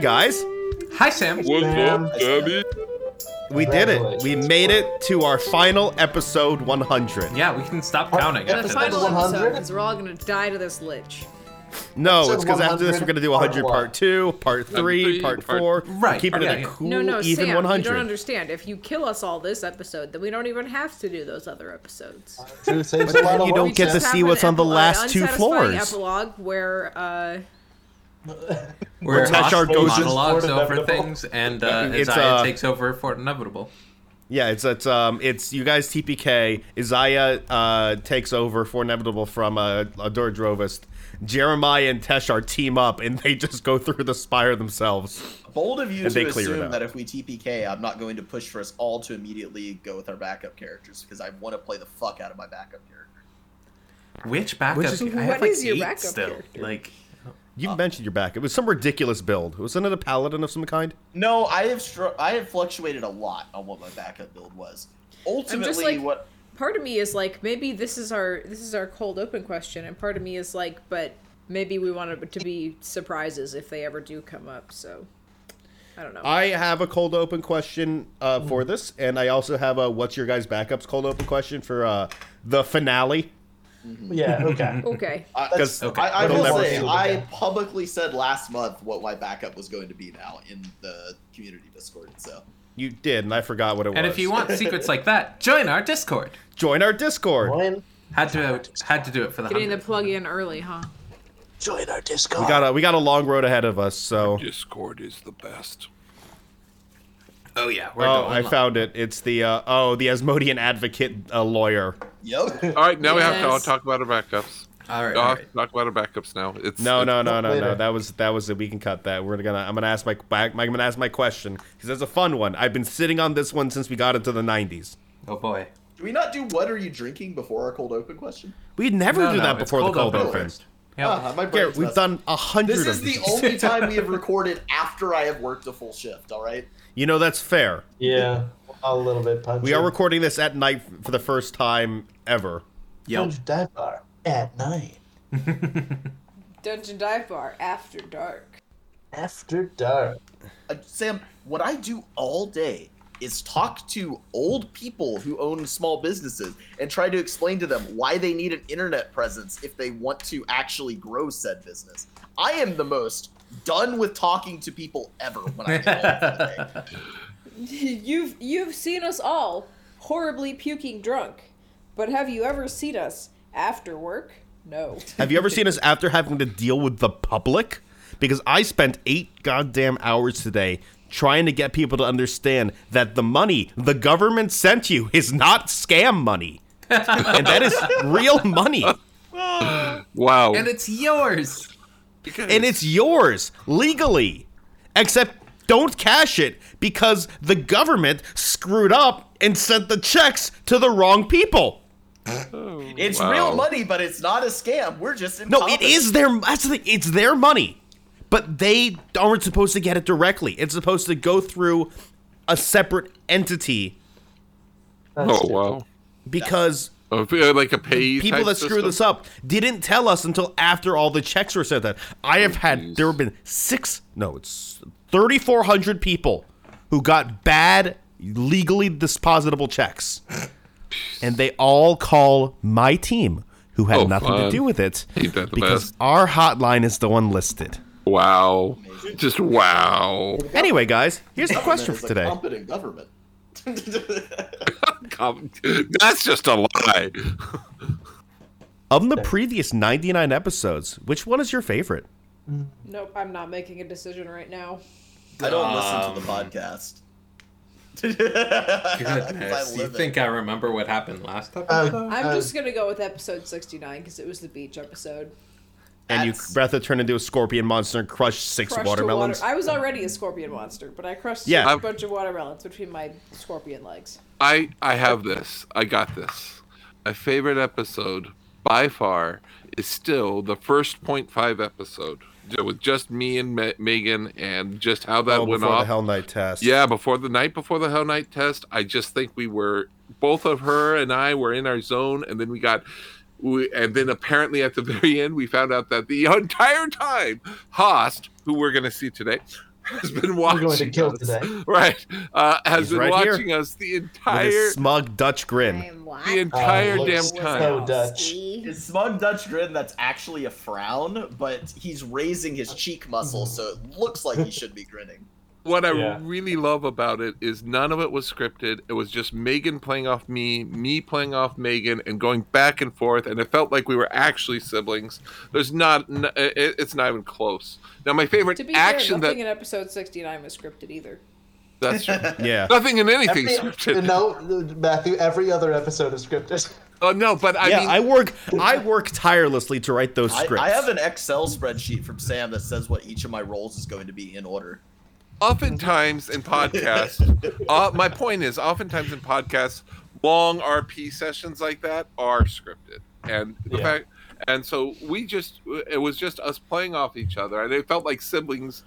guys. Hi, Sam. What's Ma'am. up, Debbie? We did it. We Congratulations. made it to our final episode 100. Yeah, we can stop counting. Yeah, after the The this. final episode 100? because we're all gonna die to this lich. No, Episode it's because after this 100, we're gonna do 100 part part two, part three, three, part part- four. Right, Keeping it yeah, a yeah. cool, No, no, even Sam, you 100. don't understand. If you kill us all this episode, then we don't even have to do those other episodes. It saves a lot of you don't words, get to Sam. Just see have what's an on the epi- uh, last two unsatisfying floors. Epilogue where uh, Where Tashar Hosh goes- monologues Fort over Inevitable. things, and uh, It's, Isaiah uh, takes over Fort Inevitable. Yeah, it's it's um it's you guys TPK. Isaiah uh takes over for inevitable from uh, Adora Drovist. Jeremiah and Teshar team up and they just go through the spire themselves. Bold of you And they to clear it out. assume that if we TPK, I'm not going to push for us all to immediately go with our backup characters because I want to play the fuck out of my backup character. Which backup? is- I have What like is your eight backup still. character? Like, You mentioned your back. It was some ridiculous build. Wasn't it a paladin of some kind? No, I have str- I have fluctuated a lot on what my backup build was. Ultimately, like- what part of me is like maybe this is our this is our cold open question, and part of me is like, but maybe we want it to be surprises if they ever do come up. So I don't know. I have a cold open question uh, Mm. for this, and I also have a what's your guys' backups cold open question for uh, the finale. Yeah, okay. okay. Because Okay. I, I It'll will never say, change. I publicly said last month what my backup was going to be now in the community Discord. So You did, and I forgot what it was. and if you want secrets like that, join our Discord. join our Discord. Join, Had to had to do it for the. Getting the 100. plug in early, huh? join our Discord. We got a we got a long road ahead of us, so Discord is the best. Oh yeah, we're Oh, going I live. found it. It's the uh, oh, the Asmodian advocate uh, lawyer. yep. All right, now we have to all Yes. talk about our backups. All right, All all have right. to Talk about our backups now. It's No, it's- no, no, no, no. Later. That was that was it. We can cut that. We're gonna. I'm gonna ask my back. I'm gonna ask my question because that's a fun one. I've been sitting on this one since we got into the 90s. Oh boy. Do we not do what are you drinking before our cold open question? We'd never No, do no, that it's before the cold open open. first. Yep. Ah, my Garrett, brain's we've messed up. done a hundred This of is the these. only time we have recorded after I have worked a full shift. All right. you know that's fair. Yeah, a little bit punchy. We are recording this at night for the first time ever. Yep. Punch dive bar at night Dungeon dive bar after dark. after dark. Uh, Sam, what I do all day is talk to old people who own small businesses and try to explain to them why they need an internet presence if they want to actually grow said business. I am the most done with talking to people ever when I get home for the day. You've you've seen us all horribly puking drunk, but have you ever seen us after work? No. Have you ever seen us after having to deal with the public? Because I spent eight goddamn hours today trying to get people to understand that the money the government sent you is not scam money. and that is real money. Wow. And it's yours. And it's yours legally. Except don't cash it because the government screwed up and sent the checks to the wrong people. It's Wow. real money, but it's not a scam. We're just No, it is their. That's the thing. It's their money, but they aren't supposed to get it directly. It's supposed to go through a separate entity That's Oh it. wow. because Oh, if we had, like a pay. people type that screw system? this up didn't tell us until after all the checks were sent out. I have had jeez. there have been six. No, it's thirty four hundred people who got bad legally dispositable checks, and they all call my team, who had Oh, nothing to fun. do with it, Ain't that the because best? our hotline is the one listed. Wow. Just wow. Anyway, guys, here's the question for today. Competent government. Com- That's just a lie. Of the previous 99 episodes, which one is your favorite? Nope, I'm not making a decision right now. I don't listen to the Um, podcast. Goodness. You live it. think I remember what happened last time? Uh, I'm uh, just gonna go with episode 69 because it was the beach episode. And you, That's- Breatha, turned into a scorpion monster and crushed six Crushed a watermelons. Water- I was already a scorpion monster, but I crushed Yeah. a I've- bunch of watermelons between my scorpion legs. I I have this. I got this. My favorite episode by far is still the first point five episode ju- with just me and Me- Megan and just how that oh, went before the off. Hell Knight test. yeah, before the night before the Hell Night test, I just think we were both of her and I were in our zone, and then we got. We, and then apparently at the very end, we found out that the entire time Host, who we're going to see today, has been watching going to kill us. today. Right. Uh, He's has been right here. watching us the with his entire smug Dutch grin. what? the entire Oh, damn looks time. so Dutch. His smug Dutch grin that's actually a frown, but he's raising his cheek muscle, so it looks like he should be grinning. What I Yeah. really love about it is none of it was scripted. It was just Megan playing off me, me playing off Megan, and going back and forth. And it felt like we were actually siblings. There's not. n- it- It's not even close. Now my favorite To be action fair, nothing that in episode 69 was scripted either. that's true. Yeah. nothing in anything Every, scripted. no, Matthew. Every other episode is scripted. Oh no, but I yeah, mean, I work. I work tirelessly to write those I, scripts. I have an Excel spreadsheet from Sam that says what each of my roles is going to be in order. oftentimes in podcasts, uh, my point is, oftentimes in podcasts, long RP sessions like that are scripted, and the Yeah. fact, and so we just, it was just us playing off each other, and it felt like siblings.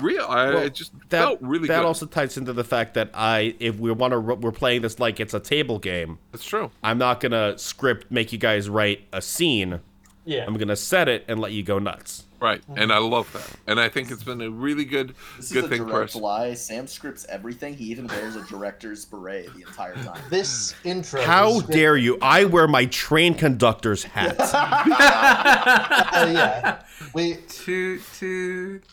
Real, I, Well, Uh, it just felt really that good. also ties into the fact that I, if we want to, we're playing this like it's a table game. That's true. I'm not gonna script make you guys write a scene. Yeah. I'm gonna set it and let you go nuts. Right, and I love that, and I think it's been a really good, This good is a thing for direct us. lie. Sam scripts everything. He even wears a director's beret the entire time. This intro. is How scripted. dare you? I wear my train conductor's hat. Uh, yeah. We. Toot toot.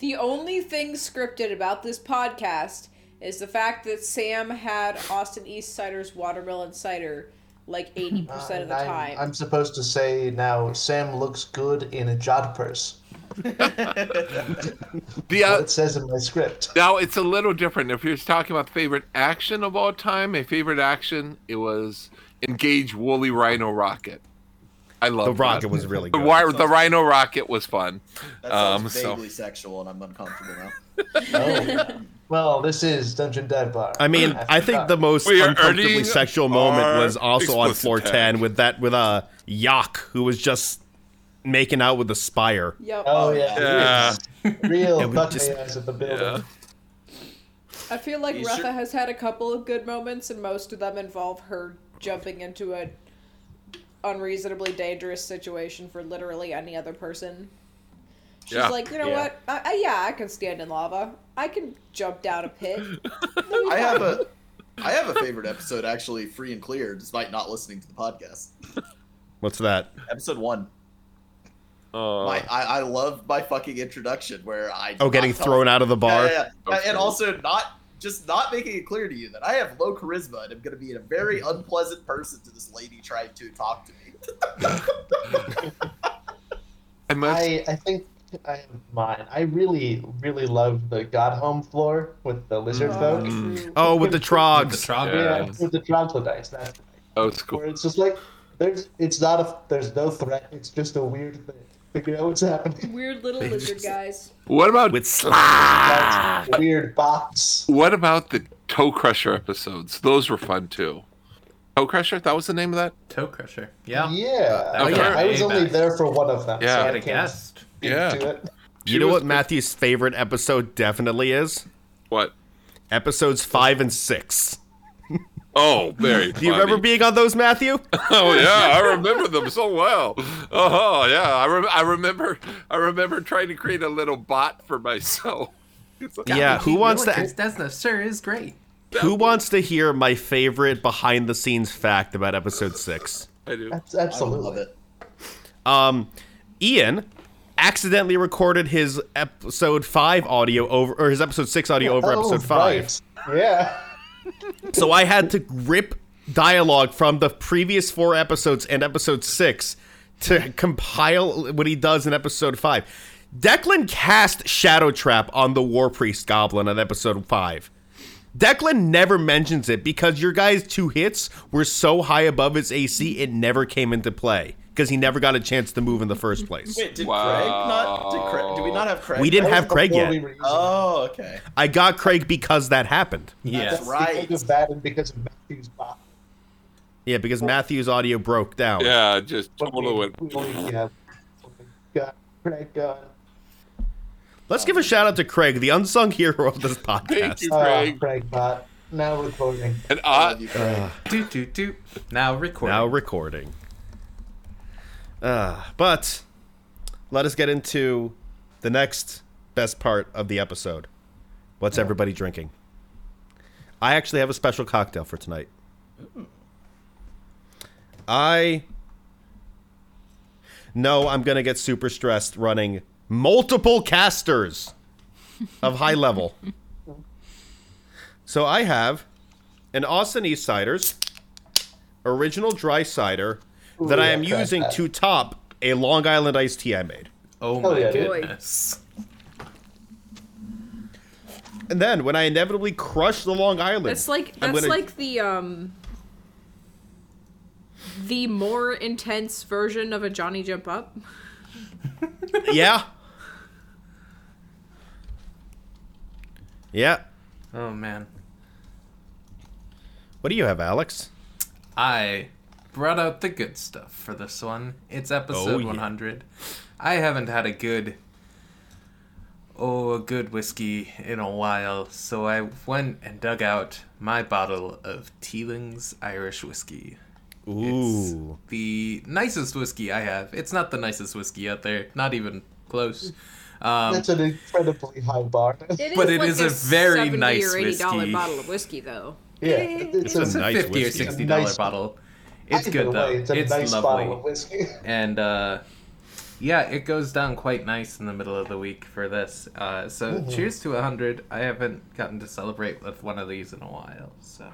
The only thing scripted about this podcast is the fact that Sam had Austin East Cider's watermelon cider like 80% of the I'm, time. I'm supposed to say now. Sam looks good in a jod purse. The uh, It says in my script. Now it's a little different. If you're talking about favorite action of all time, my favorite action it was engage Wooly Rhino Rocket. I love The rocket was really the good. wire. The Rhino Rocket was fun. Uh, That sounds Um, so- vaguely sexual, and I'm uncomfortable now. Oh. well, this is Dungeon Dive Bar. I mean, After I think dark. the most We are uncomfortably earning sexual moment our was also on explicit floor tag. ten with that with uh Yak who was just making out with the spire. Yep. Oh yeah. Yeah. Real we butt just- eyes at the building. Yeah. I feel like You Retha sure- has had a couple of good moments, and most of them involve her jumping into a unreasonably dangerous situation for literally any other person. She's Yeah. like, you know Yeah. what? I, I, yeah, I can stand in lava. I can jump down a pit. I have a, I have a favorite episode actually, free and clear, despite not listening to the podcast. What's that? Episode one. Uh, My, I, I love my fucking introduction where I. Oh, getting thrown out of the bar. Yeah, yeah, yeah. Okay. and also not just not making it clear to you that I have low charisma and I'm going to be a very Mm-hmm. unpleasant person to this lady trying to talk to me. I must- I, I think I have mine. I really, really love the God Home floor with the lizard Mm. folk. true. Oh, with the The trogs. Yeah, troglodytes. with the troglodytes. That's that was oh, cool. where it's just like there's it's not a there's no threat. It's just a weird thing. Figure out what's happening. Weird little lizard guys. What about with slash. Ah. That's a weird box. what about the Toe Crusher episodes? Those were fun too. Toe Crusher, that was the name of that. Toe crusher. Yeah. Yeah. That was I was way only back. there for one of them. Yeah. so I I had a can't guest. speak Yeah. to it. You know what Matthew's favorite episode definitely is? What? Episodes five and six. Oh, very. Do you remember being on those, Matthew? Oh yeah, I remember them so well. Oh yeah, I, rem- I remember. I remember trying to create a little bot for myself. It's like- Yeah, who wants to Desna sure is great. who wants to hear my favorite behind the scenes fact about episode 6? I do. That's I love absolutely. it. Um Ian accidentally recorded his episode 5 audio over or his episode 6 audio over Oh, episode 5. right. Yeah. So I had to rip dialogue from the previous four episodes and episode six to compile what he does in episode five. Declan cast Shadow Trap on the War Priest Goblin on episode five. Declan never mentions it because your guy's two hits were so high above his AC it never came into play because he never got a chance to move in the first place. Wait, did Craig not? Did Craig, do we not have Craig? We didn't That have was Craig before yet. we were using- Oh, okay. I got Craig because that happened. Yeah. That's right. Because of that and because of Matthew's box. Yeah, because Matthew's audio broke down. Yeah, just But total we- it. we, uh, got Craig uh, on. Let's give a shout out to Craig, the unsung hero of this Thank podcast. you, Uh, Craig. Craig. bot. Now recording. And Uh, uh, I I, love Oh, you, Craig. Doot doot doot. Now record. Now recording. Ah, Uh, but let us get into the next best part of the episode. What's everybody drinking? I actually have a special cocktail for tonight. I no, I'm gonna get super stressed running multiple casters of high level. So I have an Austin East Ciders original dry cider that Ooh, I yeah, am crack using that. to top a Long Island iced tea I made. Oh Hell my yeah, dude. goodness. And then when I inevitably crush the Long Island, That's like I'm that's gonna- like the um the more intense version of a Johnny Jump Up. yeah, yeah. Oh man. What do you have, Alex? I brought out the good stuff for this one. It's episode Oh, yeah. 100. I haven't had a good, oh, a good whiskey in a while, so I went and dug out my bottle of Teeling's Irish whiskey. Ooh, It's the nicest whiskey I have. It's not the nicest whiskey out there, not even close. Um, That's an incredibly high bar. But it is a very nice or eighty dollar whiskey. bottle of whiskey, though. yeah, it's, a it's a nice 50 whiskey. or 60 It's a dollar nice- bottle. It's either good though. way, It's, It's a nice lovely. bottle of whiskey. and uh, yeah, it goes down quite nice in the middle of the week for this. Uh, so Mm-hmm. cheers to 100. I haven't gotten to celebrate with one of these in a while. So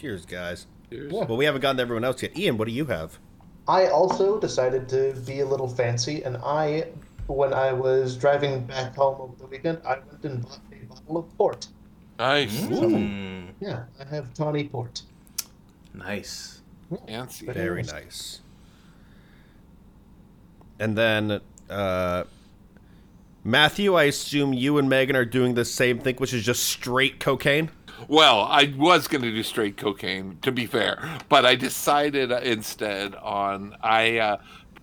cheers, guys. Cheers. Well, we haven't gotten to everyone else yet. Ian, what do you have? I also decided to be a little fancy, and I, when I was driving back home over the weekend, I went and bought a bottle of port. Nice. Mm, Yeah, I have tawny port. nice. Fancy. Okay. Very nice. And then, uh, Matthew, I assume you and Megan are doing the same thing, which is just straight cocaine. Well, I was going to do straight cocaine, to be fair, but I decided instead on I uh,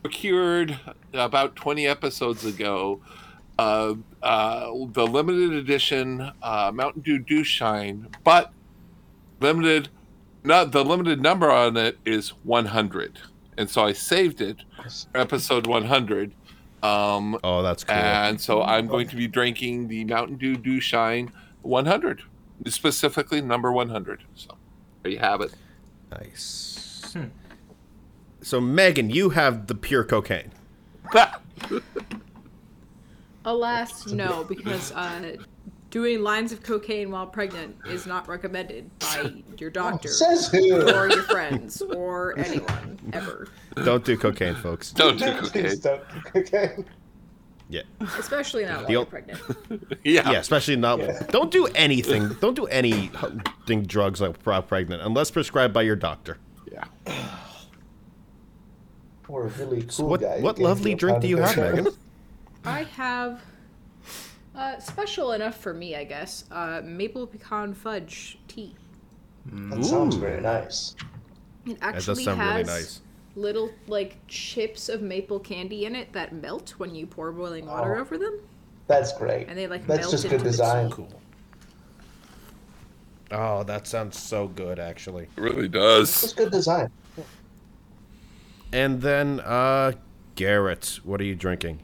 procured about 20 episodes ago uh, uh, the limited edition uh, Mountain Dew Dew Shine, but limited, not the limited number on it is 100, and so I saved it, episode 100. Um, Oh, that's cool. and so I'm going to be drinking the Mountain Dew Dew Shine 100, specifically number 100. So there you have it. nice. So, Megan, you have the pure cocaine. Alas, no, because uh, doing lines of cocaine while pregnant is not recommended by Oh, your doctor Says who? or your friends or anyone ever, Don't do cocaine, folks. Don't do cocaine. Please don't. Okay. Yeah. especially not while The you're ol- pregnant. Yeah. Yeah, especially not. Don't do anything. Don't do any thing drugs like while pregnant unless prescribed by your doctor. Yeah. We're a really cool what- guy. what Gave me lovely a drink pound do of you have, cocaine. Megan? I have uh, special enough for me, I guess. Uh, maple pecan fudge tea. That sounds very nice. It That actually does sound has really nice. little like chips of maple candy in it that melt when you pour boiling water Oh. over them, That's great. and they like That's melt just into good the design. tea. Oh, that sounds so good, actually. It really That's does. good design. And then, uh, Garrett, what are you drinking?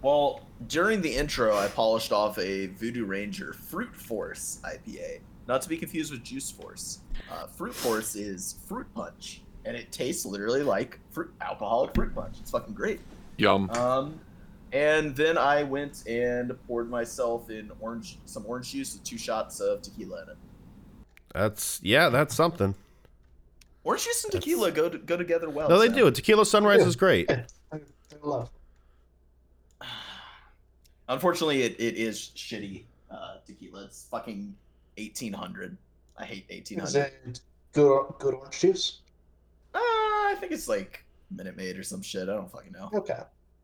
Well, during the intro, I polished off a Voodoo Ranger Fruit Force IPA, not to be confused with Juice Force. Uh, fruit Force is fruit punch, and it tastes literally like fruit alcoholic fruit punch. It's fucking great. Yum. Um, and then I went and poured myself in orange, some orange juice with two shots of tequila in it. That's yeah, that's something. Orange juice and tequila go to, go together well. No, they Sam. do. Tequila Sunrise is great. I, I love. Unfortunately, it, it is shitty uh, tequila. It's fucking eighteen hundred. I hate eighteen Is hundred. it good, good orange juice? Uh, I think it's like Minute Maid or some shit. I don't fucking know. Okay.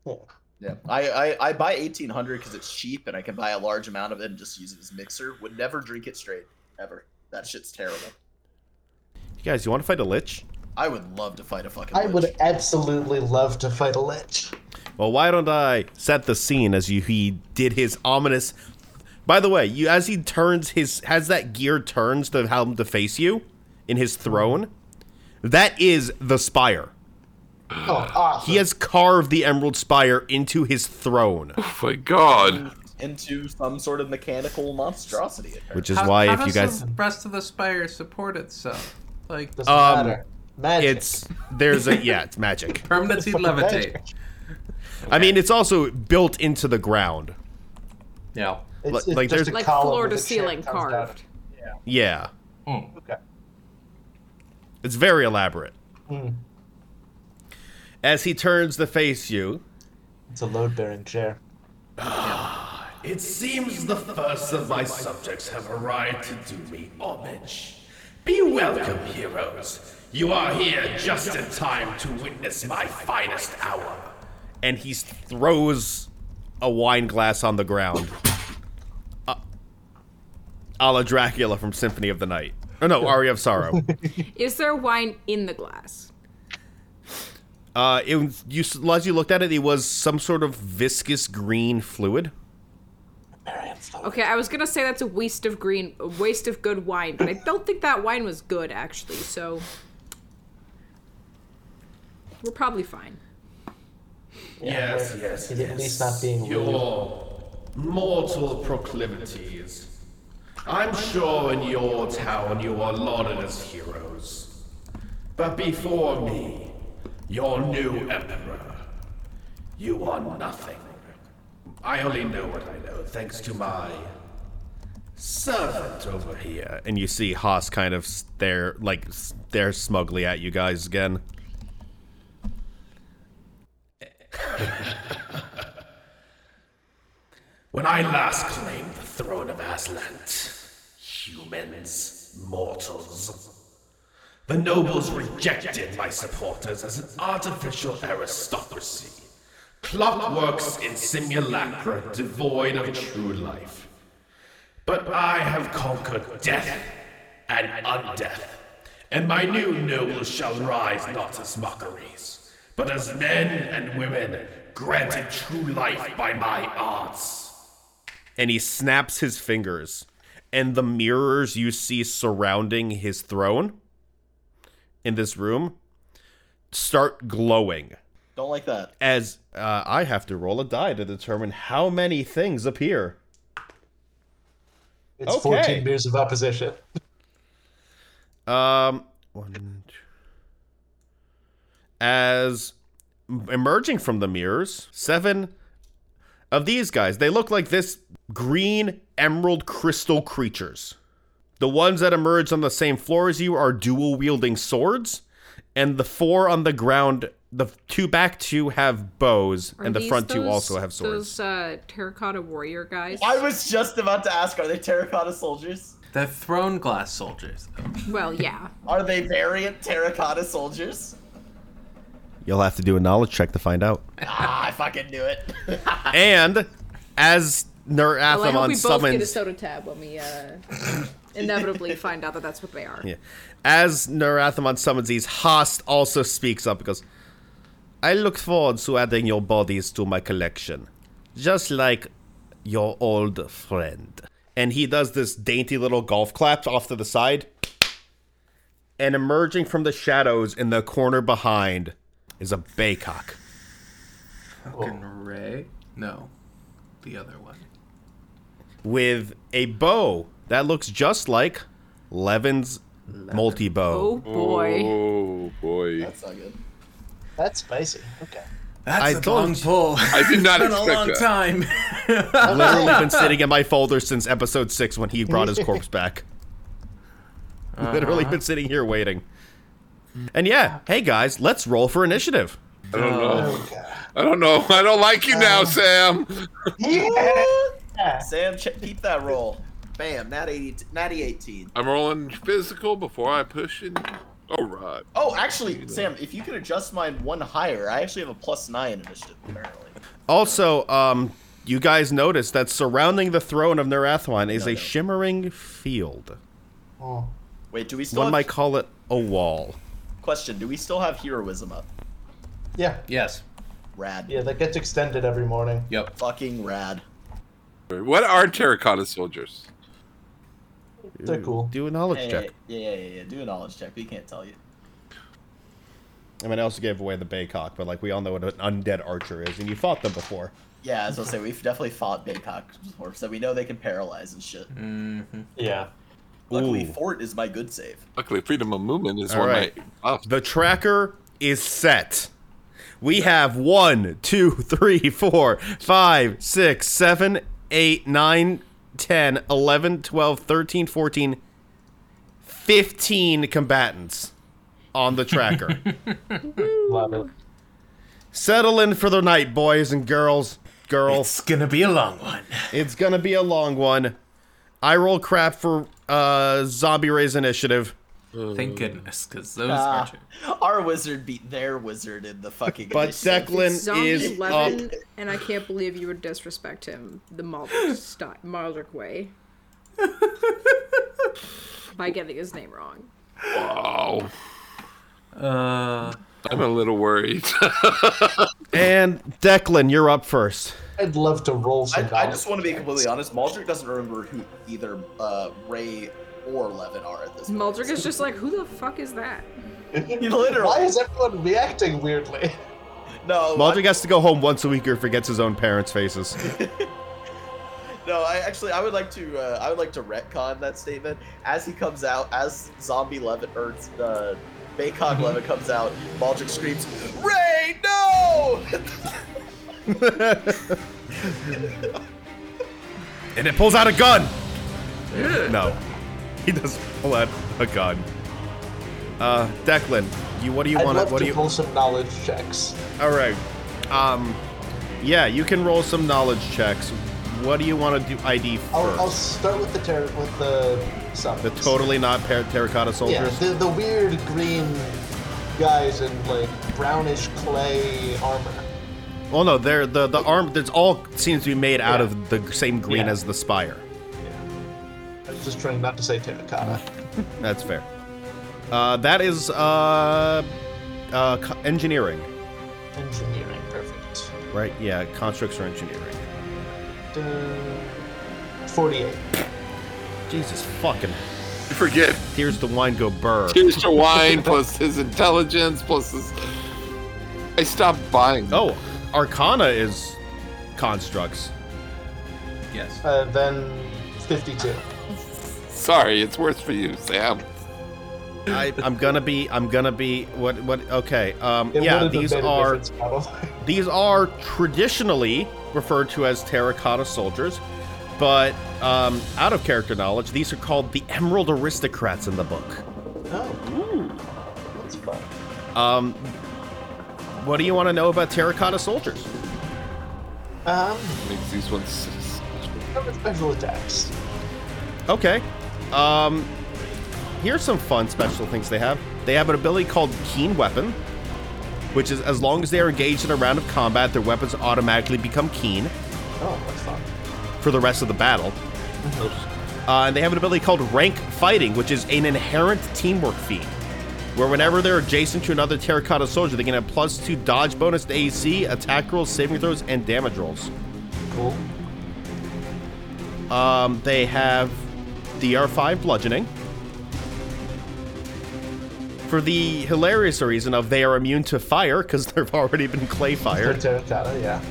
Yeah. Yeah, I I, I buy eighteen hundred because it's cheap and I can buy a large amount of it and just use it as mixer. Would never drink it straight ever. That shit's terrible. You guys, you want to fight a lich? I would love to fight a fucking. I would lich. absolutely love to fight a lich. Well, why don't I set the scene as you, he did his ominous. By the way, you as he turns his has that gear turns to help him to face you in his throne. That is the spire. Oh, awesome. um, He has carved the emerald spire into his throne. Oh my God. into some sort of mechanical monstrosity. apparently. which is How- why how if you does guys the rest of the spire support itself? Like Doesn't Um, matter. Magic. it's there's a yeah it's magic permanency levitate. Magic. i mean it's also built into the ground Yeah. It's, like- it's just like there's- a like column floor with to a ceiling shape comes out of carved. it. yeah Mm. Okay. it's very elaborate Mm. as he turns to face you It's a load-bearing chair. It seems the first of my subjects have arrived to do me homage. Be welcome, heroes. You are here just in time to witness my finest hour. And he throws a wine glass on the ground. Uh, a la Dracula from Symphony of the Night. Oh no, Aria of Sorrow. Is there wine in the glass? Uh, it, was- you, as you looked at it, it was some sort of viscous green fluid. Okay, I was gonna say that's a waste of green, a waste of good wine, but I don't think that wine was good actually. So we're probably fine. Yes, yes, He's at least not being rude. Your mortal proclivities. I'm sure in your town you are lauded as heroes. But before me, your new emperor, you are nothing. I only know what I know thanks to my servant over here. Uh, and you see Haas kind of stare, like stare smugly at you guys again. When I last claimed the throne of Aslant, humans, mortals, the nobles rejected my supporters as an artificial aristocracy. Clockworks in simulacra devoid of true life. But I have conquered death and undeath, and my new nobles shall rise not as mockeries, but as men and women granted true life by my arts. and he snaps his fingers and the mirrors you see surrounding his throne in this room start glowing Don't like that. as uh, i have to roll a die to determine how many things appear It's Okay. 14 beers of opposition. um one two. as emerging from the mirrors seven of these guys they look like this green emerald crystal creatures The ones that emerge on the same floor as you are dual wielding swords, and the four on the ground, the two back two have bows, Are and the these front two those- also have swords. Those uh, terracotta warrior guys. I was just about to ask: Are they terracotta soldiers? The throne glass soldiers. Well, yeah. Are they variant terracotta soldiers? You'll have to do a knowledge check to find out. Ah, I fucking knew it. and Well, as Oh, I Nerathamon hope we both get a summons, soda tab when we uh, inevitably find out that that's what they are. Yeah. as Nerathamon summons these, Hast also speaks up because I look forward to adding your bodies to my collection, just like your old friend. And he does this dainty little golf clap off to the side. And emerging from the shadows in the corner behind is a baycock. Fucking Ray? No. The other one. with a bow that looks just like Levin's multi Oh bow. boy. Oh boy! That's not good. That's spicy. Okay. I That's a told long you. pull. I did not Been a expect long that. time. Literally been sitting in my folder since episode six when he brought his corpse back. Literally been sitting here waiting. And yeah, hey guys, let's roll for initiative. I don't know. Oh. I don't know. I don't like you now, Sam. Yeah. Sam, check, keep that roll. Bam, nat 80, natty 18. I'm rolling physical before I push it. All right. Oh, actually, Sam, if you could adjust mine one higher, I actually have a plus nine initiative, apparently. Also, um, you guys noticed that surrounding the throne of Nerathwan is a shimmering field. Oh. Wait, do we still One have, might call it a wall. question, do we still have heroism up? Yeah. yes. Rad. Yeah, that gets extended every morning. Yep. Fucking rad. What are terracotta soldiers? They're cool. Do a knowledge Hey, check. Yeah, yeah, yeah, yeah. Do a knowledge check. We can't tell you. I mean, I also gave away the Baycock, but like we all know what an undead archer is, and you fought them before. Yeah, as I say, we've definitely fought Baycock before, so we know they can paralyze and shit. Yeah. Luckily, Mm. Ooh. Fort is my good save. Luckily, freedom of movement is All one right. right. my. The tracker is set. We have one, two, three, four, five, six, seven, eight, nine, 10, 11, 12, 13, 14, 15 combatants on the tracker. Love it. Settle in for the night, boys and girls. Girls. It's gonna be a long one. It's gonna be a long one. I roll crap for uh zombie raise initiative. Thank goodness, because those Ah. are true. Our wizard beat their wizard in the fucking. But initiative. Declan Zombie is Levin, up. and I can't believe you would disrespect him the Maldrick, sti- Maldrick way by getting his name wrong. Wow. Uh, Oh. I'm a little worried. And Declan, you're up first. I'd love to roll some. I, I just want to be completely honest. Maldrick doesn't remember who either uh, Ray or Levin are at this point. Maldrick is just like, who the fuck is that? literally- Why is everyone reacting weirdly? No, Maldrick has to go home once a week or forgets his own parents' faces. No, I actually I would like to uh, I would like to retcon that statement. As he comes out, as zombie Levin or uh, Baycock Mm-hmm. Levin comes out, Baldrick screams, "Ray, no!" and it pulls out a gun. No, he doesn't pull out a gun. Uh, Declan, you what do you I'd want? love What to do you? roll some knowledge checks. All right. Um, yeah, you can roll some knowledge checks. What do you want to do? ID 1st I'll, I'll start with the ter- with the zombies. the totally not par- terracotta Yeah, soldiers. the, the weird green guys in like brownish clay armor. Well, no, they're the the arm. That's all seems to be made out Yeah. of the same green Yeah. as the spire. I was just trying not to say terracotta. That's fair. Uh, that is uh, uh, co- engineering, Engineering, perfect. right? Yeah, constructs are engineering. Uh, Forty-eight. Jesus fucking You forget. tears to wine go burr. Here's to wine plus his intelligence plus his. I stopped buying. Oh, Arcana is constructs. yes. Uh, then fifty-two. Sorry, it's worse for you, Sam. I, I'm gonna be. I'm gonna be. What? What? Okay. Um. It yeah. would've These made a are. difference, probably. These are traditionally referred to as terracotta soldiers, but um, out of character knowledge, these are called the Emerald Aristocrats in the book. Oh, that's fun. Um, what do you want to know about terracotta soldiers? Um, Makes these ones. covered special attacks. Okay. Um, here's some fun special things they have. They have an ability called Keen Weapon, which is as long as they are engaged in a round of combat, their weapons automatically become keen Oh, that's fun. for the rest of the battle. Uh, and they have an ability called Rank Fighting, which is an inherent teamwork feat, where whenever they're adjacent to another terracotta soldier, they can have plus two dodge bonus to AC, attack rolls, saving throws, and damage rolls. Cool. Um, they have DR5 bludgeoning. For the hilarious reason of they are immune to fire because they've already been clay They're fired. terracotta, yeah.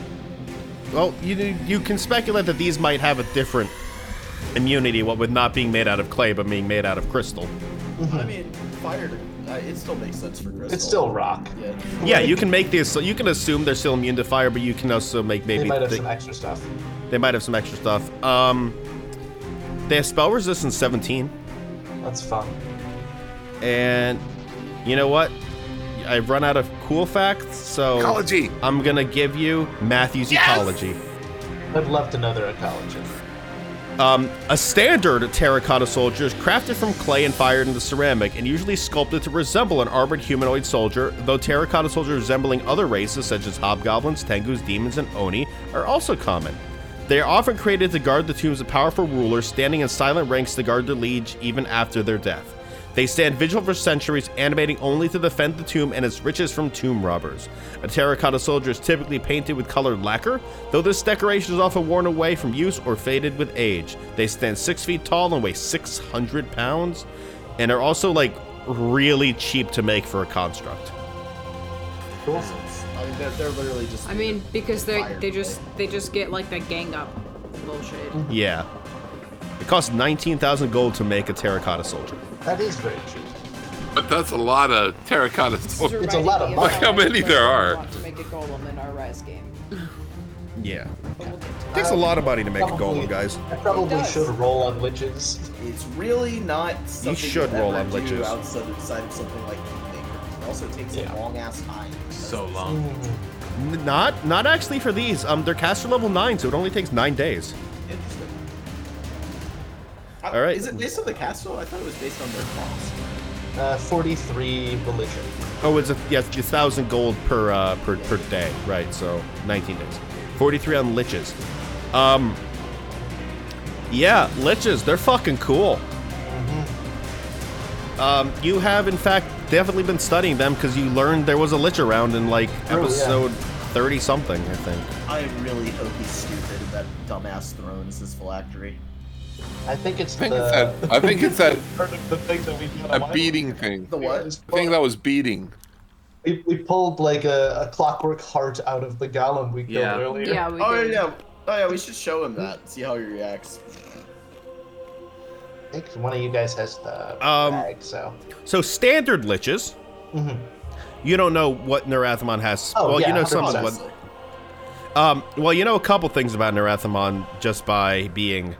Well, you you can speculate that these might have a different immunity, what with not being made out of clay but being made out of crystal. I Mm-hmm. mean, fire. Uh, it still makes sense for Crystal. It's still rock. Yeah. Yeah, you can make these. So you can assume they're still immune to fire, but you can also make maybe They might have the- some extra stuff. they might have some extra stuff. Um, they have spell resistance 17. That's fun. And you know what? I've run out of cool facts, so Ecology. I'm gonna give you Matthew's ecology. I'd love to know their ecology. Um, a standard terracotta soldier is crafted from clay and fired into ceramic, and usually sculpted to resemble an armored humanoid soldier. Though terracotta soldiers resembling other races such as hobgoblins, tengus, demons, and oni are also common. They are often created to guard the tombs of powerful rulers, standing in silent ranks to guard their liege even after their death. They stand vigil for centuries, animating only to defend the tomb and its riches from tomb robbers. A terracotta soldier is typically painted with colored lacquer, though this decoration is often worn away from use or faded with age. They stand six feet tall and weigh 600 pounds, and are also like really cheap to make for a construct. Dormants. I mean, they're, they're literally just. I mean, because they Fire. they just they just get like that gang up bullshit. Yeah. It costs 19,000 gold to make a terracotta soldier. That is very cheap. But that's a lot of terracotta. soldiers. It's a lot of money. How many there are? Want to make a golem in our rise game. Yeah. It takes a lot of money to make a Probably- golem, guys. I probably does. should roll on liches. It's really not something should you roll ever on do liches. outside of, outside of something like Kingmaker. It also takes Yeah. a long ass time. So long. N- Not not actually for these. Um, they're caster level 9, so it only takes 9 days. Interesting. I- All right. Is it based on the castle? I thought it was based on their cost. Uh, 43 religion. Oh, it's a yes, it's 1,000 gold per uh, per per day, right? So 19 days. 43 on liches. Um Yeah, liches, they're fucking cool. Mm-hmm. Um, you have in fact definitely been studying them because you learned there was a lich around in like Oh, yeah. episode 30 something, I think. I really hope he's stupid and that dumbass throne is his phylactery. I think it's I think it's the that. I think it's that part of the thing that we did on a Live beating thing. The what? is I think that was beating. we, we pulled like a, a clockwork heart out of the golem we killed Yeah. earlier. Yeah, we Oh did. yeah. Oh yeah, we should show him that. See how he reacts. I think one of you guys has the Um, bag, so. So standard liches. Mhm. You don't know what Nerathamon has. Oh, well, yeah, you know 100%. some of what. Um, well, you know a couple things about Nerathamon just by being,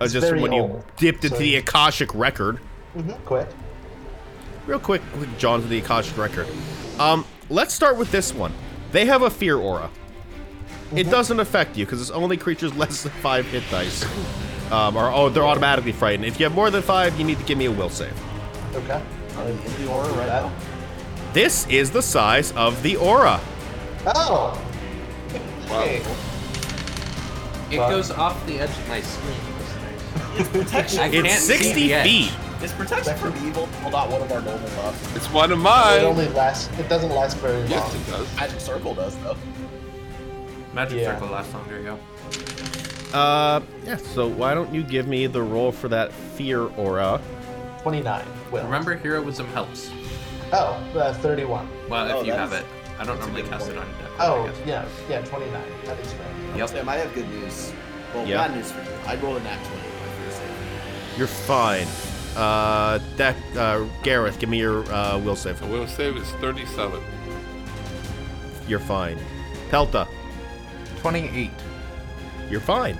uh, It's just very when you old, dipped into so- the Akashic record. Mhm, Quick. Real quick, quick John to the Akashic record. Um, let's start with this one. They have a fear aura. Mm-hmm. It doesn't affect you because it's only creatures less than five hit dice. Um, or oh, they're automatically frightened. If you have more than five, you need to give me a will save. Okay. I'm in the aura right That- now. This is the size of the aura. Oh! Hey, Mm. It goes off the edge of my screen. I It's can't see 60 the edge. feet. Is protection from evil well, not one of our normal buffs? It's one of it mine. only lasts. It doesn't last very long. Yes, it does. Magic circle does though. Magic Yeah. circle last longer, yo. Uh, yeah. So why don't you give me the roll for that fear aura? 29. Will. Remember heroism helps. Oh, uh, 31. Well, Oh, if you that have is- it. I don't that's a normally good cast point. it on deck. Oh, yeah, yeah, 29. That is right. Yep. Sam, I have good news. Well, Yeah. bad news for you. I rolled an act 20 in my first save. You're fine. Uh, that uh, Gareth, give me your uh, will save. The will save is 37. You're fine. Pelta, 28. you're fine.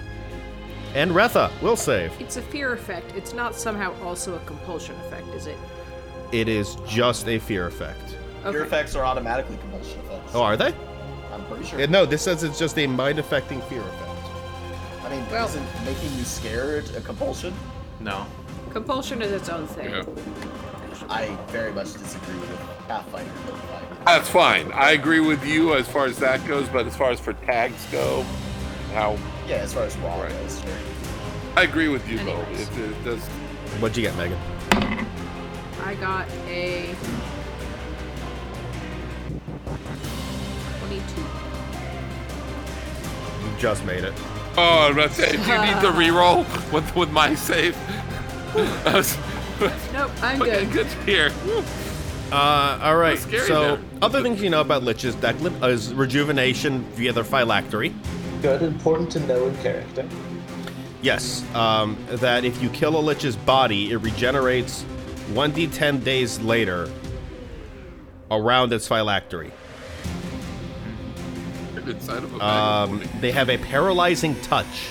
And Retha, will save. It's a fear effect. It's not somehow also a compulsion effect, is it? It is just a fear effect. Okay. Your effects are automatically compulsion effects. Oh, are they? I'm pretty sure. Uh, No, this says it's just a mind-affecting fear effect. I mean, Well- isn't making you scared a compulsion? No. Compulsion is its own thing. Yeah. I very much disagree with Pathfinder. but fine. That's fine. I agree with you as far as that goes, but as far as for tags go, how Yeah, as far as raw Right. goes, sure. I agree with you though. Anyways. It, it does. What'd you get, Megan? I got a 22. You just made it. Oh, I'm about to say, do you need to re-roll with with my save? I was- Nope, I'm okay, good. good to hear. Uh, all right. That's scary So, there. other things you know about liches that li- is rejuvenation via their phylactery. Good, important to know in character. Yes, um, that if you kill a lich's body, it regenerates 1d10 days later around its phylactery. Inside of a bag of Um, holding. they have a paralyzing touch,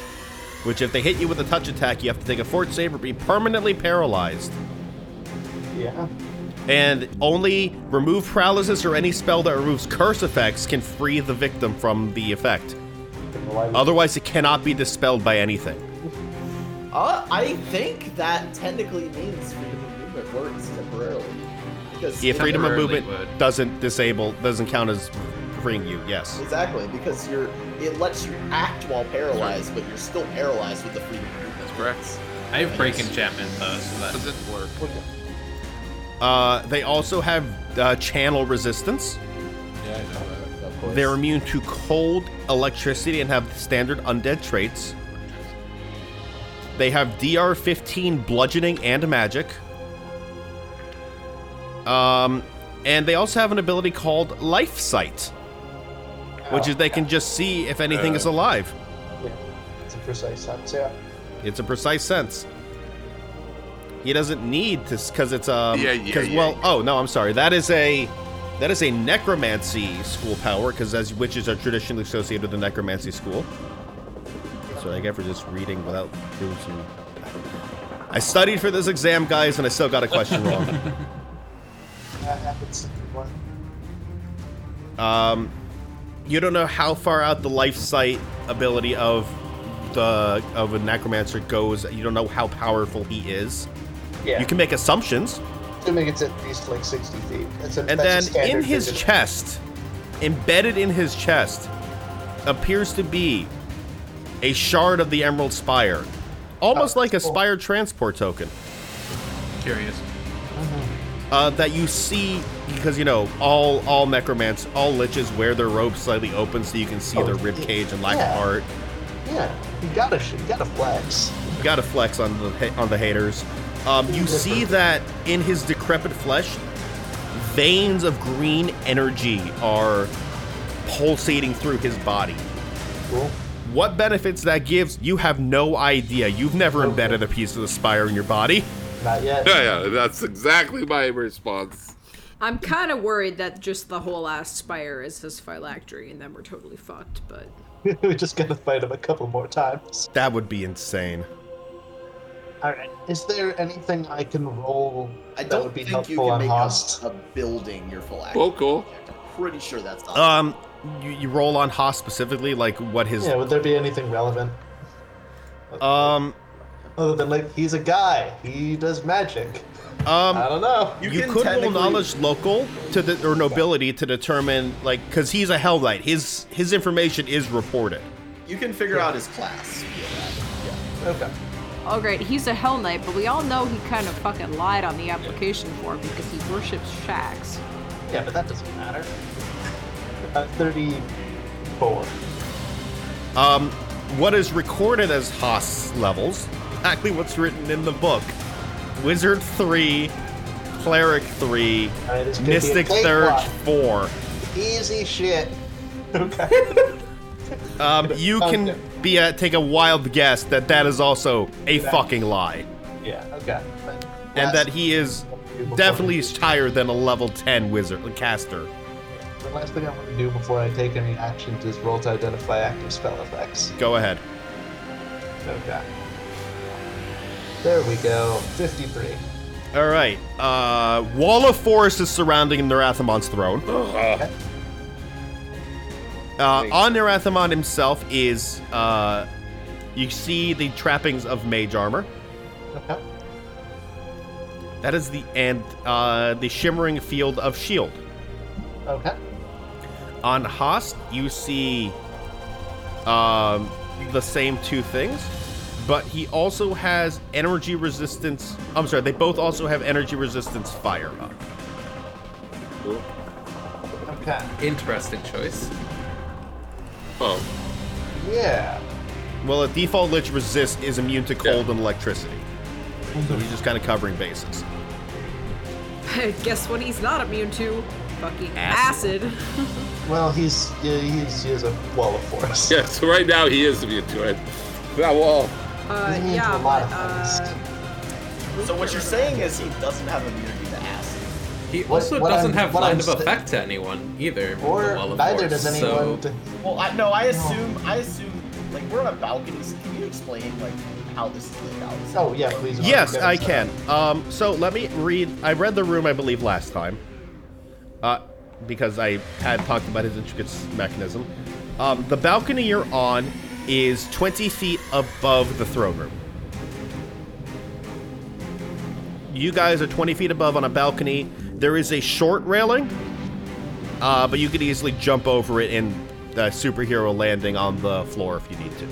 which if they hit you with a touch attack, you have to take a fort save or be permanently paralyzed. Yeah. And only remove paralysis or any spell that removes curse effects can free the victim from the effect. Well, I- Otherwise, it cannot be dispelled by anything. Uh, I think that technically means freedom of movement works temporarily. Because If freedom of Temporarily movement would. doesn't disable, doesn't count as freeing you, yes. Exactly, because you're it lets you act while paralyzed, but you're still paralyzed with the freedom of movement. That's correct. I have break enchantment though, so that doesn't work. Uh, they also have uh, channel resistance. Yeah, I know that. Of course. They're immune to cold, electricity, and have standard undead traits. They have DR 15 bludgeoning and magic. Um, And they also have an ability called Life Sight, Oh, which is they can just see if anything is alive. Yeah, it's a precise sense. Yeah. It's a precise sense. He doesn't need to because it's um Yeah, yeah, 'cause, yeah, well yeah. oh no I'm sorry that is a that is a necromancy school power because as witches are traditionally associated with the necromancy school. So I get for just reading without doing some. I studied for this exam, guys, and I still got a question wrong. That happens to everyone. you don't know how far out the life sight ability of the of a necromancer goes. You don't know how powerful he is. Yeah. You can make assumptions, Assuming it's at least like 60 feet. That's a, and that's a then in standard his digit. chest, embedded in his chest, appears to be a shard of the Emerald Spire, almost Oh, like a cool. Spire transport token. Curious. uh, that you see because you know all all necromants all liches wear their robes slightly open so you can see Oh, their rib yeah. cage and lack Yeah. of heart. Yeah, you gotta, sh- you gotta flex. You gotta flex on the ha- on the haters. Um, you see that in his decrepit flesh, veins of green energy are pulsating through his body. Cool. What benefits that gives, you have no idea. You've never embedded a piece of the spire in your body. Not yet. Yeah, yeah, that's exactly my response. I'm kind of worried that just the whole ass spire is his phylactery, and then we're totally fucked. But we just gotta fight him a couple more times. That would be insane. Alright. Is there anything I can roll I that would don't be think helpful you can on make Host? a, a building your phylactery. Well, Oh, cool. I'm pretty sure that's not. Um, you, you roll on Haas specifically, like what his Yeah, would there be anything relevant? um Other than, like, he's a guy, he does magic. I Um, don't know. you, can could roll technically- knowledge local to the or nobility to determine like because he's a hell knight. His his information is reported. You can figure out his class. Okay. all right, he's a hell knight, but we all know he kind of fucking lied on the application form because he worships shacks. Yeah, but that doesn't matter. Uh, 34. Um, what is recorded as Haas levels? Exactly what's written in the book. Wizard three, cleric three, Alright, it's gonna be a mystic cake third walk. four. Easy shit. Okay. Um, you can Okay. be a, take a wild guess that that is also a fucking lie, yeah, okay. and that he is definitely higher than a level ten wizard caster. The last thing I want to do before I take any action is roll to identify active spell effects. Go ahead. Okay. There we go. 53. All right. Uh, wall of forest is surrounding Narathamon's throne. Uh, on Narathamon himself is uh, you see the trappings of mage armor. Okay. That is the and uh, the shimmering field of shield. Okay. On Hast, you see um, the same two things, but he also has energy resistance. I'm sorry, they both also have energy resistance fire up. Okay. Interesting choice. Oh, Yeah. Well, a default lich resist is immune to cold and electricity. So he's just kind of covering bases. Guess what? He's not immune to fucking Acid. acid. Well, he's yeah, he's he is a wall of force. yeah. So right now he is immune to it. That wall. Uh, He's immune yeah, to a lot but of uh, So what you're saying is he doesn't have immunity to acid. He What- also what doesn't I'm- have what line I'm of sta- effect to anyone either. with the Or Wall of neither Force, does so- anyone. To, Well, I, no, I assume I assume like we're on a balcony. So can you explain like how this is laid out? oh yeah, please. Yes, Okay. I can. Um, so let me read. I read the room, I believe, last time, uh, because I had talked about his intricate s- mechanism. Um, the balcony you're on is 20 feet above the throne room. You guys are 20 feet above on a balcony. There is a short railing, uh, but you could easily jump over it and uh, superhero landing on the floor if you need to.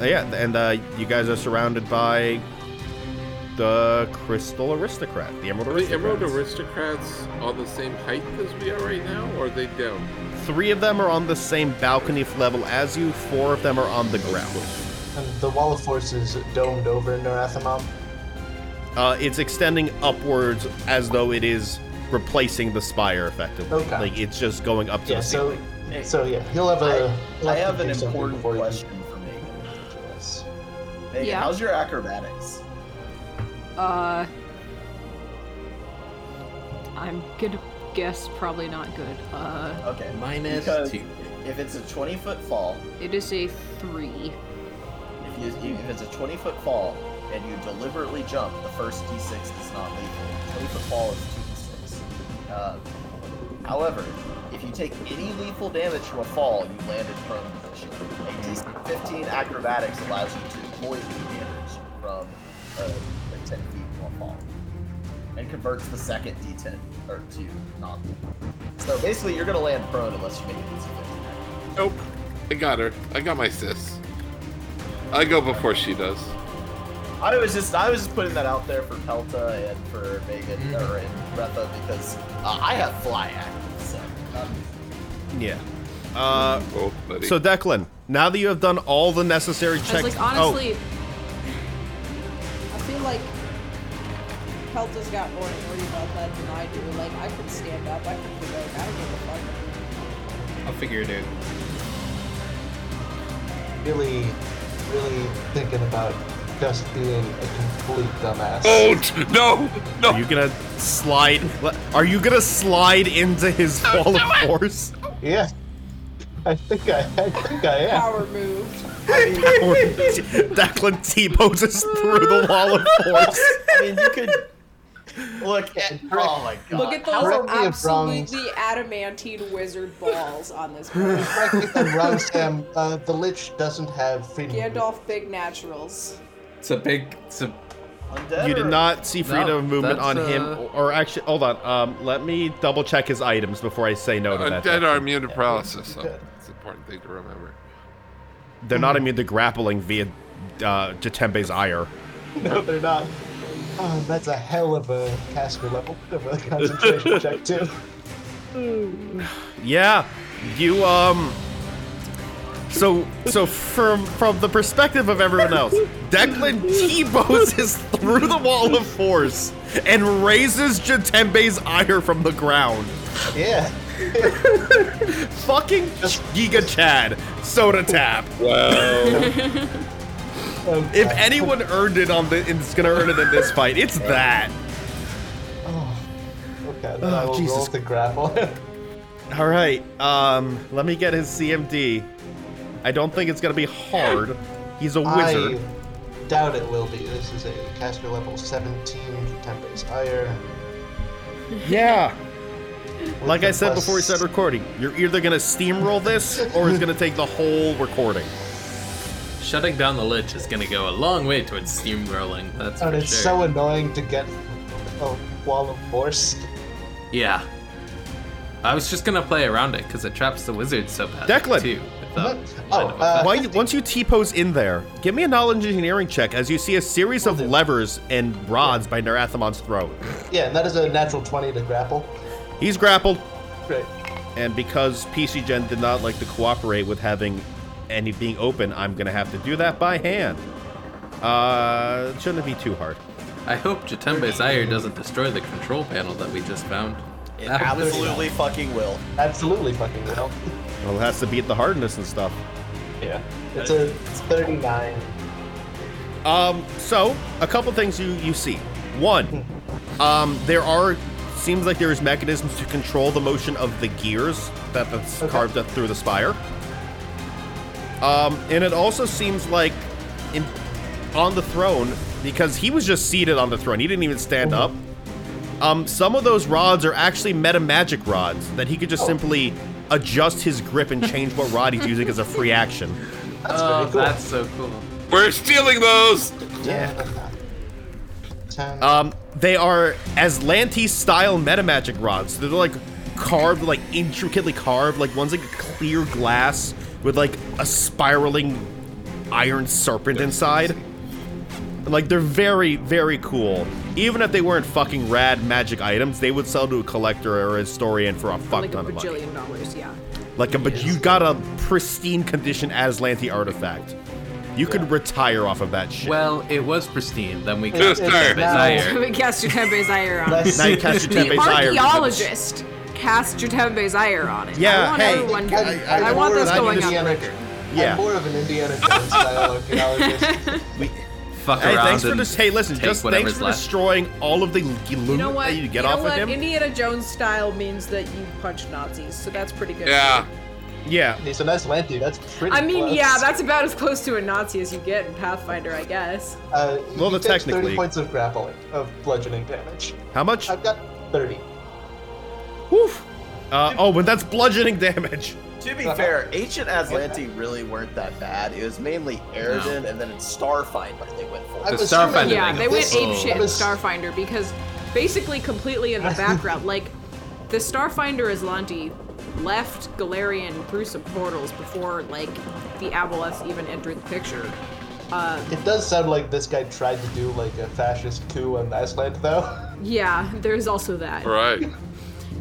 Uh, yeah, and uh, you guys are surrounded by the crystal aristocrat, the emerald Are the aristocrat. Emerald Aristocrats on the same height as we are right now, or are they down? Three of them are on the same balcony level as you. Four of them are on the ground. And the wall of force is domed over Narathamon. Uh, it's extending upwards as though it is replacing the spire effectively. Okay. Like it's just going up to Yeah, the so ceiling. so yeah, he'll have a. I, he'll I to have an do something important before you question for me. can do this. Megan, Yeah. how's your acrobatics? Uh, I'm gonna guess probably not good. Uh, Okay. Minus Because two. If it's a 20 foot fall, it is a three. if, you, if it's a 20 foot fall and you deliberately jump, the first d6 does not leave. 20 foot fall is 2d6. Uh, however, if you take any lethal damage from a fall, you land in prone position. A DC 15 acrobatics allows you to avoid the damage from uh, like 10 feet from a fall. And converts the second d10 or to non So basically, you're going to land prone unless you make a DC 15. Nope. I got her. I got my sis. I go before she does. I was just I was just putting that out there for Pelta and for Megan Mm. or and Retha because uh, I have fly active, so um, Yeah. Uh, Oh, buddy. so Declan, now that you have done all the necessary I was checks, like, oh, honestly, I feel like Pelta's got more to worry about that than I do. Like, I could stand up, I could be like, I don't give a fuck. I'll figure it out. Really, really thinking about just being a complete dumbass. Oh t- no, Are Oh, you no. gonna slide? le- Are you gonna slide into his wall of force? Yeah. I think I, I think I am. Power move. Or Declan T poses through the wall of force. I mean you could look at oh my god. Look at those Correct me if wrong. absolutely adamantine wizard balls on this person. Correct me if I'm wrong, Sam. Uh, the Lich doesn't have freedom. Gandalf Big Naturals. It's a big. It's a. Undead You did or- not see freedom No, of movement on that's, him, uh, or actually, hold on. Um, let me double check his items before I say Uh, no to that. Undead Declan. are Uh, immune to paralysis. So it's an important thing to remember. They're not immune to grappling via uh, Jatembe's ire. No, they're not. Oh, that's a hell of a caster level. Of a concentration check too. Yeah, you um. So so from from the perspective of everyone else, Declan T-poses through the wall of force and raises Jatembe's ire from the ground. Yeah. Fucking Giga Chad soda tap. Okay. If anyone earned it on the, it's gonna earn it in this fight. It's that. Oh, okay. Then I Oh, will Jesus. roll to grapple. All right. Um, let me get his CMD. I don't think it's gonna be hard. He's a wizard. I doubt it will be. This is a caster level 17 Tempe's Ire. Yeah. with Like a I said plus- before we started recording, you're either gonna steamroll this or it's gonna take the whole recording. Shutting down the lich is gonna go a long way towards steamrolling. That's And for it's sure. Oh, so annoying to get a wall of force. Yeah. I was just gonna play around it because it traps the wizard so bad. Declan! Too, without Oh, line of uh, effect. Why you, once you T pose in there, give me a knowledge engineering check as you see a series of levers and rods by Narathamon's throat. Yeah, and that is a natural 20 to grapple. He's grappled, Great. and because PC Gen did not like to cooperate with having any being open, I'm gonna have to do that by hand. Uh, it shouldn't be too hard. I hope Jatembe's ire doesn't destroy the control panel that we just found. It That was- absolutely fucking will. Absolutely fucking well. Well, it has to beat the hardness and stuff. Yeah. It's a it's 39. Um, so a couple things you you see. One, um, there are seems like there is mechanisms to control the motion of the gears that that's Okay. carved up through the spire. Um, and it also seems like in on the throne because he was just seated on the throne. He didn't even stand up. Um, some of those rods are actually meta magic rods that he could just simply adjust his grip and change what rod he's using as a free action. That's oh, very cool. that's so cool. We're stealing those. yeah. 10. Um, they are Aslanti style metamagic rods. They're like carved, like intricately carved. Like one's like clear glass with like a spiraling iron serpent inside. And, Like they're very, very cool. Even if they weren't fucking rad magic items, they would sell to a collector or a historian for a fuck like a ton of money. bajillion dollars. Yeah. Like a, but you got a pristine condition Aslanti artifact. You could retire off of that shit. Well, it was pristine. Then we Yes, cast sir. desire. We cast Jatembe's ire on it. Nice. now you cast your The Tempe's ire. archaeologist cast Jatembe's ire on it. Yeah, I want hey. everyone I'm- to, I'm I, want more this of an going on Indiana- record. I'm Yeah. more of an Indiana Jones style archaeologist. We, Fuck hey, around thanks for and this. Hey, listen, take just thanks whatever's for left. destroying all of the g- loot You know what? that you get know off what? of him. Indiana Jones style means that you punch Nazis, so that's pretty good. Yeah. yeah. He's a nice lengthy. That's pretty. I mean, close. yeah, that's about as close to a Nazi as you get in Pathfinder, I guess. Uh, Well, he the takes technically- Thirty points of grappling of bludgeoning damage. How much? Uh, I've got thirty. Woof. Uh, oh, but that's bludgeoning damage. To be fair, ancient Aslanti really weren't that bad. It was mainly Eridan and then in Starfinder they went for. I it. The was assuming- Starfinder Yeah, thing. they went This- ape shit in this- Starfinder because basically completely in the background, like the Starfinder Aslanti left Galarian through some portals before like the Aboleths even entered the picture. It does sound like this guy tried to do like a fascist coup on Iceland, though. Yeah, there's also that. Right.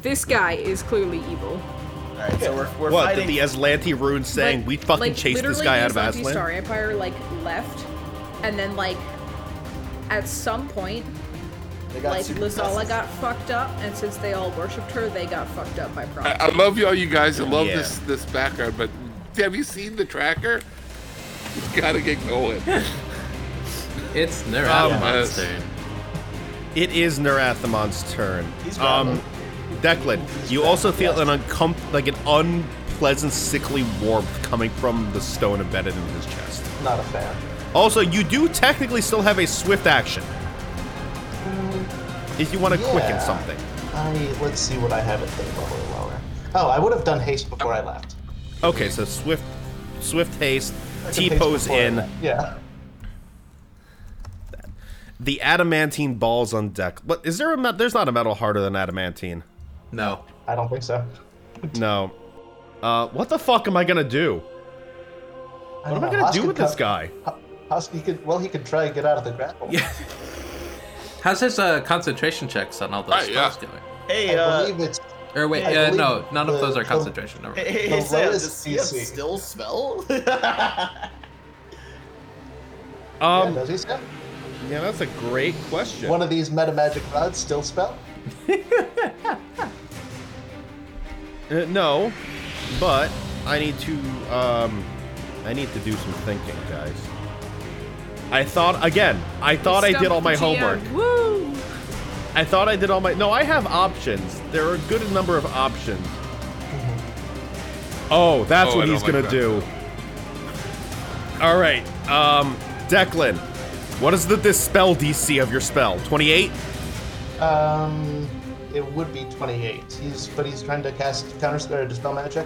This guy is clearly evil. All right, so we're, we're What? Did fighting. the Aslanti runes saying Like- we fucking like, chased this literally guy the out of Aslanti Aslan? Star Empire like left, and then like at some point, they got like super Lazala classes. got fucked up, and since they all worshipped her, they got fucked up by Pride. I, I love y'all, you guys. I love Yeah. this this background, but have you seen the tracker? You gotta get going. It's Um, Neuradamon's turn. It is Narathamon's turn. He's um, Declan, you also feel an uncom- like an unpleasant, sickly warmth coming from the stone embedded in his chest. Not a fan. Also, you do technically still have a swift action if you want to quicken Yeah. something. I let's see what I have at third level or lower. Oh, I would have done haste before I left. Okay, so swift, swift haste, I took T haste pose before I in. left. Yeah. The adamantine balls on deck. What is there a? Me- there's not a metal harder than adamantine. No. I don't think so. No. Uh, what the fuck am I gonna do? What am I gonna do with this guy? Husky could well he could try and get out of the grapple. Yeah. How's his uh, concentration checks on all those Right, yeah. spells going? Hey, I uh, believe it's Or wait, I uh, believe no, none the- of those are the- concentration. Never mind. hey, hey, The Sam, lowest does Sia CC. still spell? yeah, Um, does he still? yeah, that's a great question. One of these meta magic rods still spell? Uh, no, but I need to. Um, I need to do some thinking, guys. I thought again. I thought I did all my Stumped the homework. GM. Woo! I thought I did all my. No, I have options. There are a good number of options. Oh, that's Oh, what I he's don't gonna like do. All right, um, Declan, what is the dispel DC of your spell? Twenty-eight. Um it would be twenty eight. He's but he's trying to cast counter or dispel magic.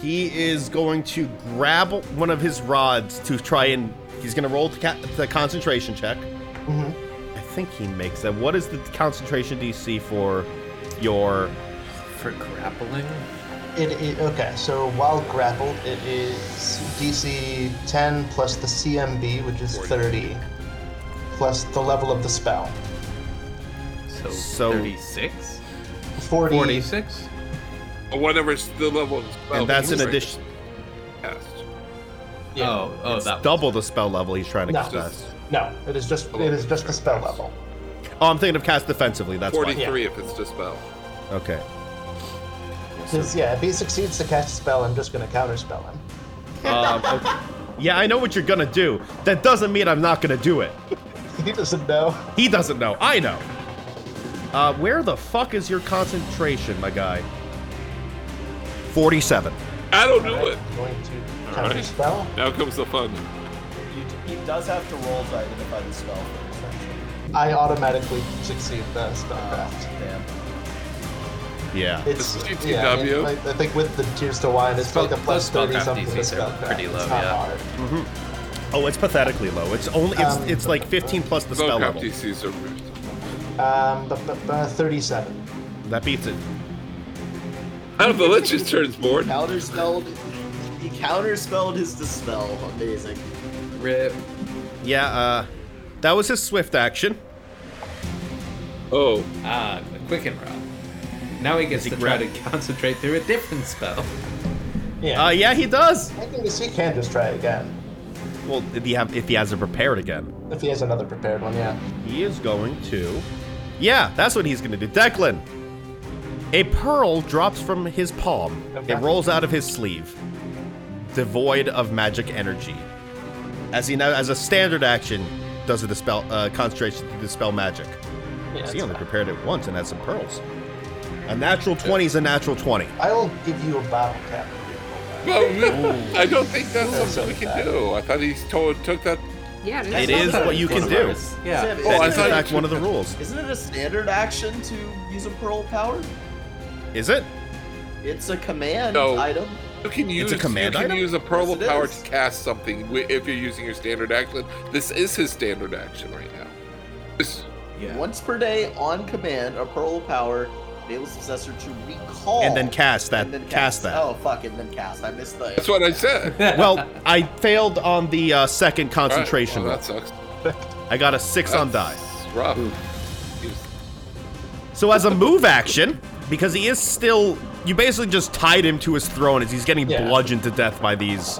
He is going to grab one of his rods to try and. He's going to roll the, ca- the concentration check. Mm-hmm. I think he makes that. What is the concentration DC for your. For grappling? It, it okay. So while grappled, it is DC 10 plus the CMB, which is 30, plus the level of the spell. So, So- 36? 40. 46? Or Whatever's the level. Of the spell and that's that an you addition. cast. Yeah. Oh, oh, it's that one. double the spell level he's trying to No. cast. No, it is just it is just the spell level. Oh, I'm thinking of cast defensively. That's why. Forty-three if it's dispel. Okay. 'Cause, yeah, if he succeeds to cast a spell, I'm just gonna counterspell him. Um, okay. Yeah, I know what you're going to do. That doesn't mean I'm not going to do it. He doesn't know. He doesn't know. I know. Uh, where the fuck is your concentration, my guy? 47. I don't do it. I'm going to All right. counterspell. Now comes the fun. You d- he does have to roll to identify the spell. first, I automatically succeed the spellcraft. actually. Damn. Yeah. It's This is yeah, I, mean, GTW. I I think with the tears to wine, it's Spell- like a plus those 30 spellcraft something. to DCs are spellcraft. pretty low, It's not yeah. hard. Oh, it's pathetically low. It's only it's Um, it's like 15 plus the spell Spellcraft level. DCs are reduced. Um, but, but, uh, 37. That beats it. Out of the Lich's turns board. Counterspelled. He counterspelled his dispel. Amazing. Rip. Yeah. Uh, that was his swift action. Oh, Ah, the quicken route. Now he gets to try to concentrate through a different spell. Yeah. Uh, yeah, he does. I think this he can just try again. Well, if he, have, if he hasn't prepared again. If he has another prepared one, yeah. He is going to. Yeah, that's what he's going to do. Declan! A pearl drops from his palm. Okay. It rolls out of his sleeve, devoid of magic energy. As he now, as a standard action, does a dispel uh, concentration to dispel magic. Yeah, So he it's only fine. prepared it once and had some pearls. A natural twenty is a natural twenty. I'll give you a bottle cap. I don't think that's something we can bad. do. I thought he told, took that. Yeah, it is. It is what you can do. Yeah. Oh, Sam, I That isn't is thought in it- you fact took one of the rules. Isn't it a standard action to use a pearl power? Is it? It's a command No. item. You can use a command you can item? use a purple Yes, it power is. to cast something wi- if you're using your standard action. This is his standard action right now. This- Yeah. Once per day on command, a pearl power enables successor to recall And then cast that. and then cast that. Oh fuck! And then cast. I missed the. that's what I said. Well, I failed on the uh, second concentration. All right, well, roll. that sucks. I got a six on die. That's Rough. Use- So as a move action, because he is still, you basically just tied him to his throne as he's getting Yeah. bludgeoned to death by these.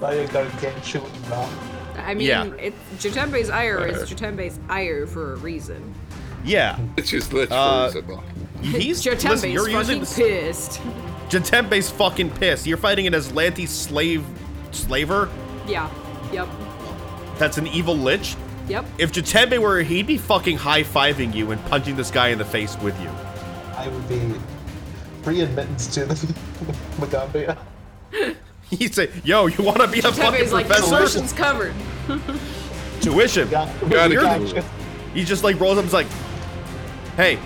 Now you gotta get shooting now. I mean, Yeah. it's Jatembe's ire is Jatembe's ire for a reason. Yeah, It's just literally Uh, simple. he's Jatembe's listen, you're fucking using pissed. Jatembe's fucking piss. You're fighting an Aslanti slave slaver. Yeah. Yep. That's an evil lich. Yep. If Jatembe were, here, he'd be fucking high fiving you and punching this guy in the face with you. I would be free admittance to the Magambia. He'd say, "Yo, you want to be a fucking Jatembe's like professor? tuition's covered. Tuition." Got, Gotta you're- get it. He just like rolls up and is like, hey,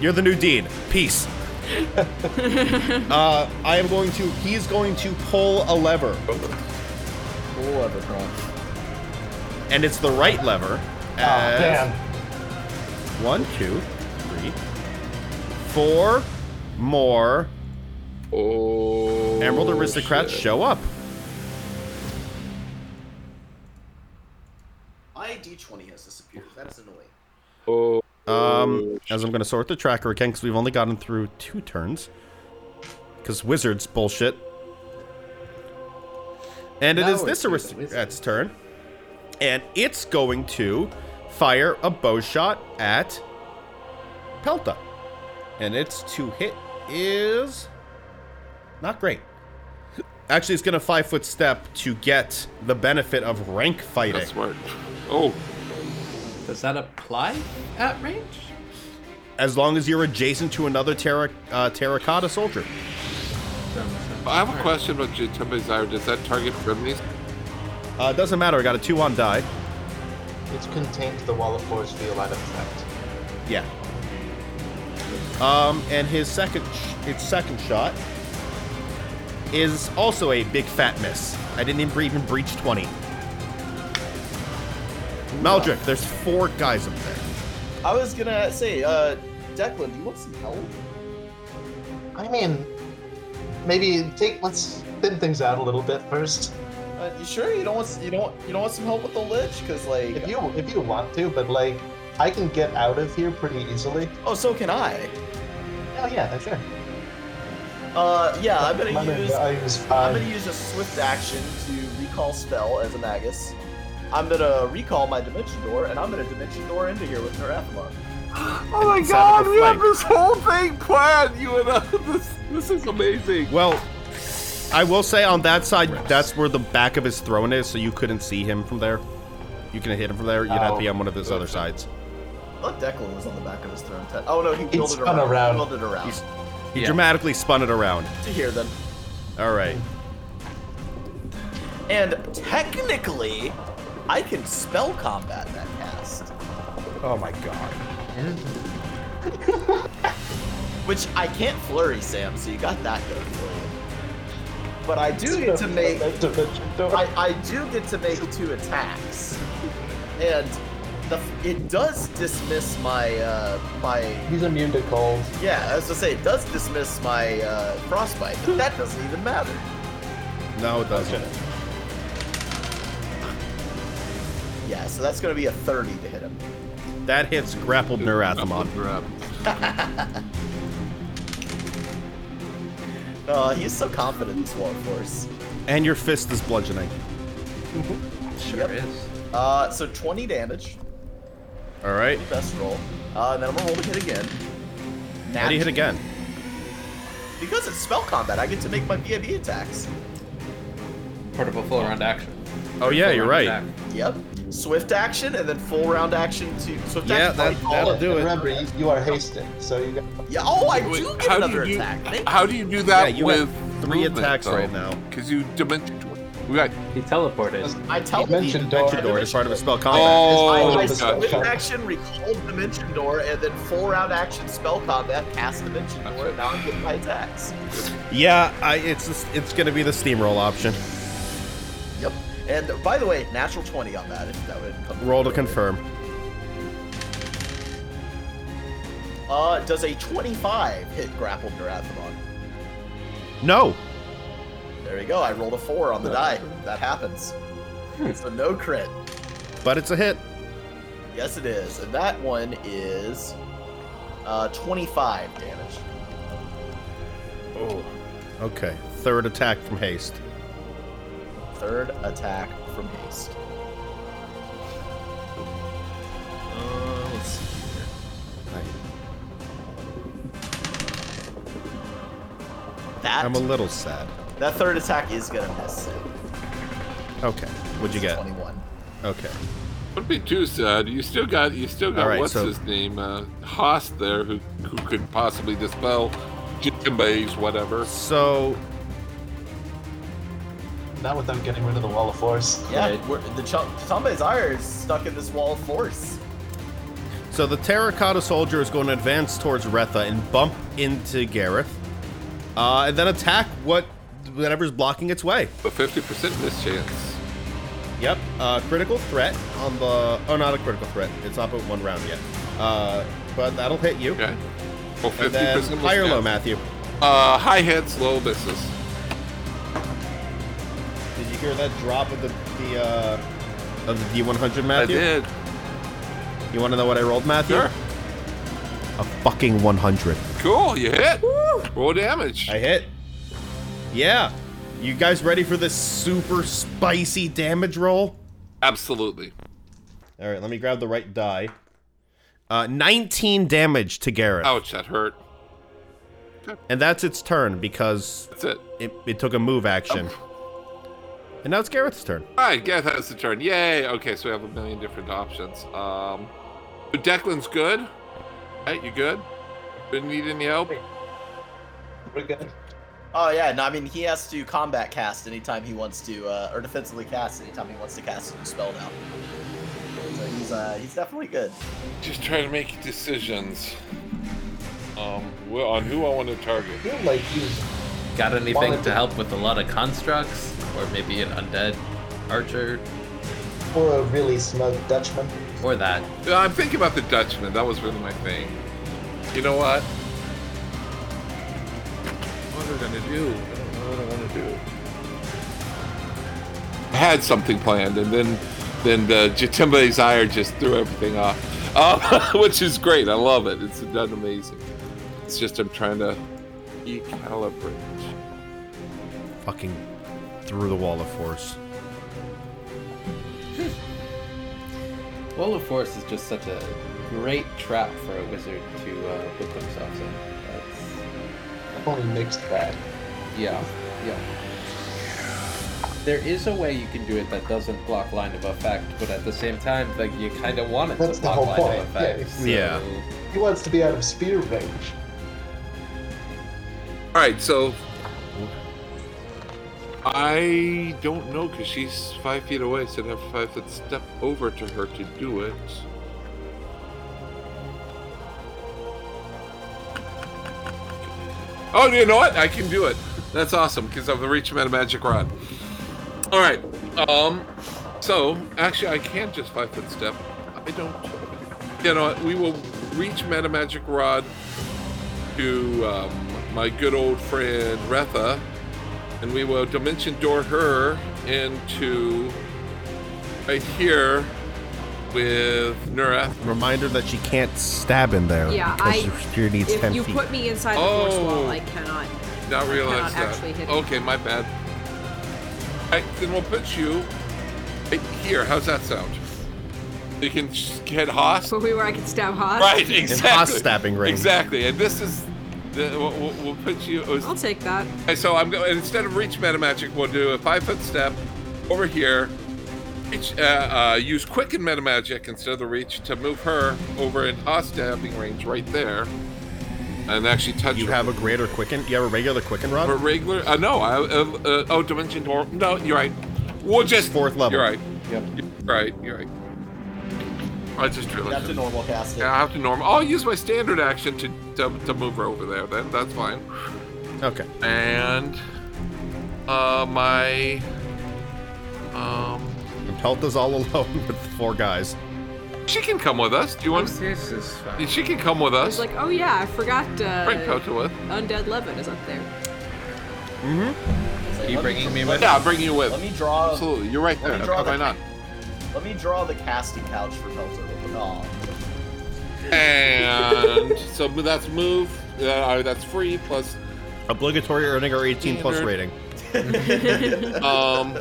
you're the new dean. Peace. uh, I am going to, he's going to pull a lever. Pull up across. And it's the right lever. Ah, as- Damn. One, two, three, four more Oh, Emerald Aristocrats shit. show up. My d20 has disappeared. That's annoying. Oh, Um, as I'm going to sort the tracker again because we've only gotten through two turns. Because wizards bullshit. And it Now is this it's with the aristocrat's turn. And it's going to fire a bow shot at Pelta. And its to hit is not great. Actually, it's going to five foot step to get the benefit of rank fighting. that's smart. Oh, Does that apply at range? As long as you're adjacent to another terra- uh, terracotta soldier. I have a question about Jitembe's ire. Does that target Grimney's? Uh, doesn't matter. I got a two on die. It's contained to the wall of force field out of effect. Yeah. Um, and his second, sh- its second shot is also a big fat miss. I didn't even, even breach twenty. Maldrick, there's four guys up there. I was gonna say, uh, Declan, do you want some help? I mean, maybe take let's thin things out a little bit first. Uh, you sure you don't want you don't you don't want some help with the lich? Cause like, If you if you want to, but like I can get out of here pretty easily. oh, so can I. Oh yeah, sure. Uh, yeah, I'm gonna My use value is I'm five. gonna use a swift action to recall spell as a magus. I'm gonna recall my dimension door, and I'm gonna dimension door into here with Neraphima. Oh my Inside God, of the we had flank. this whole thing planned. You and this, this is amazing. Well, I will say on that side, that's where the back of his throne is, so you couldn't see him from there. You can hit him from there. You'd have to Oh. be on one of his other sides. I thought Declan was on the back of his throne. Ted. Oh no, he wheeled it spun around. around. He wheeled it around. He's- He Yeah. dramatically spun it around. to here then. All right. And technically, I can spell combat that cast, Oh my god. which I can't flurry, Sam. So you got that going for you. But I do get It's to a- make a dimension door. I, I do get to make two attacks, and the, it does dismiss my uh, my He's immune to cold. yeah. I was gonna say it does dismiss my uh, frostbite, but that doesn't even matter. No, it doesn't. Yeah, so that's gonna be a thirty to hit him. That hits grappled Neurathemon. Uh, he's so confident in Swamp Force. And your fist is bludgeoning. Sure is. Uh, so 20 damage. All right. Best roll. Uh, and then I'm gonna roll to hit again. How do you hit Nat- again? Because it's spell combat, I get to make my BAB attacks. Portable full round action. Oh yeah, you're right. Yep. Swift action and then full round action to swift Yeah, action. that, body call. that'll do it. Remember, you, you are hasted, so you got Yeah. Oh, I Wait, do get how do another you do- attack. Thank How do you do that Yeah, you have with three attacks right now. Because you dimension. tw- We got. He teleported. I tell mentioned door. Dimension door is part of a spell combat. Oh, I, I God. swift gotcha. action recalled Dimension Door and then full round action spell combat cast Dimension Door and now I'm getting my attacks. Yeah, I, it's just, it's gonna be the steamroll option. Yep. And by the way, natural 20 on that if that would come. Roll to confirm. Uh, does a 25 hit grappled Durathlon? No. There you go. I rolled a 4 on the die. That happens. Hmm. It's a no crit. But it's a hit. Yes, it is. And that one is uh, 25 damage. Okay. Third attack from haste. Third attack from haste. Uh, let's see here. That, I'm a little sad. that third attack is going to miss. Okay. What'd you get? 21. Okay. Don't be too sad. You still got. You still got. All right, what's so- his name? Uh, Haas there, who who could possibly dispel Jimbays, whatever. So not without getting rid of the wall of force. Yeah, Right. we're, the Ch- Chitambe's ire is stuck in this wall of force. So the terracotta soldier is going to advance towards Retha and bump into Gareth, uh, and then attack what whatever's blocking its way. A fifty percent mischance. Yep, uh, critical threat on the. Oh, not a critical threat. It's up at one round yet, uh, but that'll hit you. Okay. Well, And fifty then percent. higher low, Matthew. Uh, high hits, low misses. Did you hear that drop of the the uh, of the D100, Matthew? I did. You want to know what I rolled, Matthew? Sure. A fucking 100. Cool. You hit. Roll damage. I hit. Yeah. You guys ready for this super spicy damage roll? Absolutely. All right, let me grab the right die. Uh, 19 damage to Gareth. Ouch, that hurt. And that's its turn because That's it. it, it took a move action. And now it's Gareth's turn. All right, Geth has the turn. Yay! Okay, so we have a million different options. Um, but Declan's good. Right, you good? Didn't need any help. We're good. Oh yeah, no, I mean he has to combat cast anytime he wants to, uh, or defensively cast anytime he wants to cast a new spell now. So he's uh, he's definitely good. Just trying to make decisions. Um, wh- on who I want to target. I feel like you Got anything Wanted to to- help with a lot of constructs, or maybe an undead archer, for a really smug Dutchman. or that? Yeah, I'm thinking about the Dutchman. That was really my thing. You know what? What are we gonna do? I don't know what I want to do. I had something planned, and then then the Jatimbe's ire just threw everything off, uh, which is great. I love it. It's done amazing. It's just I'm trying to recalibrate. Fucking through the wall of force. Wall of Force is just such a great trap for a wizard to uh, put themselves in. That's, Only mixed bag. yeah, yeah. There is a way you can do it that doesn't block line of effect, but at the same time, like you kind of want it That's to the block whole line point, of effect. yeah. so- He wants to be out of spear range. All right, so I don't know because she's five feet away, so I'd have a five foot step over to her to do it. Oh, you know what? I can do it. That's awesome because I've reached him at a magic rod. All right. Um. So actually, I can just five foot step. I don't. You know what? We will reach Meta Magic Rod to um, my good old friend Retha, and we will dimension door her into right here with Nurath. Reminder that she can't stab in there. Yeah, because I- Your spear needs If 10 you feet. put me inside the force wall, Oh. I cannot. Not realize cannot that. actually hit him. Okay, my bad. All right, then we'll put you Right here, how's that sound? You can sh- get Haas. Put me where I can stab hot. Right, exactly. stabbing range. Exactly, and this is. The, we'll, we'll- we'll put you. I'll take that. So I'm going. Instead of reach meta magic, we'll do a five foot step over here. Reach, uh, uh, use quick and meta magic instead of the reach to move her over in Haas stabbing range right there, and actually touch. You her. have a greater quicken. You have a regular quicken A rod. regular? Uh, no. I, uh, uh, oh, dimension door. No, you're right. We'll just Fourth level. You're right. Yep. You're right. You're right. I just Got realized. to it. normal cast it. Yeah, I have to normal. I'll use my standard action to, to to move her over there. Then that's fine. Okay. And uh, my um, And Pelta's all alone with four guys. she can come with us. Do you want? This is fine. She can come with I was us. like, oh yeah, I forgot. Bring Uh, Kota with. Undead Levin is up there. It's like, You let bringing me let with? Yeah, I'll bring you with. Let me draw. Absolutely, you're right let me there. draw Why the- not? Let me draw the casting couch for Pelzer. Oh, And so that's move. Uh, uh, that's free plus Obligatory earning our 18 plus Standard. rating. Um,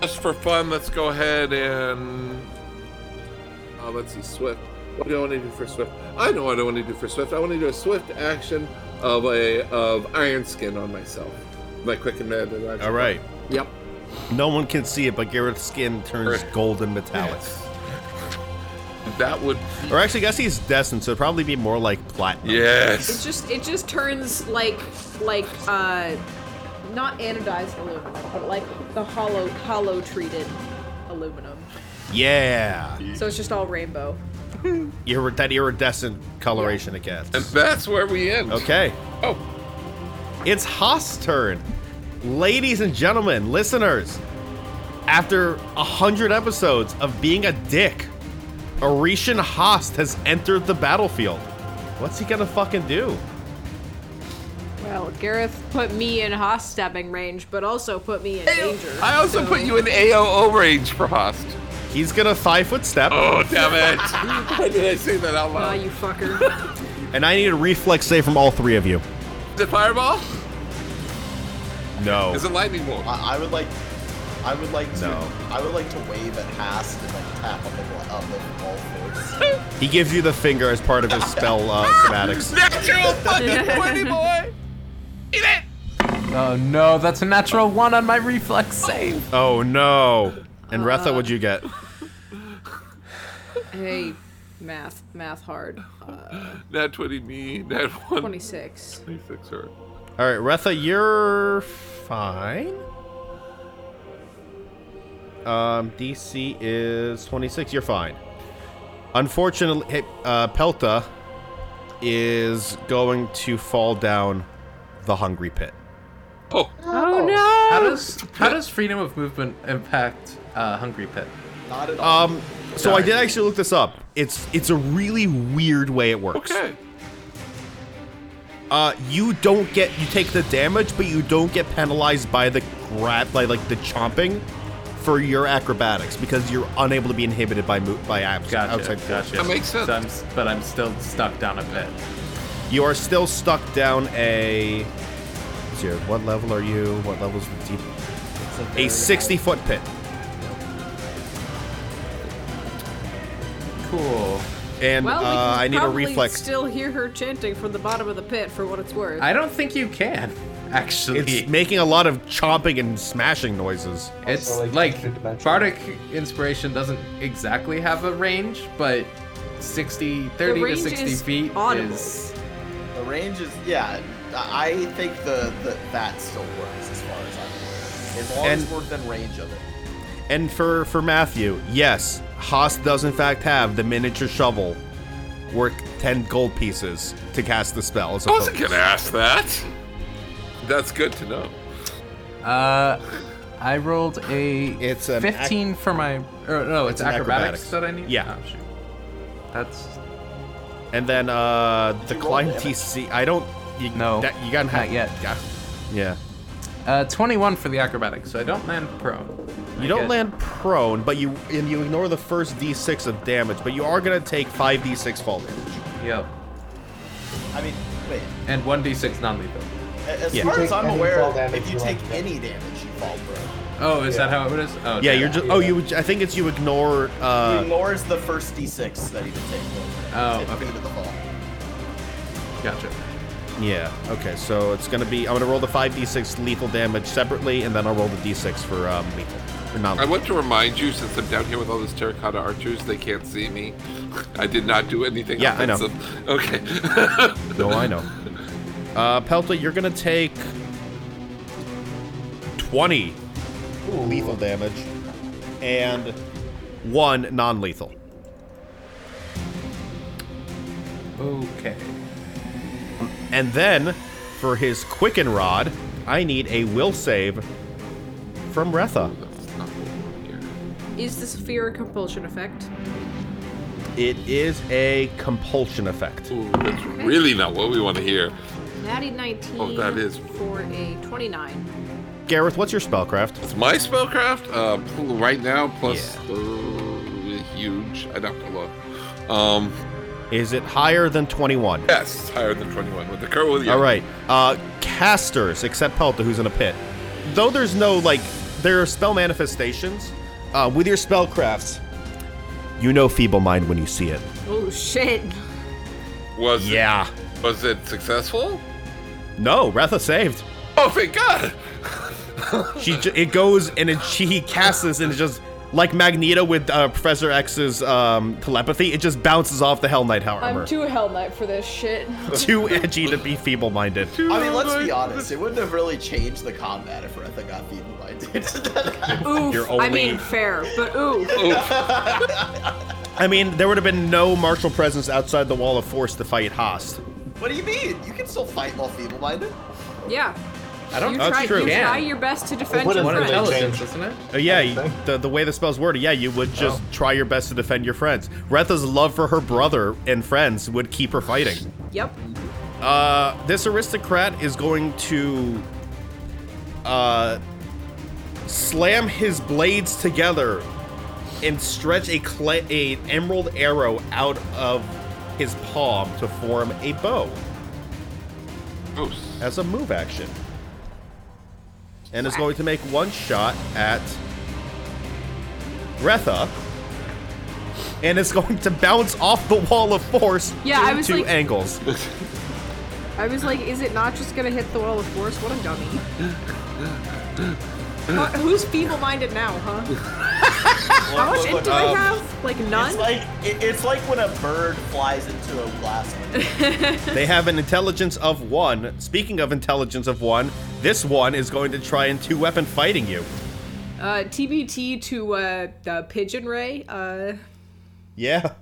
just for fun, let's go ahead and oh, let's see, Swift. What do I want to do for Swift? I know what I want to do for Swift. I want to do a Swift action of a of Iron Skin on myself. My quick and mad. action. All right. Yep. No one can see it, but Gareth's skin turns Right. gold and metallic. That would. Or actually, I guess he's destined, so it'd probably be more like platinum. It Yes. just it just turns like like uh not anodized aluminum, but like the hollow hollow treated aluminum. Yeah. So it's just all rainbow. Irri- that iridescent coloration it gets. And that's where we end. Okay. Oh, It's Haas' turn. Ladies and gentlemen, listeners, after a hundred episodes of being a dick, Orishan Haas has entered the battlefield. What's he gonna fucking do? Well, Gareth put me in Haas stabbing range, but also put me in danger. I also so- put you in AOO range for Host. He's gonna five foot step, Oh damn it! Why did I say that out Ah, loud? you fucker. and I need a reflex save from all three of you. The fireball No. is a lightning bolt. I, I would like. I would like to. No. I would like to wave at Haas and like tap on the gla- on the ball force. He gives you the finger as part of his spell uh, somatics. Natural fucking 20, boy! Eat it! Oh no, that's a natural one on my reflex save. Oh no. And Retha, what'd you get? hey, math, math hard. Uh, Nat 20 me, nat 1. Twenty six. 26 or... All right, Retha, you're fine. Um, DC is 26. You're fine. Unfortunately, hey, uh, Pelta is going to fall down the hungry pit. Oh, Oh no! How does how does freedom of movement impact uh, Hungry Pit? Not at all. Um, so I did actually look this up. It's it's a really weird way it works. okay. Uh, you don't get you take the damage, but you don't get penalized by the grab, by like the chomping, for your acrobatics because you're unable to be inhibited by mo- by abs- outside forces. That makes sense. So I'm s- but I'm still stuck down a pit. You are still stuck down a. Zero. What level are you? What level is the deep? A 60 foot pit. Cool. And Well, we can uh, I need a probably reflex. Still hear her chanting from the bottom of the pit, for what it's worth. I don't think you can. Actually, it's making a lot of chomping and smashing noises. It's Also, like, like, extra dimension. bardic inspiration doesn't exactly have a range, but 60, 30 to range 60 is feet audible. is. the range is yeah. I I think the, the that still works as far as I'm aware. As long as And- we're within range of it. And for for Matthew, yes, Haas does in fact have the miniature shovel, worth ten gold pieces to cast the spell. as a I wasn't bonus. gonna ask that. That's good to know. Uh, I rolled a It's an ac- 15 for my. Or, no, it's, an acrobatics, acrobatics. that I need? Yeah. Oh, shoot. That's. And then uh, the you roll climb damage? DC. I don't. You, No, that- you got not yet. Yeah. Yeah. Uh, 21 for the acrobatics, so I don't land prone. You don't Okay. land prone, but you and you ignore the first d6 of damage, but you are gonna take five d6 fall damage. Yep. I mean, wait. And 1d6 non lethal. a- As Yeah. far You as take I'm any aware, fall damage if you you take want. any damage, you fall prone. Oh, is that how it is? Oh, Yeah, damn. you're just. Oh, you. would- I think it's you ignore. He Uh, ignores the first d6 that he would take. Oh, If okay. into the fall. Gotcha. yeah. Okay. So it's gonna be. I'm gonna roll the five d6 lethal damage separately, and then I'll roll the d6 for um, lethal for I non-lethal. want to remind you, since I'm down here with all those terracotta archers, they can't see me. I did not do anything. Yeah, I know. offensive. Okay. no, I know. Uh, Pelta, you're gonna take twenty lethal damage and one non-lethal. Okay. And then, for his quicken rod, I need a will save from Retha. That's not what we want here. Is this fear and compulsion effect? It is a compulsion effect. Ooh, that's really not what we want to hear. Natty 19 Oh, that is- for a 29. Gareth, what's your spellcraft? It's my spellcraft. Uh, pl- right now, plus Yeah. uh, huge. I'd have to look. Um, Is it higher than 21? yes, it's higher than 21 with the curve. With the All right. Uh, casters, except Pelta, who's in a pit. Though there's no, like, there are spell manifestations. Uh, with your spellcrafts, you know Feeble Mind when you see it. Oh shit. Was Yeah. It, was it successful? No, Retha saved. Oh, thank God! She j- it goes and it, she casts this and it just like Magneto with uh, Professor X's um, telepathy, it just bounces off the Hell Knight armor. I'm too hell knight for this shit. Too edgy to be feeble-minded. I mean, let's be honest. It wouldn't have really changed the combat if Retha got the light. did. Oof. You're I mean only- fair, but ooh. Oh. I mean, there would have been no martial presence outside the Wall of Force to fight Haast. what do you mean? You can still fight while feeble-minded. Yeah. I don't. You That's try, true. You Yeah. try your best to defend What your is One Right. friend. intelligence? intelligence, isn't it? Uh, yeah, you- the, the way the spell's worded, yeah, you would just try your best to defend your friends. Retha's love for her brother and friends would keep her fighting. Yep. Uh, this aristocrat is going to uh, slam his blades together and stretch a cla a emerald arrow out of his palm to form a bow Oh, s- as a move action, and is going to make one shot at Retha. And it's going to bounce off the wall of force Yeah, I in was two like- angles. I was like, is it not just gonna hit the wall of force? What a dummy. Wha- Who's feeble-minded now, huh? How much int do I um, have? Like none. It's like it, it's like when a bird flies into a glass. window. They have an intelligence of one. Speaking of intelligence of one, this one is going to try and two weapon fighting you. Uh, TBT to uh, uh, Pigeon Ray. Uh, Yeah.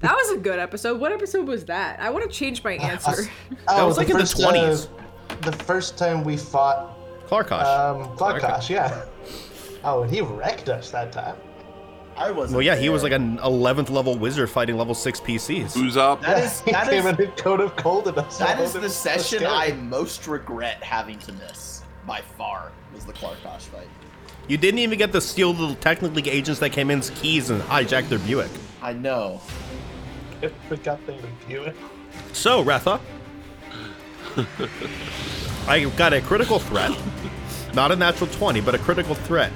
that was a good episode. What episode was that? I want to change my answer. That was like in the Oh, first, 20s. uh, the first time we fought Clarkosh. um, Clarkosh, yeah. Oh, and he wrecked us that time. I wasn't. well, yeah, he there. was like an 11th level wizard fighting level 6 PCs. who's up? That is he that came is in a coat of cold and us. that all. is It the was so session scary. I most regret having to miss by far was the Clarkosh fight. You didn't even get to steal the technically agents that came in's keys and hijacked their Buick. I know. If we got there to view it. So, Retha. I got a critical threat. Not a natural 20, but a critical threat.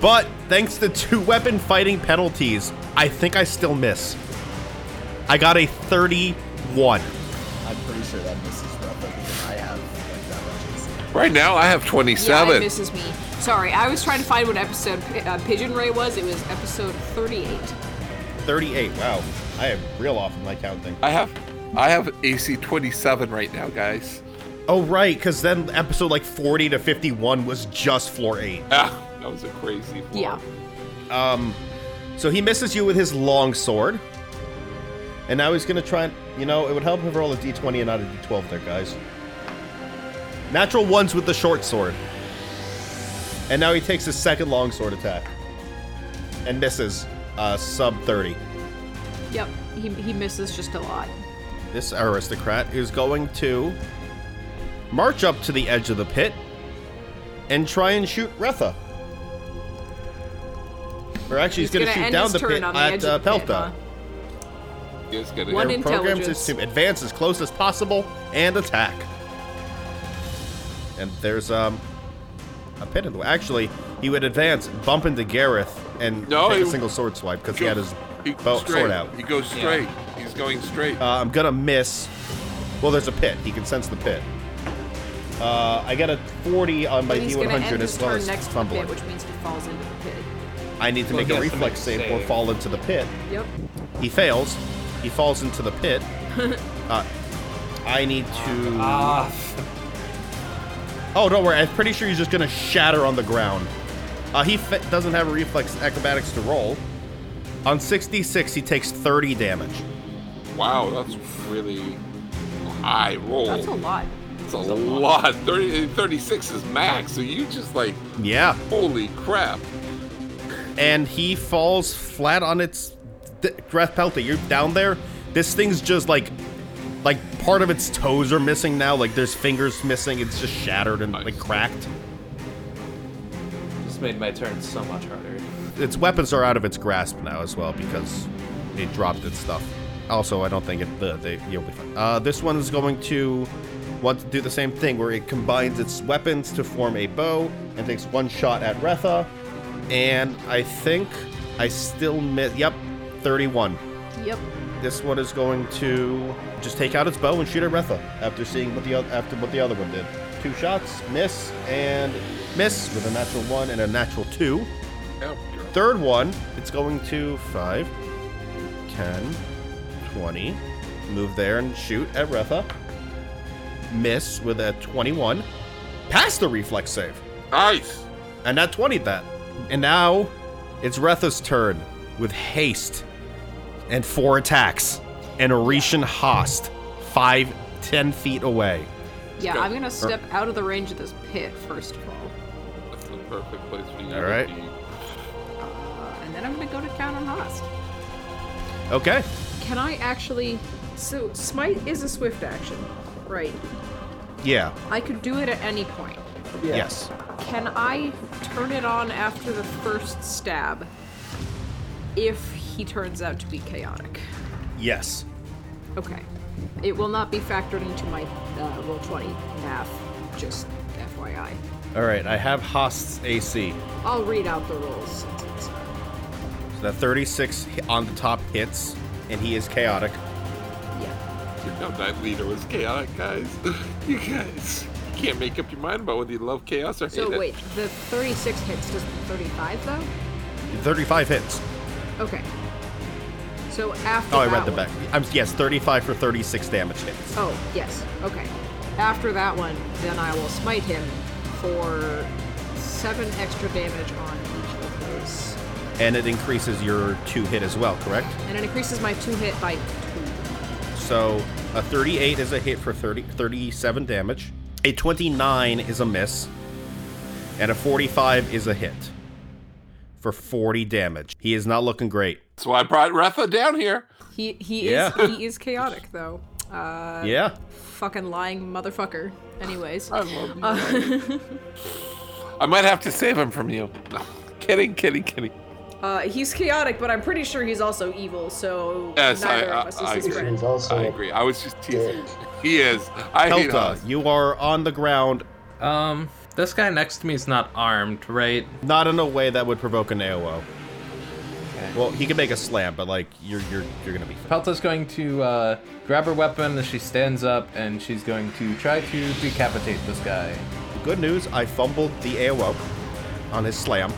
But thanks to two weapon fighting penalties, I think I still miss. I got a 31. I'm pretty sure that misses Retha because I have like that much. Right now, I have yeah, 27. it misses me. Sorry, I was trying to find what episode Pi- uh, Pigeon Ray was. It was episode 38. 38. Wow. I am real off in my counting. I have, I have AC 27 right now, guys. Oh, right, because then episode like 40 to 51 was just floor 8. Ah, that was a crazy one. Yeah. So he misses you with his long sword. And now he's going to try and. You know, it would help if I roll a d20 and not a d12 there, guys. Natural ones with the short sword. And now he takes his second long sword attack. And misses uh, sub 30. Yep. He, he misses just a lot. This aristocrat is going to march up to the edge of the pit and try and shoot Retha. Or actually, he's, going to gonna shoot end down his the turn pit on the at edge uh, of the Pelta. pit, huh? You guys gotta One go. in- Programs Intelligence. is to advance as close as possible and attack. And there's um a pit in the way. Actually, He would advance, bump into Gareth, and No, take a he- single sword swipe because he had his He bow, goes sword straight. out. He goes straight. He's going straight. Uh, I'm gonna miss. Well, there's a pit. He can sense the pit. Uh, I got a 40 on my And he's going to end D100 his as well turn as next to the fumbling. pit, which means he falls into the pit. I need to Well, make he a has to reflex make a save or save. fall into the pit. Yep. He fails. He falls into the pit. uh, I need to. Ah, Oh, don't worry. I'm pretty sure he's just gonna shatter on the ground. Uh, he fa- doesn't have reflex acrobatics to roll. On 66, he takes 30 damage. wow, that's really high roll. That's a lot. It's a lot. 30, 36 is max, so you just like, Yeah. holy crap. And he falls flat on its d- breath pelty. You're down there. This thing's just like, like part of its toes are missing now. Like there's fingers missing. It's just shattered and like Nice. cracked. this made my turn so much harder. Its weapons are out of its grasp now as well because it dropped its stuff. Also, I don't think it. Uh, they, you'll be fine. Uh, this one is going to want to do the same thing where it combines its weapons to form a bow and takes one shot at Retha. And I think I still miss. Yep, 31. Yep. This one is going to just take out its bow and shoot at Retha after seeing what the oth- after what the other one did. Two shots, miss and miss with a natural one and a natural two. Yep, you're- Third one, it's going to 5, 10, 20. Move there and shoot at Retha. Miss with a 21. Pass the reflex save. Nice. And that 20 that. And now it's Retha's turn with haste and four attacks. And Orishan Host, 5, 10 feet away. Yeah, go. I'm going to step out of the range of this pit, first of all. That's the perfect place for you All to right. be. Uh, and then I'm going to go to town on Host. Okay. Can I actually. So, Smite is a swift action, right? Yeah. I could do it at any point. Yes. Can I turn it on after the first stab if he turns out to be chaotic? Yes. Okay. It will not be factored into my uh, roll 20 math, just FYI. All right. I have Host's AC. I'll read out the rolls. So that 36 hi- on the top hits, and he is chaotic. Yeah. Your dumb night leader was chaotic, guys. You guys can't make up your mind about whether you love chaos or hate So it. wait, the 36 hits, does the 35 though? 35 hits. Okay. So after Oh, I that read the one- back. I'm, yes, 35 for 36 damage hits. Oh, yes. Okay. After that one, then I will smite him for seven extra damage on each of those. And it increases your two hit as well, correct? And it increases my two hit by two. So a 38 is a hit for 30, 37 damage. A 29 is a miss. And a 45 is a hit for 40 damage. He is not looking great. That's why I brought Retha down here. He he Yeah. is he is chaotic though. Uh, yeah. fucking lying motherfucker. Anyways. Um, I love you. Uh, I might have to save him from you. kidding, kidding, kidding. Uh, he's chaotic, but I'm pretty sure he's also evil, so Yes, neither I- of us I- I is his agree. friend. He's also I agree. I was just teasing. He is. I hate us. Pelta, you are on the ground, Um, this guy next to me is not armed, right? not in a way that would provoke an AOO. Well, he can make a slam, but like you're you're you're gonna be. Pelta's going to uh, grab her weapon as she stands up, and she's going to try to decapitate this guy. Good news, I fumbled the AOO on his slam,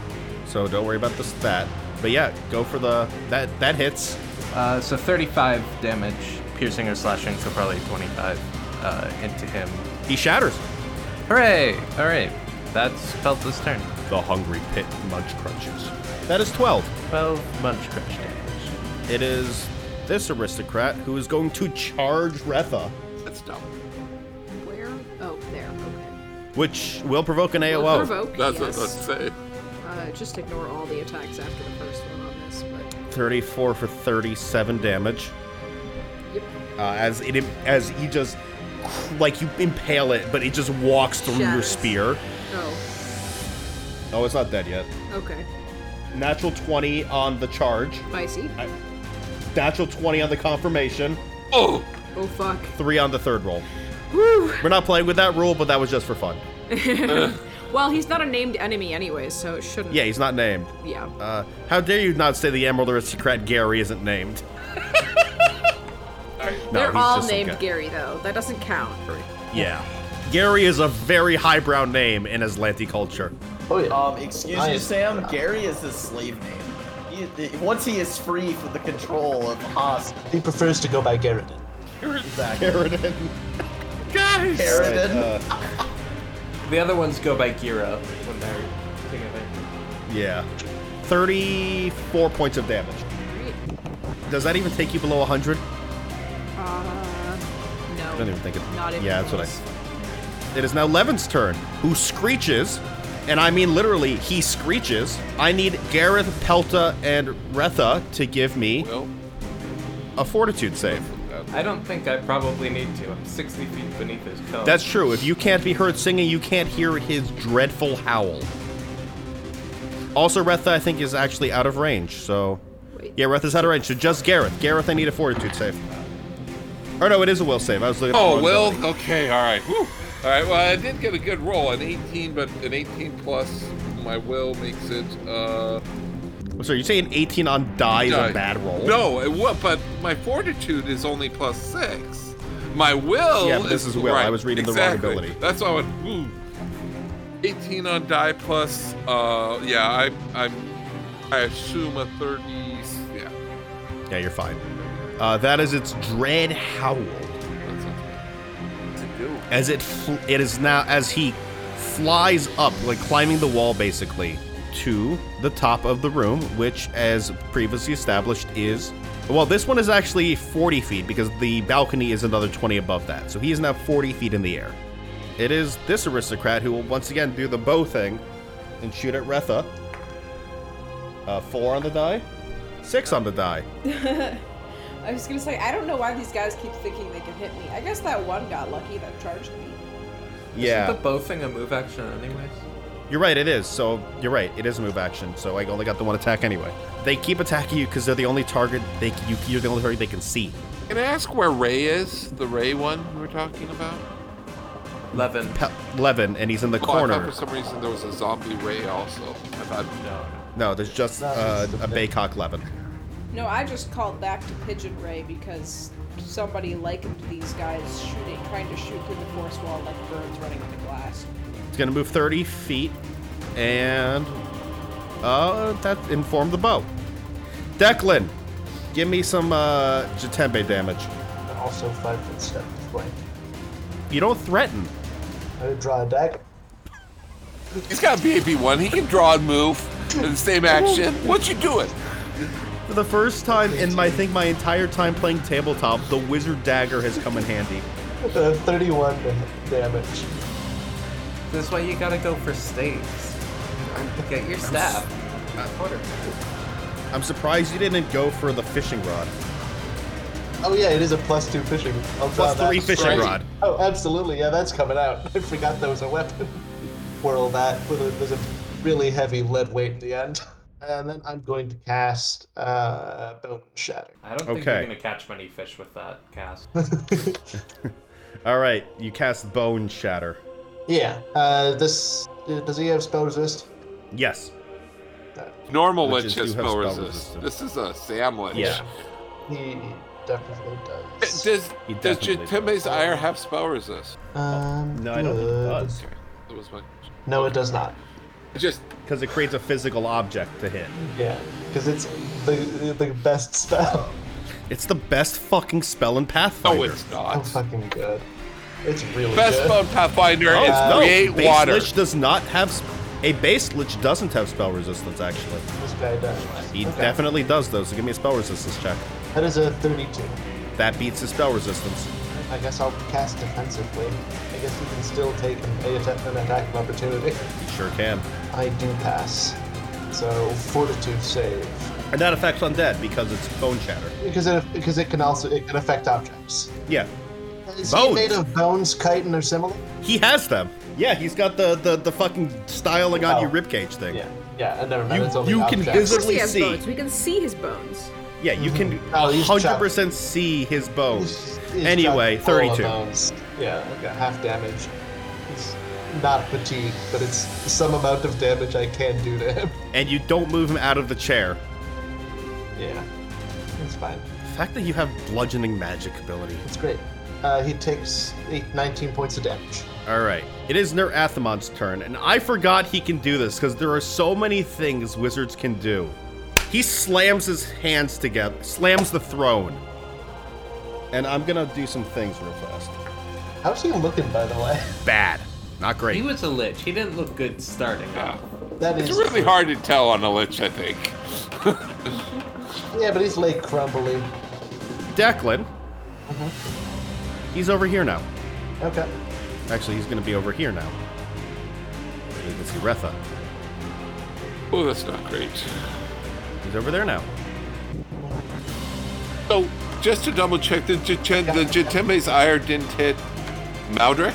so don't worry about this that. But yeah, go for the that that hits. Uh, so 35 damage, piercing or slashing, so probably 25 uh, into him. He shatters. Hooray! All right, that's Pelta's turn. The hungry pit munch crunches. That is twelve. 12 munch crush damage. It is this aristocrat who is going to charge Retha, That's dumb. Where? Oh, there. Okay. which will provoke an AOO. Well, provoke, That's yes. what I'd say. Uh, just ignore all the attacks after the first one on this, but 34 for 37 damage. Yep. Uh, as it as he just like you impale it, but it just walks through your Shatters. spear. oh, Oh, it's not dead yet. okay. Natural 20 on the charge. Spicy. I, natural 20 on the confirmation. Oh, Oh fuck. Three on the third roll. Woo. We're not playing with that rule, but that was just for fun. Well, he's not a named enemy anyway, so it shouldn't. Yeah, he's not named. Yeah. Uh, how dare you not say the Emerald Aristocrat Gary isn't named? No, They're he's all just some named guy. Gary though. That doesn't count. Yeah. Gary is a very highbrow name in Aslanti culture. Oh yeah. Um, excuse I me, am- Sam. Gary is his slave name. He, the- once he is free from the control of Haas, He prefers to go by Garridan. exactly. Garridan. Guys! Uh, Harridan. The other ones go by Gira when they're together. Yeah. 34 points of damage. Great. Does that even take you below 100? Uh, no. I don't even think it. Not even yeah, that's what close. I. It is now Levin's turn, who screeches, and I mean literally, he screeches. I need Gareth, Pelta, and Retha to give me Well, a fortitude save. I don't think I probably need to. I'm 60 feet beneath his cone. That's true. If you can't be heard singing, you can't hear his dreadful howl. Also, Retha, I think, is actually out of range, so. Wait. Yeah, Retha's out of range, so just Gareth. Gareth, I need a fortitude save. Or no, it is a will save. I was looking at the Oh wrong well, ability. okay, all right. Whew. All right. Well, I did get a good roll, an 18, but an 18 plus my will makes it. Uh, So you're saying 18 on die is a bad roll? No, it, wa- but my fortitude is only plus six. My will. Yeah, but this is will. I was reading the wrong exactly. ability. That's why I went. Ooh. 18 on die plus. Uh, yeah, I, I'm. I assume a 30. Yeah. Yeah, you're fine. Uh, that is its dread howl That's it. To do. as it fl- it is now as he flies up, like climbing the wall, basically to the top of the room, which, as previously established, is well. This one is actually 40 feet because the balcony is another 20 above that, so he is now 40 feet in the air. It is this aristocrat who will once again do the bow thing and shoot at Retha. Uh, four on the die, six on the die. I was gonna say, I don't know why these guys keep thinking they can hit me. I guess that one got lucky that charged me. Yeah. Isn't the bow thing a move action, anyways? You're right, it is. So, you're right, it is a move action. So, I only got the one attack anyway. They keep attacking you because they're the only target they c- you, you're the only target they can see. Can I ask where Ray is? The Ray one we were talking about? Levin. Pe- Levin, and he's in the Oh, I corner. thought for some reason there was a zombie Ray also. I thought, No, there's just uh, a Baycock Levin. No, I just called back to Pigeon Ray because somebody likened these guys shooting, trying to shoot through the force wall like birds running into glass. It's gonna move 30 feet, and uh, that informed the bow. Declan, give me some uh, Jatembe damage. And also five foot step with flank. You don't threaten. I would draw a dagger. he's got a BAB one. He can draw and move in the same action. What you doing? For the first time in my, I think my entire time playing tabletop, the wizard dagger has come in handy. Uh, 31 da- damage. That's why you gotta go for staves. Get your staff. I'm surprised you didn't go for the fishing rod. Oh yeah, it is a plus two fishing. Oh, Plus wow, three that's right. fishing rod. Oh, absolutely. Yeah, that's coming out. I forgot there was a weapon. Whirl that. with a- There's a really heavy lead weight in the end. And then I'm going to cast uh, Bone Shatter. I don't think Okay. you're gonna catch many fish with that cast. All right, you cast Bone Shatter. Yeah. Uh, this uh, does he have spell resist? Yes. Normal witch Witches do has have spell spell resist. resistance. This is a Sam witch. Yeah. He definitely does. Does He does definitely Jitimbe's ire have spell resist? um, No, I don't think it uh, does. That was my. No, it does not. Just Because it creates a physical object to hit. Yeah, because it's the the best spell. It's the best fucking spell in Pathfinder. no, Oh, it's I'm not. Oh, fucking good. It's really Best good. bone pathfinder is no, create base water. lich does not have. s- A base lich doesn't have spell resistance. Actually, This guy does. he Okay. definitely does though. So give me a spell resistance check. That is a 32. That beats his spell resistance. I guess I'll cast defensively. I guess you can still take an, a- an attack of opportunity. He sure can. I do pass. So fortitude save. And that affects undead because it's bone shatter. Because it because it can also it can affect objects. Yeah, Is Bones. he made of bones, chitin, or similar? he has them. Yeah, he's got the the, the fucking styling on you Oh. ribcage thing. Yeah. Yeah, never mind. You- it's only you can objects. Of course visibly- he has See. bones. We can see his bones. Yeah, you can Oh, he's chopped. 100% see his bones. He's- he's Anyway, got full of 32. bones. Yeah, okay, half damage. It's not fatigue, but it's some amount of damage I can do to him. And you don't move him out of the chair. Yeah, it's fine. The fact that you have bludgeoning magic ability. It's great. Uh, he takes eight, 19 points of damage. All right. It is Ner Athamon's turn, and I forgot he can do this because there are so many things wizards can do. He slams his hands together, slams the throne. And I'm going to do some things real fast. How's he looking, by the way? Bad. Not He great. was a lich. He didn't look good starting out. That It's is really hard to tell on a lich, I think. Yeah, but he's late crumbly. Declan. He's over here now. Okay. Actually, he's going to be over here now. You can see Retha. oh, that's not great. He's over there now. So, just to double check, the Jiten- the Jitembe's ire didn't hit Maldrick?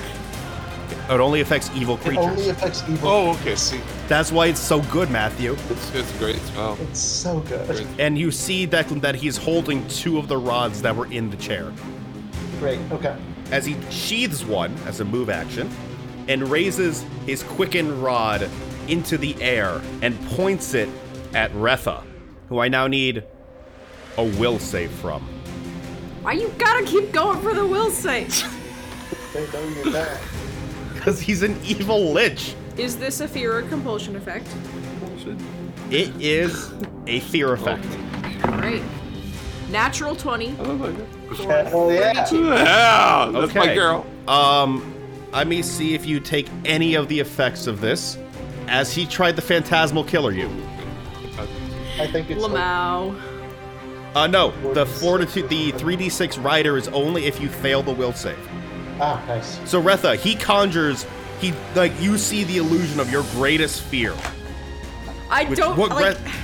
Oh, It only affects evil It creatures. only affects evil. Oh, okay. See, That's why it's so good, Matthew. it's, it's a great spell. It's so good. Great. And you see, Declan, that he's holding two of the rods that were in the chair. Great. Okay. As he sheathes one as a move action and raises his quicken rod into the air and points it at Retha, who I now need a will save from. Why you gotta keep going for the will save? They don't get that. Because he's an evil lich. Is this a fear or compulsion effect? It is a fear effect. All right. Natural 20. Oh my god. Hell Oh, yeah. Yeah, that's my Okay. girl. Um, let me see if you take any of the effects of this as he tried the phantasmal killer you. I think it's like Lamau. Uh, no, the fortitude, the 3d6 rider is only if you fail the will save. ah nice. So Retha, he conjures, he like you see the illusion of your greatest fear. I Which- don't what like. Reth-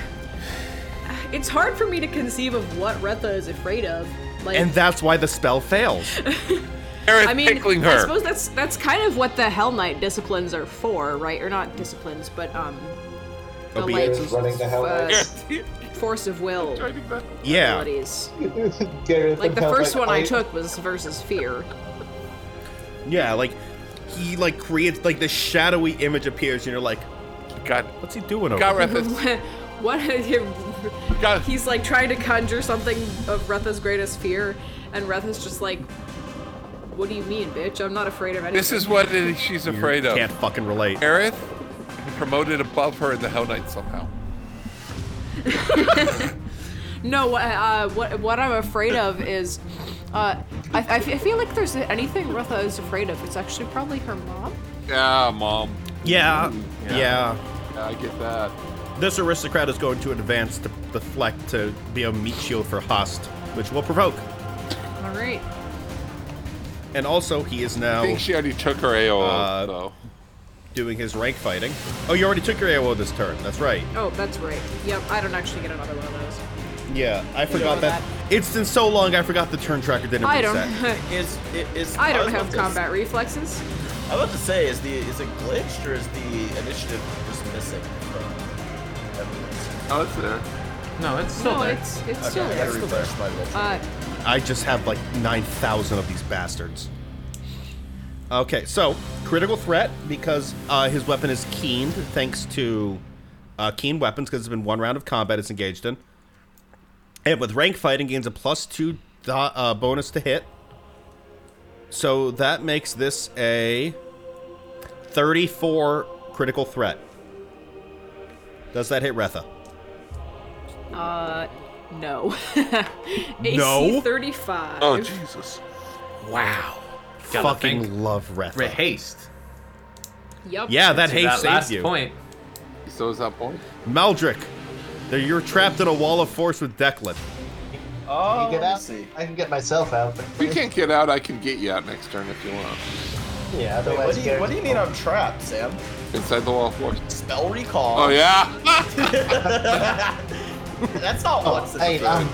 It's hard for me to conceive of what Retha is afraid of. Like, and that's why the spell fails. Aerith I mean, tickling I her. suppose that's that's kind of what the Hell Knight disciplines are for, right? Or not disciplines, but um, the Obedience. like Running the hell out. uh, force of will Driving back. Yeah. abilities. Gareth Like and the Hell's first one I "I- took was versus fear. Yeah, like he like creates like the shadowy image appears and you're like, God, what's he doing over God, there? Rethus. what God. he's like trying to conjure something of Retha's greatest fear, and Retha's just like, "What do you mean, bitch? I'm not afraid of anything." This is what it- she's afraid of. Can't fucking relate. Aerith promoted above her in the Hell Knight somehow. No, what, uh, what what I'm afraid of is, uh, I, I fe- I feel like there's anything Retha is afraid of. It's actually probably her mom. Yeah, mom. Yeah, yeah. Yeah. Yeah, I get that. This aristocrat is going to advance to deflect to be a meat shield for Host, which will provoke. All right. And also, he is I now think she already took her AOL, Oh. Uh, though. doing his rank fighting. Oh, you already took your AO this turn. That's right. Oh, that's right. Yep, I don't actually get another one of those. Yeah, I know forgot that. It's been so long, I forgot the turn tracker didn't I reset. don't. Is it is I don't was have about to- combat reflexes. I was about to say, is the is it glitched or is the initiative just missing from everyone's? Oh, it's there. No, it's still No, there. it's it's still I there. refreshed my roll. Uh, I just have like 9,000 of these bastards. Okay, so critical threat because uh, his weapon is keened thanks to uh, keen weapons because it's been one round of combat it's engaged in. And with rank fighting, gains a plus two do- uh, bonus to hit. So that makes this a 34 critical threat. Does that hit Retha? uh, no. AC No? 35. Oh, Jesus. Wow. Gotta Fucking think. love Retha. Re- haste. Yep. Yeah, that To haste that saved last you. point. So is that point? Maldrick, there- you're trapped in a wall of force with Declan. You get let me out. Um, see. I can get myself out. But If you can't get out, I can get you out next turn if you want. Yeah. Wait, Otherwise, what do you what do you mean I'm trapped, Sam? Inside the wall of force. Spell recall. Oh, yeah? That's not once Oh, a hey, day. um,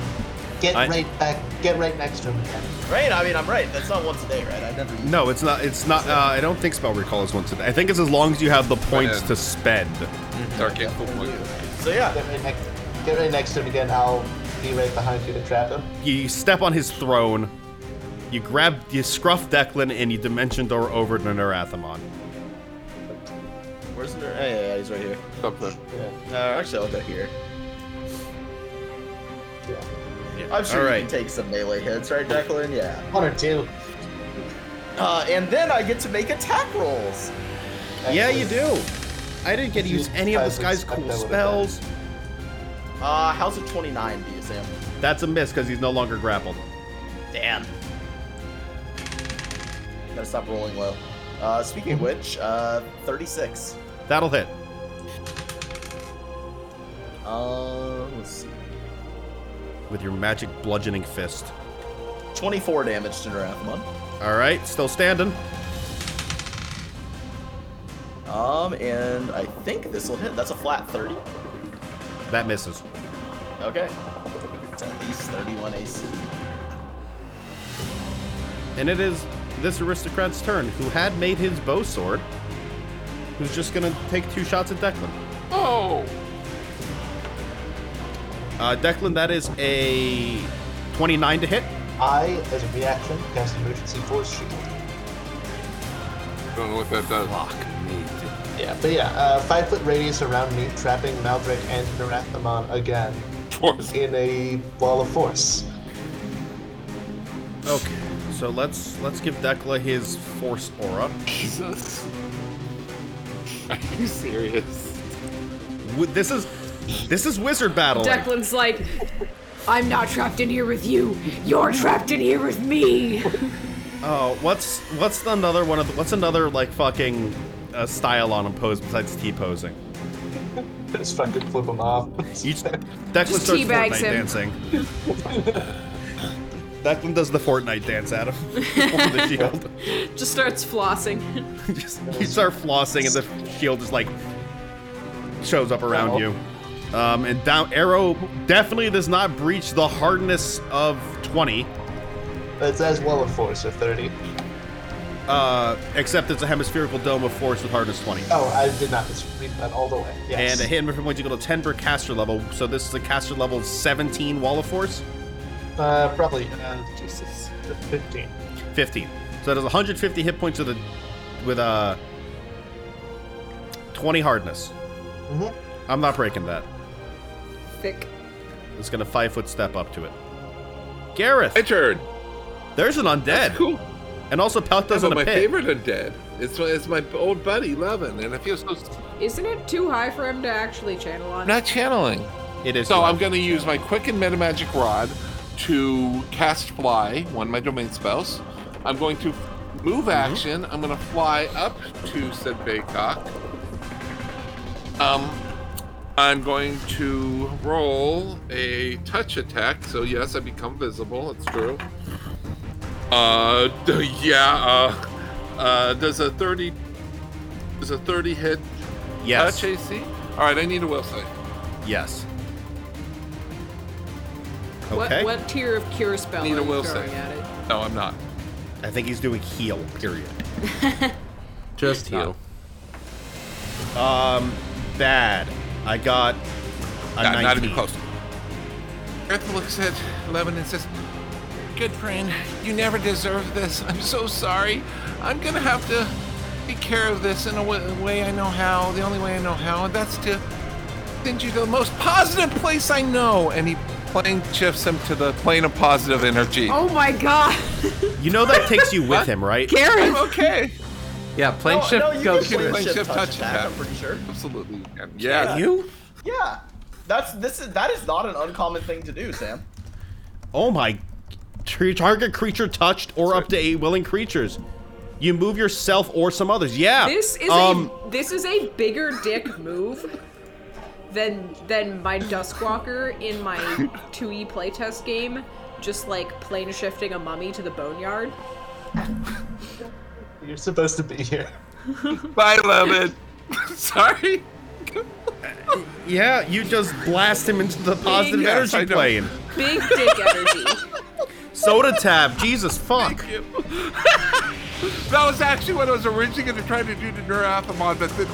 get I- right back. Get right next to him again. Right? I mean, I'm right. That's not once a day, right? I never. No, it's not. It's not. Uh, I don't think spell recall is one today. I think it's as long as you have the points Yeah. to spend. Dark Angel point. So yeah. Get right next. Get right next to him again. I'll be right behind you to trap him. You step on his throne. You grab, you scruff Declan, and you dimension door over to Nerathamon. Where's the? Hey, yeah, yeah, he's right here. Up there. Yeah. Uh, actually, I'll go here. Yeah. I'm sure All you right. can take some melee hits, right, Declan? Yeah. One or two. Uh, and then I get to make attack rolls. Yeah, you do. I didn't get to use any of this As guy's expected, cool I would've spells. Uh, how's a 29 do you, Sam? That's a miss because he's no longer grappled. Damn. Gotta stop rolling low. Uh, speaking of which, uh, 36. That'll hit. Uh, let's see. with your magic bludgeoning fist. 24 damage to Nerathamon. All right, still standing. Um, and I think this will hit. That's a flat 30. That misses. Okay. It's at least 31 AC. And it is this aristocrat's turn, who had made his bow sword, who's just going to take two shots at Declan. Oh, Uh, Declan, that is a 29 to hit. I, as a reaction, cast emergency force shield. don't know what that does. Yeah, but yeah, uh, five foot radius around me, trapping Maldrick and Nerathamon again Force. in a wall of force. Okay. So let's let's give Declan his force aura. Jesus. Are you serious? Wi- This is this is wizard battle. Declan's like, I'm not trapped in here with you. You're trapped in here with me. Oh, what's what's another one of the, what's another like fucking uh, style on him pose besides T posing? Just fucking flip him off. You, Declan Just starts teabags Fortnite him. dancing. Declan does the Fortnite dance at him. Over the shield. Just starts flossing. Just, you start flossing, and the shield just like shows up around Oh. you. Um, and down arrow definitely does not breach the hardness of 20, That's as wall of force, or 30. uh, except it's a hemispherical dome of force with hardness 20. Oh, I did not read that all the way. Yes. And a hit point you go to 10 per caster level, so this is a caster level 17 wall of force. Uh, probably, uh, Jesus, 15. 15. So that is 150 hit points with a with a 20 hardness. Mhm. I'm not breaking that. Thick. It's gonna five foot step up to it. Gareth, My turn. there's an undead, Cool. and also Pelta's but in a my pit. favorite undead. It's my, it's my old buddy Levin, and I feel so. Isn't it too high for him to actually channel on? I'm not channeling. It is. So you. I'm going to use my quick and meta magic rod to cast fly, one of my domain spells. I'm going to move action. I'm going to fly up to said Baycock. Um, I'm going to roll a touch attack. So yes, I become visible. It's true. Uh, d- yeah. Uh, uh, does a thirty does a thirty hit Yes. touch AC? All right, I need a will save. Yes. What, Okay. what tier of cure spell Need a are you will throwing save. at it? No, I'm not. I think he's doing heal. Period. Just heal. Um, Bad. I got a Not, 19. not even close. Earth looks at Levin and says, Good friend, you never deserved this. I'm so sorry. I'm going to have to take care of this in a wa- way I know how, the only way I know how, and that's to send you to the most positive place I know. And he plane shifts him to the plane of positive energy. Oh my god! You know that takes you with What? him, right? I'm Gareth! okay. Yeah, plane No, shift no, you go can Plane cure. shift shift touch touch attack, attack. I'm pretty sure. Absolutely. you can. Yeah. You? Yeah. That's this is that is not an uncommon thing to do, Sam. Oh my. Tre- Target creature touched or up to eight willing creatures. You move yourself or some others. Yeah. This is um, a this is a bigger dick move than than my Duskwalker in my 2e playtest game, just like plane shifting a mummy to the boneyard. You're supposed to be here. Bye, Levin. sorry. Yeah, you just blast him into the positive Yes, I energy know. plane. Big dick energy. Soda tab. Jesus fuck. That was actually what I was originally going to try to do to Neurathamon, but then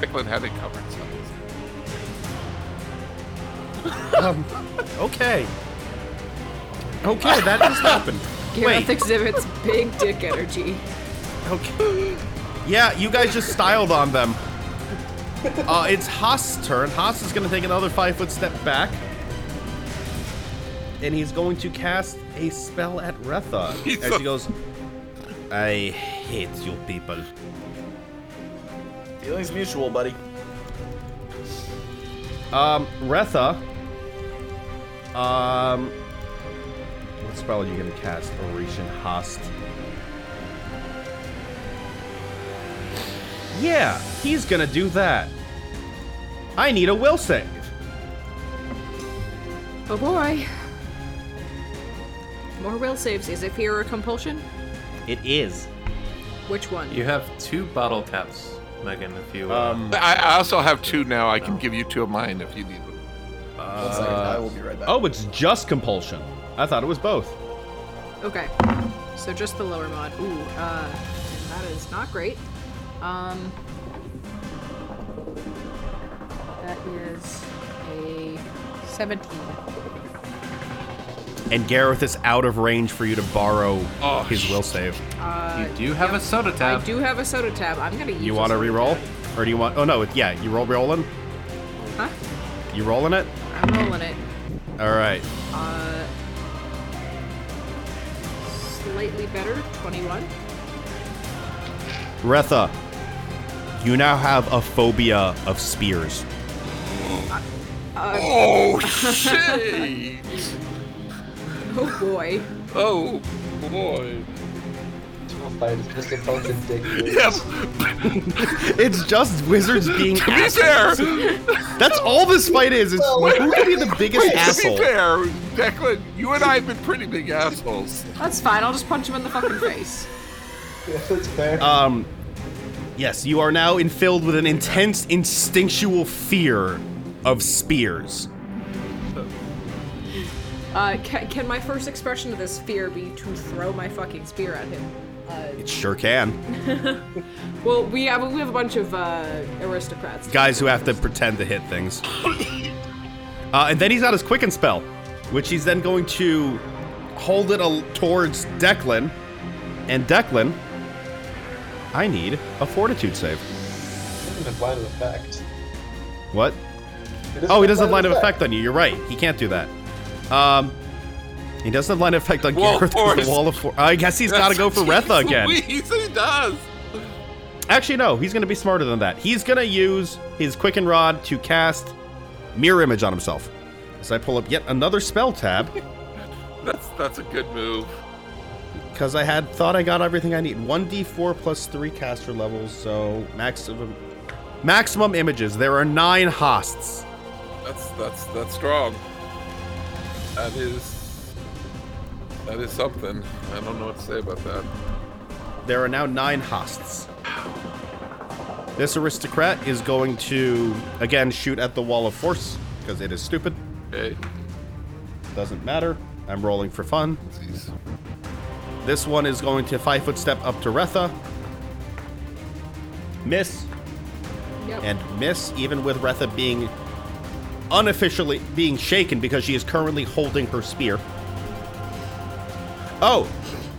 Declan had it covered. So. Okay. Okay, that just happened. Gareth Wait. exhibits big dick energy. Okay. Yeah, you guys just styled on them. Uh, it's Haas' turn. Haas is going to take another five foot step back. And he's going to cast a spell at Retha. He's as so- he goes, I hate you people. Feelings mutual, buddy. Um, Retha. Um, what spell are you going to cast? Oration Hast. Yeah, he's going to do that. I need a will save. Oh boy. More will saves. Is it fear or compulsion? It is. Which one? You have two bottle caps, Megan, if you. Uh, Um, I, I also have two now. I can give you two of mine if you need them. One second, Uh, I will be right back. oh, it's just compulsion. I thought it was both. Okay. So just the lower mod. Ooh, uh, that is not great. Um, that is a 17. And Gareth is out of range for you to borrow Oh, his sh- will save. Uh, you do have a soda I tab. do have a soda tab. I'm gonna use. You want to this one. re-roll, or do you want? Oh no, it- yeah, you roll rolling. Huh? You rolling it? I'm rolling it. All right. Uh, slightly better. 21. Retha, you now have a phobia of spears. Oh shit! Oh boy. oh boy! Fight is Oh, just a bunch of dick. moves. Yes. It's just wizards being To be fair, to That's all this fight is. It's who can be the biggest be asshole? fair, Declan, you and I have been pretty big assholes. That's fine. I'll just punch him in the fucking face. Yeah, that's fair. Um, yes, you are now infilled with an intense instinctual fear of spears. Uh, can, can my first expression of this fear be to throw my fucking spear at him? Uh, It sure can. well, we have we have a bunch of uh, aristocrats. guys who have to pretend to hit things. Uh, and then he's got his quicken spell, which he's then going to hold it al- towards Declan. And Declan, I need a fortitude save. It doesn't apply to effect. What? It doesn't Oh, he doesn't have apply line to of effect on you. You're right. He can't do that. Um, he doesn't have line of effect on Wall Gareth 'cause force. the wall of four. I guess he's got to go for Retha again. He does. Actually, no, he's going to be smarter than that. He's going to use his Quicken Rod to cast Mirror Image on himself. As I pull up yet another spell tab, That's that's a good move. because I had thought I got everything I need. 1d4 plus 3 caster levels, so maximum maximum images. There are 9 hosts. That's that's that's strong. That is that is something. I don't know what to say about that. There are now 9 hosts. This aristocrat is going to, again, shoot at the Wall of Force, because it is stupid. Okay. Doesn't matter. I'm rolling for fun. Jeez. This one is going to five foot step up to Retha. Miss Yep. and miss, even with Retha being unofficially being shaken because she is currently holding her spear. Oh,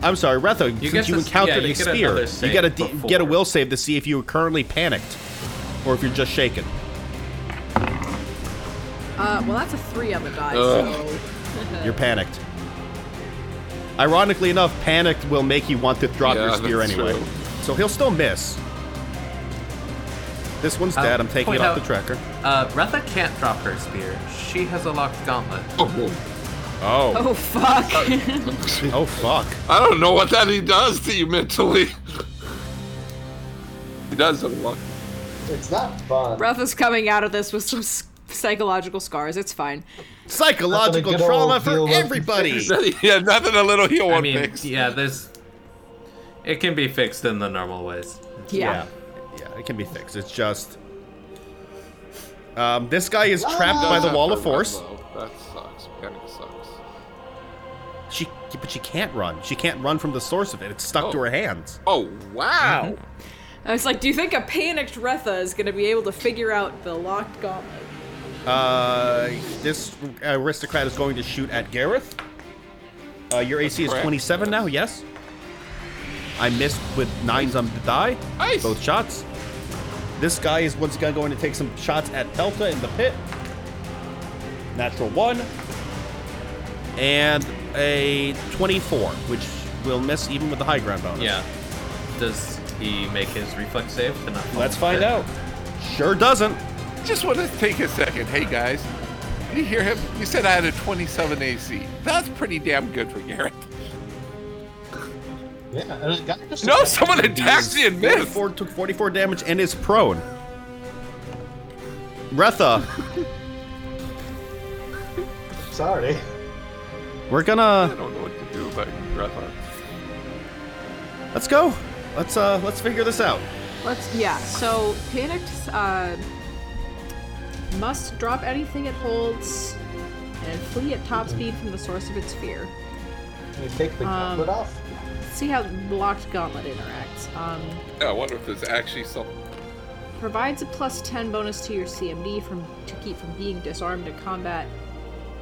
I'm sorry, Retha. You since get you this- encountered yeah, you a get spear, another you save get a d- before. get a will save to see if you were currently panicked or if you're just shaken. Uh, well, that's a three on the die. You're panicked. Ironically enough, panicked will make you want to drop Yeah, your spear that's anyway. true. So he'll still miss. This one's I'll dead. I'm taking it point off out- the tracker. Uh, Retha can't drop her spear. She has a locked gauntlet. Oh. So. Oh fuck. Oh, fuck. I don't know what that he does to you mentally. he does have a lot. It's not fun. Breath is coming out of this with some s- psychological scars. It's fine. Psychological That's what a good trauma old deal for was. everybody. yeah, nothing a little heel I won't mean, fix. yeah, there's. It can be fixed in the normal ways. Yeah. Yeah, it can be fixed. It's just. Um, this guy is trapped by the Except wall for of force. Rumbo. That sucks. Panic sucks. She, but she can't run. She can't run from the source of it. It's stuck Oh. to her hands. Oh wow! Mm-hmm. I was like, do you think a panicked Retha is gonna be able to figure out the locked gauntlet? Uh, this aristocrat is going to shoot at Gareth. Uh, your AC is Correct. 27 now, yes? I missed with nines on the die. Nice. Both shots. This guy is once again going to take some shots at Pelta in the pit. Natural one. And a 24, which will miss even with the high ground bonus. Yeah. Does he make his reflex save to not fall Let's in the find pit? out. Sure doesn't. Just want to take a second. Hey guys, you hear him? You said I had a 27 AC. That's pretty damn good for Garrett. Yeah, there's a guy just No, someone attacked me and missed. 44 took 44 damage and is prone. Retha, Sorry. we're I gonna don't know what to do about Grethon. let's go. Let's uh let's figure this out. Let's yeah. So panicked uh, must drop anything it holds and flee at top speed from the source of its fear. Can you take the Um, gauntlet off? See how blocked gauntlet interacts. Um, Yeah, I wonder if there's actually something. provides a plus 10 bonus to your CMD from to keep from being disarmed in combat.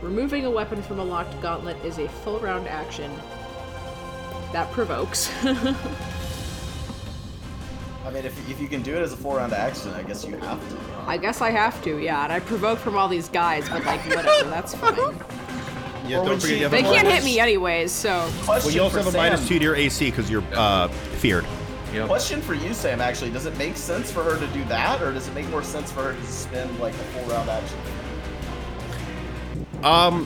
Removing a weapon from a locked gauntlet is a full round action. That provokes. I mean, if, if you can do it as a four round action, I guess you have to. I guess I have to, yeah, and I provoke from all these guys, but like whatever, that's fine. Yeah, Or don't would forget she- you have a They minus- can't hit me anyways, so Well, Question you also for have a Sam. minus two to your AC because you're uh feared. Yep. Question for you, Sam. Actually, does it make sense for her to do that, or does it make more sense for her to spend like a full round action? Um.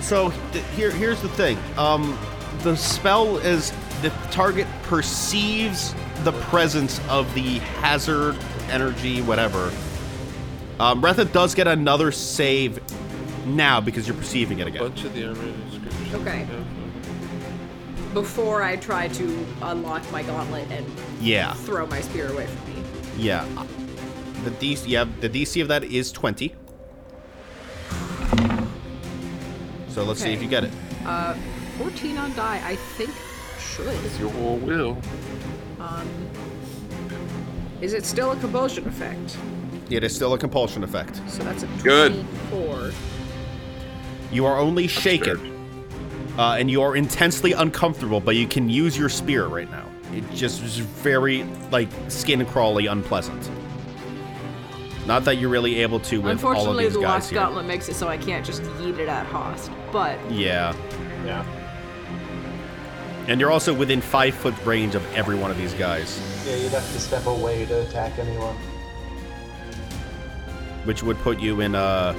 So th- here, here's the thing. Um, the spell is the target perceives the presence of the hazard, energy, whatever. Um, Retha does get another save now because you're perceiving it again. Bunch of the unwritten description. Okay. before I try to unlock my gauntlet and Yeah, throw my spear away from me. yeah. The DC, yeah, the DC of that is 20. So let's see if Okay. you get it. 14 on die, I think should. It's your whole will. Is it still a compulsion effect? It is still a compulsion effect. So that's a Good. 24. You are only shaken, uh, and you are intensely uncomfortable, but you can use your spear right now. It just is very, like, skin crawly unpleasant. Not that you're really able to with all of Unfortunately, these the guys Lost here. Gauntlet makes it so I can't just yeet it at Host. But Yeah. Yeah. And you're also within five foot range of every one of these guys, Yeah, you'd have to step away to attack anyone. which would put you in uh,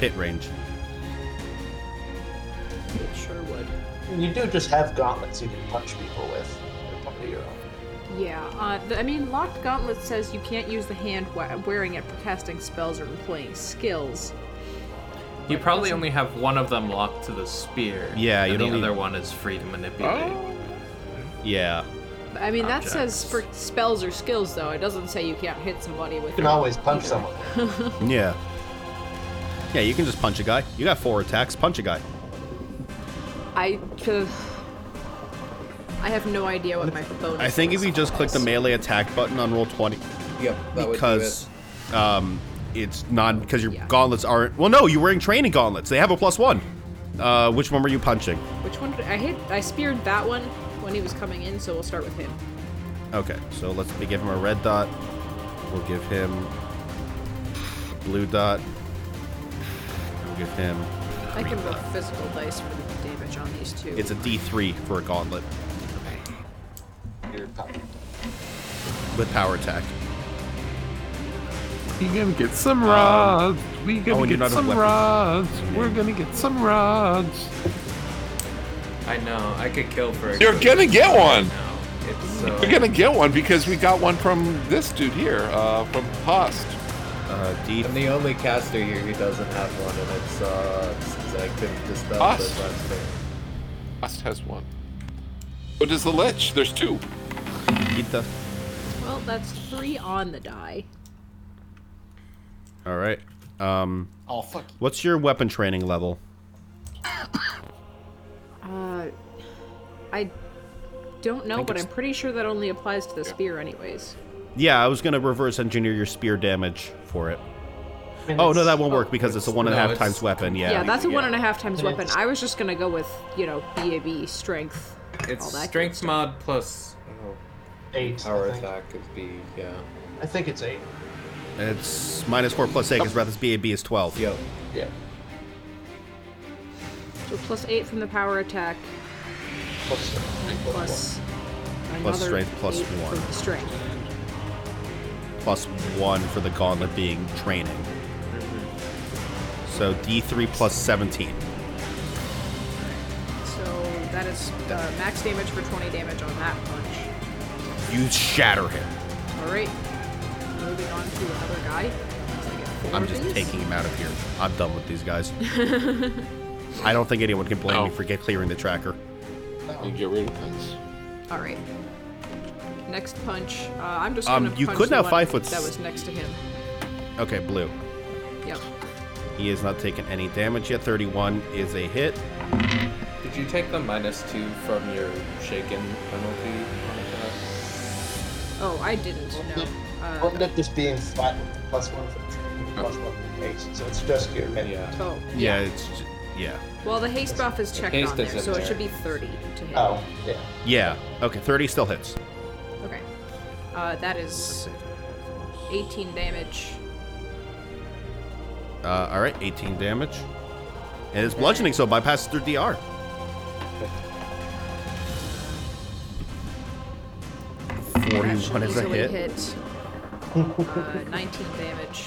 hit range. it sure would. And you do just have gauntlets you can punch people with. They're part of your own. Yeah, uh, the, I mean, Locked Gauntlet says you can't use the hand wa- wearing it for casting spells or employing skills. You probably only have one of them locked to the spear. Yeah, you and don't the need- other one is free to manipulate. Oh, Yeah. But, I mean, that says for Objects. spells or skills, though. It doesn't say you can't hit somebody with You can your- always punch either. someone. Yeah. Yeah, you can just punch a guy. You got four attacks, punch a guy. I. Uh, I have no idea what my bonus I think if is. you just click the melee attack button on roll 20, Yep, because um, it's not because your Yeah. gauntlets aren't. Well, no, you're wearing training gauntlets. They have a plus one. Uh, which one were you punching? Which one did I hit? I speared that one when he was coming in, so we'll start with him. Okay, so let's we give him a red dot. We'll give him blue dot. We'll give him. I can roll physical dice for the damage on these two. It's a D3 for a gauntlet Your power. with power attack. we gonna get some rods. we oh, gonna and get you're not a some weapon. rods. We're gonna get some rods. I know. I could kill for. a You're good gonna get one. now. It's uh, so. You're gonna get one because we got one from this dude here, uh, from Host. Uh, D. I'm the only caster here who doesn't have one, and it sucks because I couldn't dispel Us. the last thing. Host has one. What is the lich? There's two. Eat the. well, that's three on the die. All right. Um, Oh fuck. you. what's your weapon training level? Uh, I don't know, but I'm pretty sure that only applies to the spear, anyways. Yeah, I was gonna reverse engineer your spear damage for it. Oh no, that won't work because it's a one and a No, half it's- times weapon. Yeah, Yeah. that's a yeah. one and a half times And weapon. it's- I was just gonna go with you know BAB strength. all It's that strength good mod plus oh, Eight. power I think. attack could be yeah. I think it's eight. It's minus four plus eight because Wrath's BAB is twelve. Yo. Yeah. stuff. So plus eight from the power attack, Plus, plus another Plus strength, plus eight one. from strength. Plus one for the gauntlet being training. So D three plus seventeen. So that is uh, max damage for 20 damage on that punch. You shatter him. All right. Moving on to another guy. So I get four I'm of just these. taking him out of here. I'm done with these guys. I don't think anyone can blame No. me for get clearing the tracker. You get rid of things. All right. Next punch. Uh, I'm just Um, gonna. you punch could the now one five foot That s- was next to him. Okay, blue. Yep. He has not taken any damage yet. 31 is a hit. Did you take the minus two from your shaken penalty on attack? Oh, I didn't. No. Well, Uh, end up just being flat with the plus one for the training, plus one for the haste, so it's just your menu. Yeah. oh. Yeah, it's j- yeah. Well, the haste buff is checked haste on there, is in so it there. should be 30 to hit. Oh, yeah. Yeah. Okay, 30 still hits. Okay. Uh, that is 18 damage. Uh, all right, 18 damage. And it's bludgeoning, so bypasses through DR. That should 41 is a easily hit. hit. Uh, 19 damage.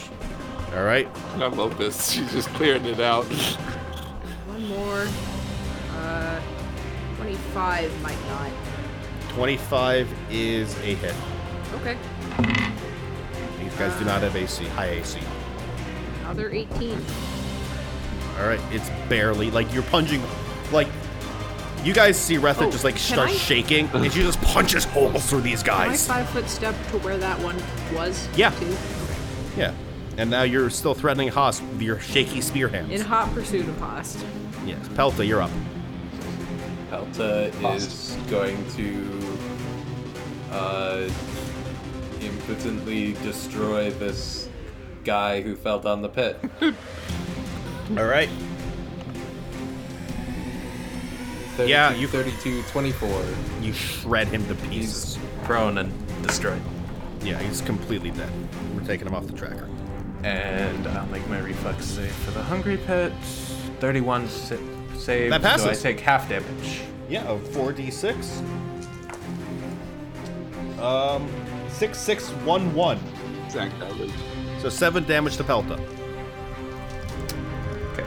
All right. I love this. She's just clearing it out. One more. Uh, 25 might not. 25 is a hit. Okay. These guys do not have AC, high AC. Another 18. All right, it's barely like you're punching, like you guys see Retha Oh, just like can start I- shaking, and she just punches holes through these Can I guys. five foot step to where that one was? Yeah. Too? Yeah, and now you're still threatening Haas with your shaky spear hands. In hot pursuit of Host. yes, Pelta, you're up. Pelta is going to uh, impotently destroy this guy who fell down the pit. All right, 32, Yeah, you- 32 24. you shred him to pieces. He's prone and destroyed. yeah, he's completely dead. We're taking him off the tracker. And I'll make my reflex save for the hungry pit. 31 sa- save. That So I passes. take half damage. Yeah, of four d six. Um, six six one one. Exact average. So seven damage to Pelta. Okay.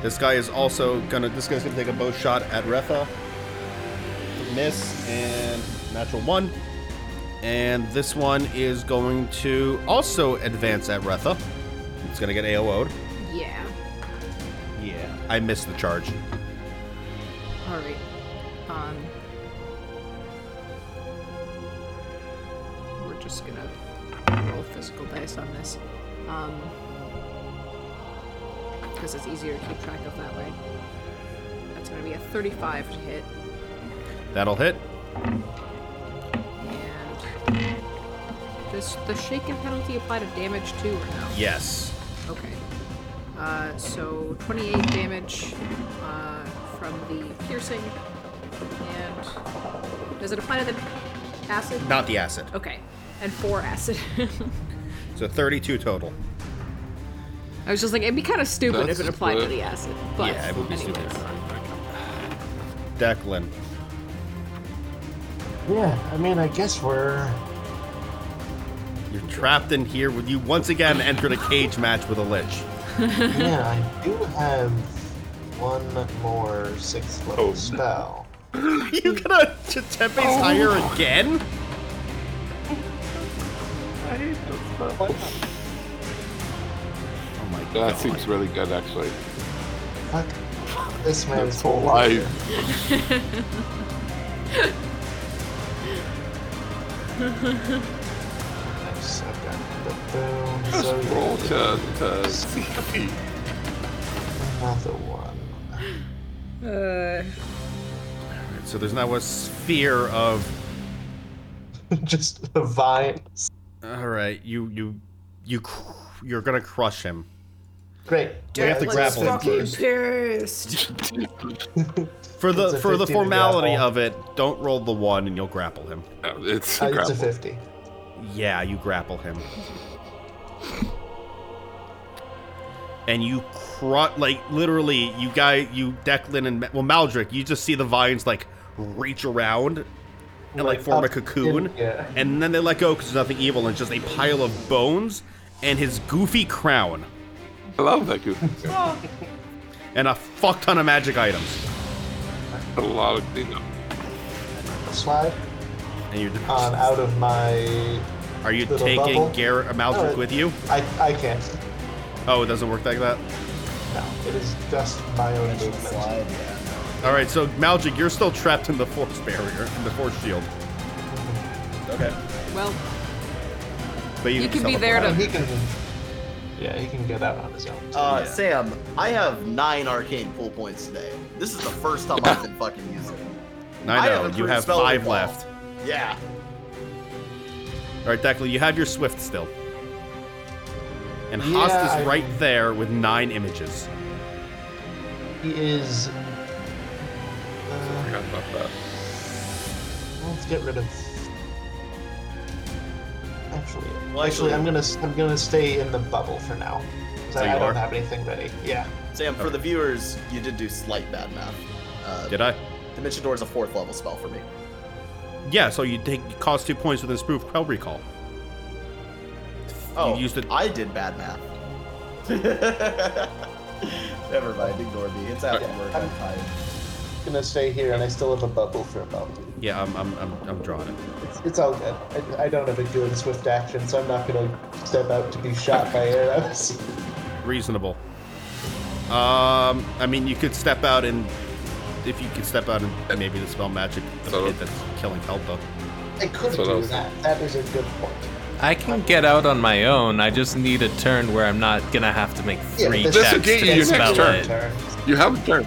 This guy is also gonna. This guy's gonna take a bow shot at Retha. Miss and natural one. And this one is going to also advance at Retha. It's gonna get AOO'd. Yeah. Yeah. I missed the charge. Alright. Um. We're just gonna roll physical dice on this. Um. Because it's easier to keep track of that way. That's gonna be a 35 to hit. That'll hit. And. Does the shaken penalty apply to damage too or no? Yes. Okay. Uh, so 28 damage uh, from the piercing, and does it apply to the acid? Not the acid. Okay, and four acid. So 32 total. I was just like, it'd be kind of stupid if That's it applied to good. the acid, but Yeah, it would be stupid. anyways. Declan. Yeah, I mean, I guess we're. You're trapped in here. Would you once again entered a cage match with a lich? yeah, I do have one more sixth Oh, level spell. you gonna t- temp base higher again? Oh my god. That seems really good, actually. Fuck this man's That's whole all life. I've got the boom, so Roll yeah, to, to see. another one. So there's now a sphere of. Just the vines. All right, you you you cr- you're gonna crush him. Great. We have to grapple him first. For the It's a for 15 the to formality grapple. of it, don't roll the one and you'll grapple him. No, it's Uh, a it's a grapple. 50. Yeah, you grapple him. And you cru- like literally, you guy, you Declan and Ma- well Maldrick, you just see the vines like reach around and like Like, form up a in- cocoon, yeah. and then they let go because there's nothing evil and it's just a pile of bones and his goofy crown I love that goofy. guy. and a fuck ton of magic items. a lot of cleanup. Slide And you're on out of my. are you little taking bubble. Garrett uh, No, Maldrick it- with you? I, I can't. Oh, it doesn't work like that. No, it is just my own movement. Slide, yeah. All right, so Malgic, you're still trapped in the force barrier, in the force shield. Okay. Well, But you, You can be teleport there out. to- And he can. Yeah, he can get out on his own. Uh, Sam, I have nine arcane pull points today. This is the first time I've been fucking using them. I know haven't you proved have spelling five ball. left. Yeah. All right, Declan, you have your swift still. And Yeah, Host is I- right there with nine images. He is. I Uh, forgot about that. let's get rid of. Actually, actually, I'm gonna I'm gonna stay in the bubble for now. 'Cause So I, you I don't are? have anything ready. Yeah. Sam, for the viewers, you did do slight bad math. Uh, Did I? Dimension Door is a fourth level spell for me. Yeah. So you take you cost two points with a spoof spell recall. Oh, used it- I did bad math. Never mind, ignore me. It's after work. I'm tired. I'm gonna stay here, and I still have a bubble for a moment. Yeah, I'm I'm I'm, I'm drawing it. It's, it's all good. I, I don't have a good swift action, so I'm not gonna step out to be shot by arrows. Reasonable. Um, I mean, you could step out and if you could step out and maybe the spell magic the So- pit that's killing Helta. I could That's what I do was that. That is a good point. I can get out on my own. I just need a turn where I'm not gonna have to make Yeah, three but This checks will to get you your spell next turn. it. Turn. You have a turn.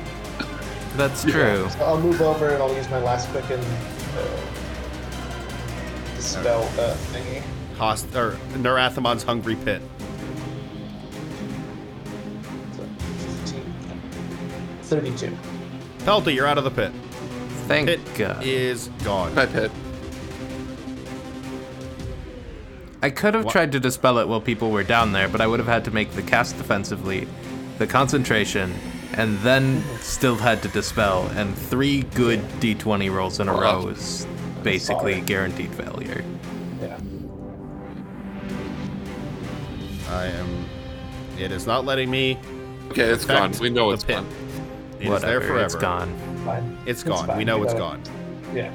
That's true. So I'll move over and I'll use my last quicken uh, spell uh, thingy. Host or Narathamon's hungry pit. So 15, 32. Pelta, you're out of the pit. Thank Pit God. is gone. My pet. I could have Wha- tried to dispel it while people were down there, but I would have had to make the cast defensively, the concentration, and then still had to dispel. And three good d20 rolls in a row is basically solid. guaranteed failure. Yeah. I am. It is not letting me. Okay, it's gone. affect We know the it's pit. gone. It is Whatever, there forever. it's gone. Fine. It's gone. fine. We know it's got gone. it.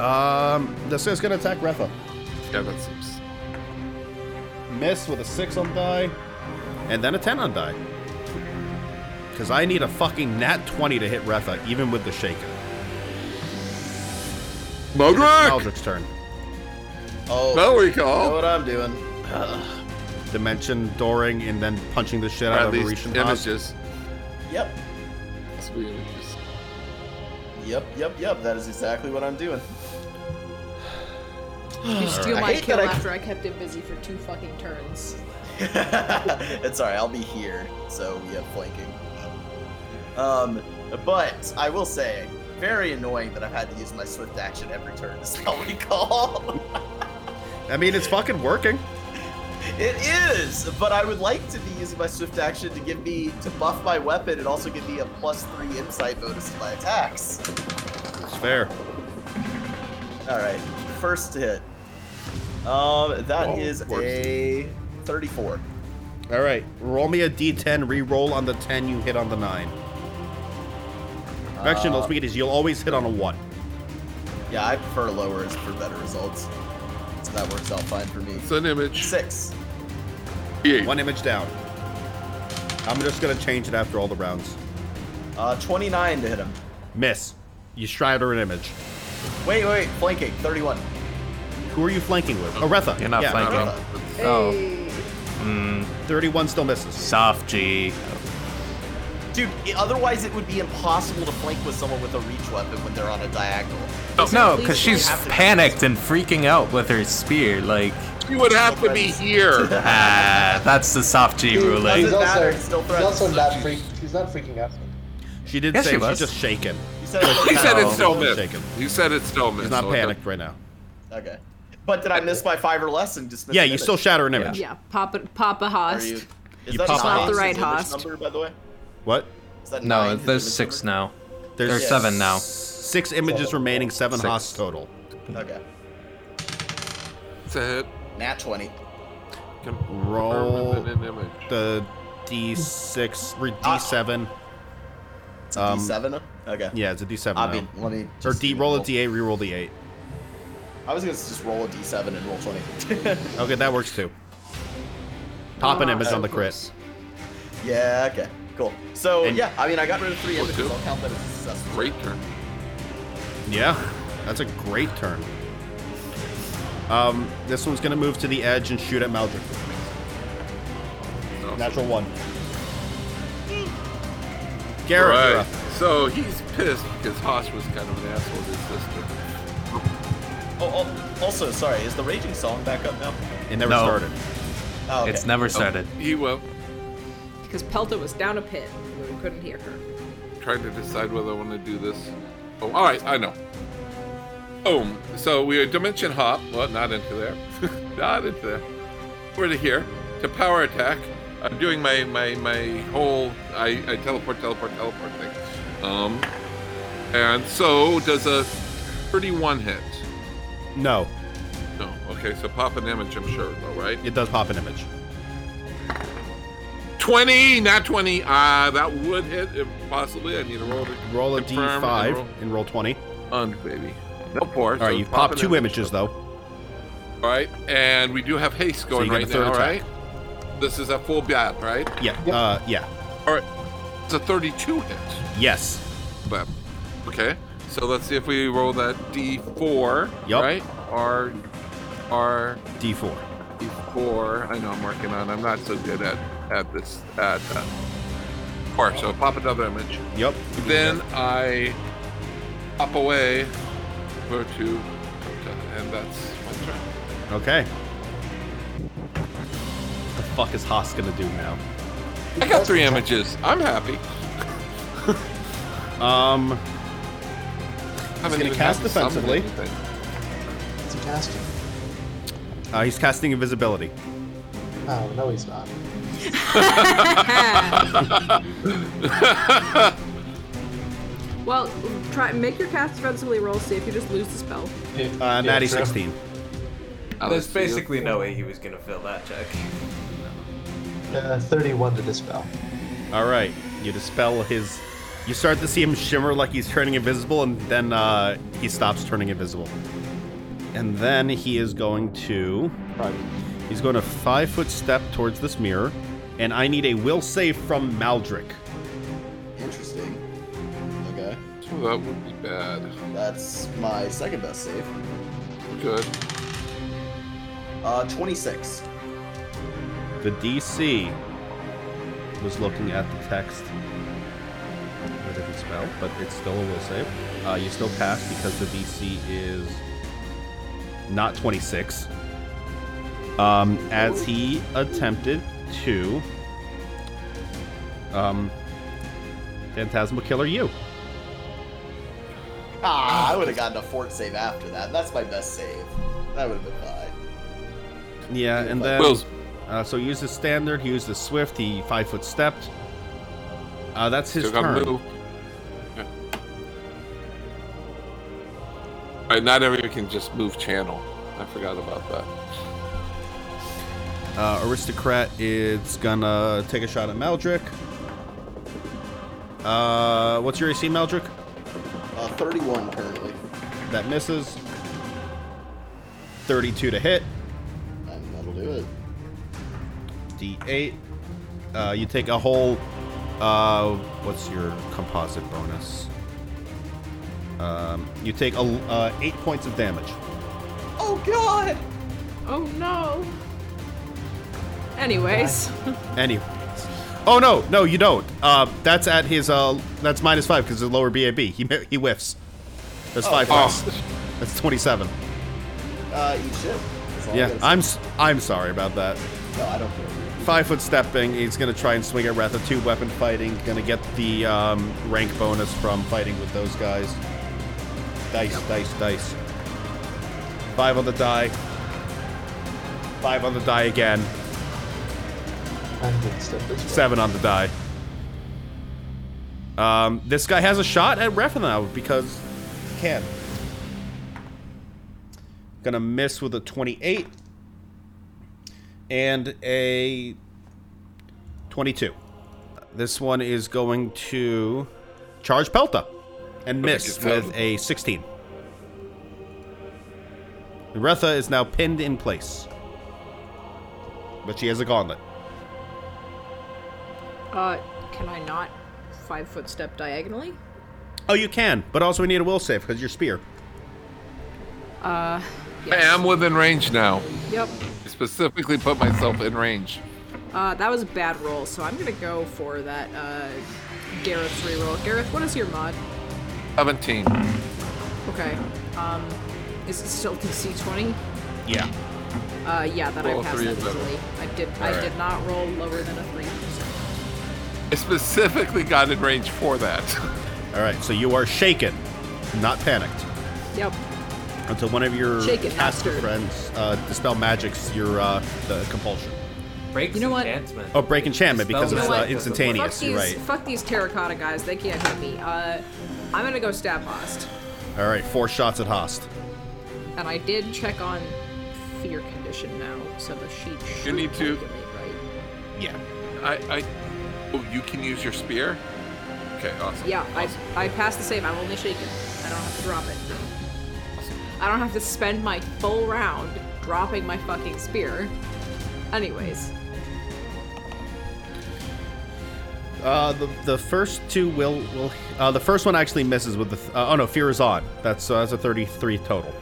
Yeah. Um, this is gonna attack Retha. Yeah, that seems. Miss with a six on die, and then a ten on die. Cause I need a fucking nat twenty to hit Retha, even with the shaker. Modric! Eldritch turn. Oh, Spell you know recall. what I'm doing. Dimension dooring and then punching the shit Or out at of least Arishan Haas. images. Yep. Must be images. Yep, yep, yep. That is exactly what I'm doing. you steal I my hate kill that I- after I kept it busy for two fucking turns. it's alright, I'll be here, so we have flanking. Um, but I will say, very annoying that I've had to use my swift action every turn to spell recall. I mean, it's fucking working. it is, but I would like to be using my swift action to give me to buff my weapon and also give me a plus three insight bonus to my attacks. It's fair. All right, first hit. Um, that Oh, is worse. a 34. All right, roll me a d10. Re-roll on the ten you hit on the nine. Correction, Uh, those speed is you'll always hit on a one. Yeah, I prefer lowers for better results. So that works out fine for me. It's an image. Six. Eight. One image down. I'm just gonna change it after all the rounds. Uh, 29 to hit him. Miss. You shroud her an image. Wait, wait, flanking. 31. Who are you flanking with? Aretha. You're not yeah, flanking. Aretha. Oh, Hey. 31 still misses. soft G. Dude, i- otherwise it would be impossible to flank with someone with a reach weapon when they're on a diagonal. No, because Oh, Please, she's please. panicked and freaking out with her spear. Like, He would have to be here. Ah, that's the soft G ruling. He's also, matter, it's still he's threatened. also not freak, he's not freaking out. She did Yes, say she she's was. just shaken. You said it He said it's No. still missed. Shaken. He said it's still missed. She's not so it doesn't- panicked right now. Okay. But did I miss my five or less and dismiss? Yeah, an you image? still shatter an image. Yeah, Papa Papa Host. Are you? Is You that pop nine off. is Right his image host. Number, by the way. What? Is that No, nine, his there's image six number? now. There's There's seven now. six images remaining, seven Six. Haas total. Okay. It's a hit. Nat twenty. Confirm Roll. with an image. The D6, or D7. It's a Um, D7. Okay. Yeah, it's a D7. I now. mean, let me. or just D roll a roll. D8, re-roll the 8. I was gonna just roll a D7 and roll twenty. Okay, that works too. Pop an Ah, image on the of crit. course. yeah. Okay. Cool. So And- yeah, I mean, I got rid of three Well, images. two. I'll count that as a successful. Great turn. Yeah, that's a great turn. Um, this one's gonna move to the edge and shoot at Maldrick. No. Natural one. All Garrett, you're right. up. So he's pissed because Hosh was kind of an asshole to his sister. Oh, oh, also, sorry, is the raging song back up now? it never No. started. Oh, okay. It's never started. He went Because Pelta was down a pit. We couldn't hear her. trying to decide whether I want to do this. Oh, all right, I know. Boom. So we are dimension hop. Well, not into there. not into there. We're to here to power attack. I'm doing my my my whole I, I teleport teleport teleport thing. Um, and so does a 31 hit. No, No. Okay. So pop an image. I'm sure though, right? it does pop an image. 20, not 20. Uh, that would hit if possibly. I need to roll to Roll a confirm and D5 roll- and roll 20. on, baby. No four. All right, so you pop an two image. images though. All right, and we do have haste So going you get right the third now, attack. right? This is a full bat, right? Yeah, uh, yeah, All right, it's a 32 hit. yes. But okay, so let's see if we roll that d4, Yup. right? R, R, D4. d4. I know I'm working on. I'm not so good at at this at. Uh, four. So pop another image. Yep. Then I up away, go to, and that's my turn. Okay. The fuck is Haas gonna do now? I got three images. I'm happy. Um, I'm gonna cast defensively. It's a casting. uh, he's casting invisibility. Oh, no, he's not. Well, try make your cast defensively roll. See if you just lose the spell. Uh, Natty 16. There's basically no way he was gonna fill that check. Uh, 31 to dispel. All right, you dispel his. You start to see him shimmer like he's turning invisible, and then uh, he stops turning invisible. And then he is going to. He's going to five foot step towards this mirror, and I need a will save from Maldrick. Interesting. Okay. that would be bad. That's my second best save. Good. Uh, 26. The DC was looking at the text with a different spell, but it's still a will save. Uh, you still pass because the DC is not 26. Um, as he attempted to um, Phantasmal Killer you. Ah, I would have gotten a fort save after that. That's my best save. That would have been fine. Yeah, and then. Will's Uh, so he used his standard, he used his swift, he five foot stepped. Uh, that's his still got turn. move. Okay. All right, not everyone can just move channel. I forgot about that. Uh, aristocrat is gonna take a shot at Meldrick. Uh, what's your AC, Meldrick? Uh, 31 currently. That misses. 32 to hit. And that'll do it. D8. Uh, you take a whole. Uh, what's your composite bonus? Um, you take a, uh, eight points of damage. Oh god! Oh no. Anyways, Anyway. Oh no, no, you don't. Uh, that's at his. Uh, that's minus five because it's lower BAB. He mi- he whiffs. That's five. Oh. points. That's 27. Uh, eat shit. That's all I Yeah, gotta say. I'm s- I'm sorry about that. No, I don't care. Five foot stepping. He's gonna try and swing at Wrath of two weapon fighting. Gonna get the um, rank bonus from fighting with those guys. Dice, dice, dice. Five on the die. Five on the die again. I'm gonna step this way. Seven on the die. Um, this guy has a shot at Refanow because he can. Gonna miss with a 28 and a 22. This one is going to charge Pelta and miss it's with Pelta. a 16. Retha is now pinned in place, but she has a gauntlet. Uh, can I not five foot step diagonally? Oh, you can, but also we need a will save because your spear. I Uh, yes. am within range now. Yep. I specifically put myself in range. Uh, that was a bad roll, so I'm gonna go for that uh, Gareth's reroll. Gareth, what is your mod? 17. Okay. Um, is it still DC 20? Yeah. Uh, yeah, that Roll I a passed three that or better. easily. I did. I Alright. did not roll lower than a three. I specifically got in range for that. All right, so you are shaken, not panicked, Yep. until one of your Shaken, not caster stirred. friends uh, dispel magics your uh, the compulsion. Breaks You know what? enhancement. Oh, break enchantment Dispel because it's uh, magic. Fuck instantaneous. these. You're right. Fuck these terracotta guys. They can't hit me. Uh, I'm gonna go stab host, All right, four shots at Host. and I did check on fear condition now, so the sheet should need to- calculate right. Yeah. I, I. Oh, you can use your spear? Okay, awesome. Yeah, I I passed the save. I'm only shaken. I don't have to drop it. I don't have to spend my full round dropping my fucking spear. Anyways, Uh, the the first two will will uh, the first one actually misses with the th- uh, oh no fear is on. That's uh, that's a 33 total.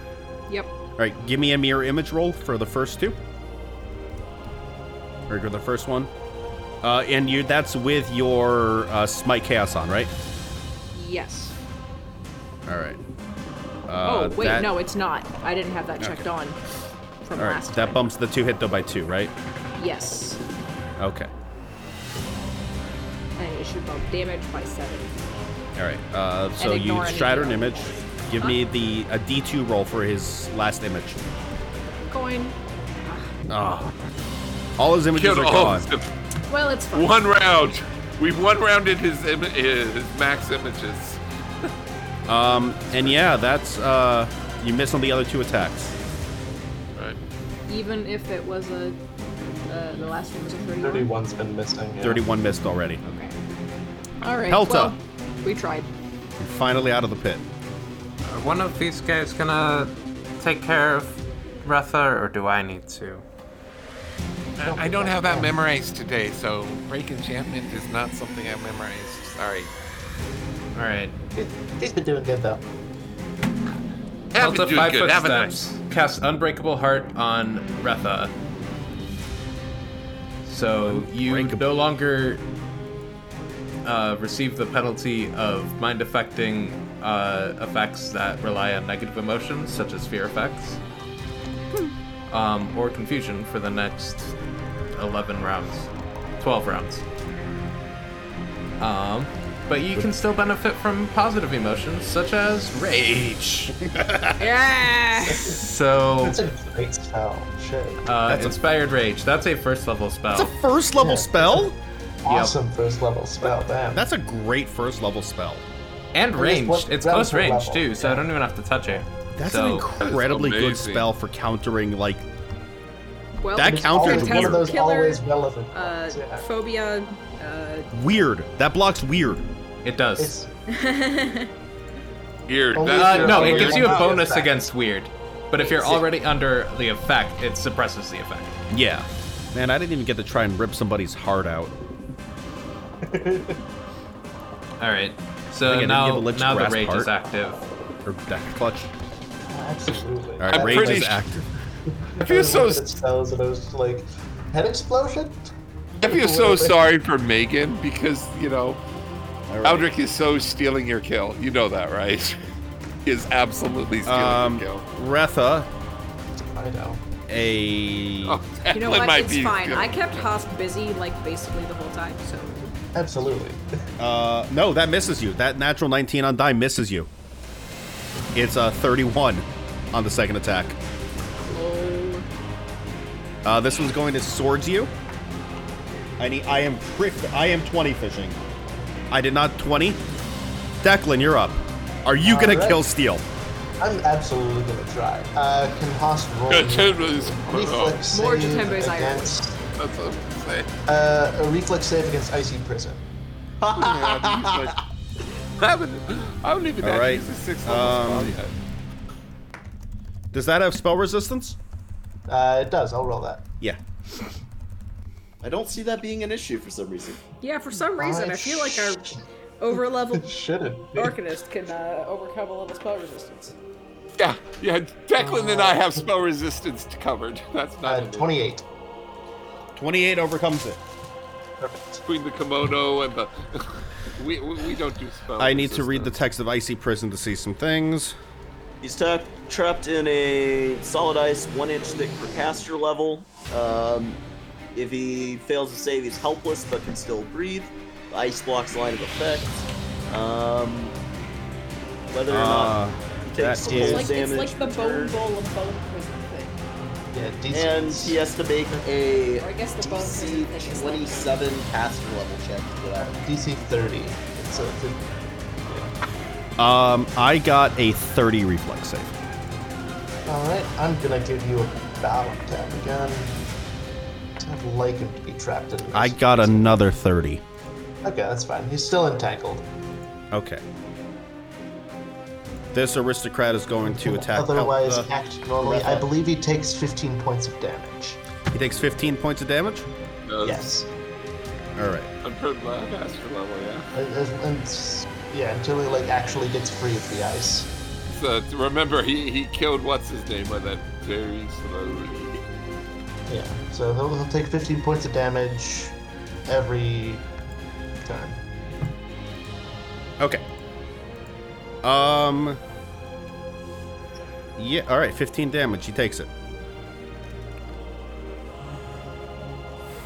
yep. All right, give me a mirror image roll for the first two. Or go the first one. Uh, and you that's with your uh, smite chaos on, right? Yes. All right. Uh, oh wait, no, it's not. I didn't have that checked on from All right, last that time. bumps the two hit though by two, right? Yes. Okay. And it should bump damage by seven. All right. Uh, so And you ignore any shatter an hero. image. Give me the a D two roll for his last image. Coin. Oh. All his images Killed are all gone. of them. Well, it's fine. One round. We've one rounded his, Im- his max images. Um, and yeah, that's uh, you miss on the other two attacks. Right. Even if it was a, uh, the last one was a 31. 31's been missing. Yeah. Thirty-one missed already. Okay. All right. Pelta. Well, we tried. You're finally out of the pit. Are one of these guys gonna take care of Retha, or do I need to? I don't have that memorized today, so break enchantment is not something I memorized. Sorry. All right. He's been doing good though. Haven't Delta doing five good, foot haven't I? steps. Cast Unbreakable Heart on Retha. So you no longer uh, receive the penalty of mind affecting uh, effects that rely on negative emotions, such as fear effects, um, or confusion for the next 11 rounds, 12 rounds. Um, but you can still benefit from positive emotions, such as rage. Yeah. Oh. So, That's a great spell. Shit. uh, inspired rage. That's a first level spell. That's Oh. a first level Yeah. spell. awesome first level spell. Damn. That's a great first level spell. and ranged. what- it's that close was her range level, too, so I don't even have to touch her. That's so, an incredibly good amazing. spell for countering like Well, That It's always counter's one weird. of those Killer, always relevant Uh, ones, yeah. phobia. Uh, weird. That blocks weird. It does. It's Weird. Only That's Uh, Yeah, no, so it you're gives you a not- bonus effect. against weird, but if you're already under the effect, it suppresses the effect. Yeah. Man, I didn't even get to try and rip somebody's heart out. All right. So Again, didn't give now, a lich now the grasp rage heart. is active. Or that clutch. absolutely. All right, I'm rage pretty is sh- active. I feel so Relevant spells and those like head explosion. I feel so sorry for Megan because you know Aldrich is so stealing your kill. You know that, right? He is absolutely stealing Um, your kill. Retha I know. a. Oh, You know Eklund what? might It's be fine. good. I kept Hosp busy like basically the whole time, so Absolutely. Uh, no, that misses you. That natural 19 on die misses you. It's a 31 on the second attack. oh, Uh, this one's going to swords you. I need. I am prick. I am 20 fishing. I did not 20. Declan, you're up. Are you gonna Alright. kill Steel? I'm absolutely gonna try. Uh, can Haas roll Good, a Tim is- reflex oh, More save Jatembe's Iron. against that's what I'm saying. uh, a reflex save against icy prison? I haven't, I haven't even All had right, to use a six level um, spell yet. Does that have spell resistance? Uh, it does. I'll roll that. Yeah. I don't see that being an issue for some reason. yeah. For some reason, I feel like our sh- over level shouldn't. be. arcanist can uh, overcome a level spell resistance. Yeah, yeah. Declan and I have spell resistance covered. That's not Uh, an issue. 28. 28 overcomes it. Perfect. between the kimono and the. we, we we don't do spells. I need to read the text of Icy Prison to see some things. He's ta- trapped in a solid ice, one inch thick percaster level. Um, if he fails to save, he's helpless but can still breathe. The ice blocks line of effect. Um, whether or Uh, not he takes that full is- It's like it's damage like the per bone turn, bowl of bone prison thing, Yeah, DC. and he has to make a or I guess the bone prison DC thing is like 27 caster level check to get out. DC 30. It's a, fif- Um, I got a 30 reflex save. Alright, I'm gonna give you a battle attack again. I'd like him to be trapped in this. I got another 30. Okay, that's fine. He's still entangled. Okay. This aristocrat is going to attack. uh, Otherwise, Eltha. act normally. I believe he takes 15 points of damage. he takes 15 points of damage. Oh. Yes. All right. Uh, I'm from uh, master level. Yeah. And- and- Uh, and s- yeah, until he like actually gets free of the ice. So to remember, he he killed what's his name by that very slowly. Yeah. So he'll, he'll take 15 points of damage every time. Okay. Um. Yeah. All right. 15 damage. He takes it.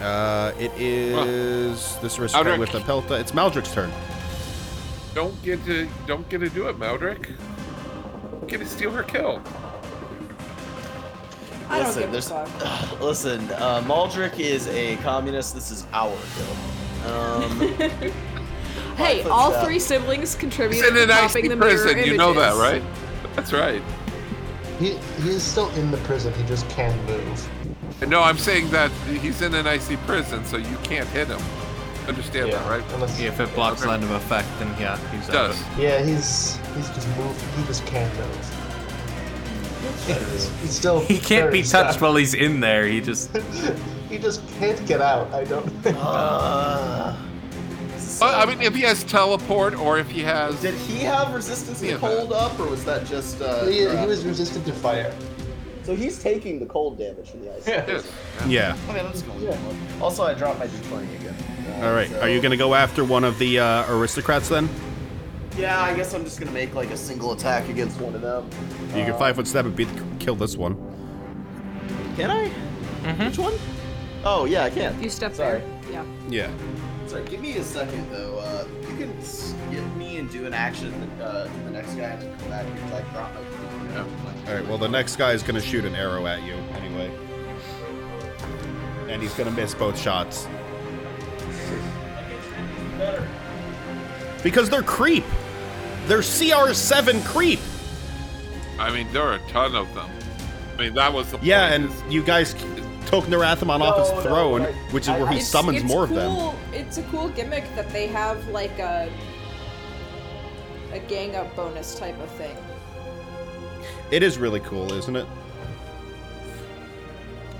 Uh, it is this aristocrat Aldrich. with a pelta. It's Maldrich's turn. Don't get to don't get to do it, Meldrick. Get to steal her kill. I don't Listen, give a there's- fuck. Listen, uh, Maldrick is a communist. This is our kill. Um, Hey, foot's all down. three siblings contributed He's in to an popping icy the mirror prison. You know that, images. right? That's right. He he is still in the prison. He just can't move. And no, I'm saying that he's in an icy prison, so you can't hit him. Understand that, right? Unless, If it blocks line of effect, then yeah, he's out Does. of it. Yeah, he's he's just moved. He just can't move. He's, he's still. He can't be very touched stuck. while he's in there. He just He just can't get out. I don't. think. Uh, Well, I mean, if he has teleport or if he has. did he have resistance to Yeah, but- cold up, or was that just? Uh, he, he crap? was resistant to fire. So he's taking the cold damage from the ice. Yes. Yeah. I mean, I'm just going. Also, I dropped my d20 again. Uh, All right. so- Are you gonna go after one of the uh, aristocrats then? Yeah, I guess I'm just gonna make like a single attack against one of them. You can five foot step and beat, kill this one. Can I? Which one? Oh yeah, I can. Mm-hmm. You stepped Sorry. there. Yeah. Yeah. Sorry, give me a second though. Uh, you can skip me and do an action uh, to the next guy and then come back here 'cause I dropped my. All right. Well, the next guy is gonna shoot an arrow at you anyway, and he's gonna miss both shots Better. because they're creep. They're CR7 creep. I mean, there are a ton of them. I mean, that was the Yeah, point and is- you guys took Narathemon No, off no, his throne, I- which is where I- he it's- summons more cool, of them. It's a cool gimmick that they have like a a gang up bonus type of thing. It is really cool, isn't it?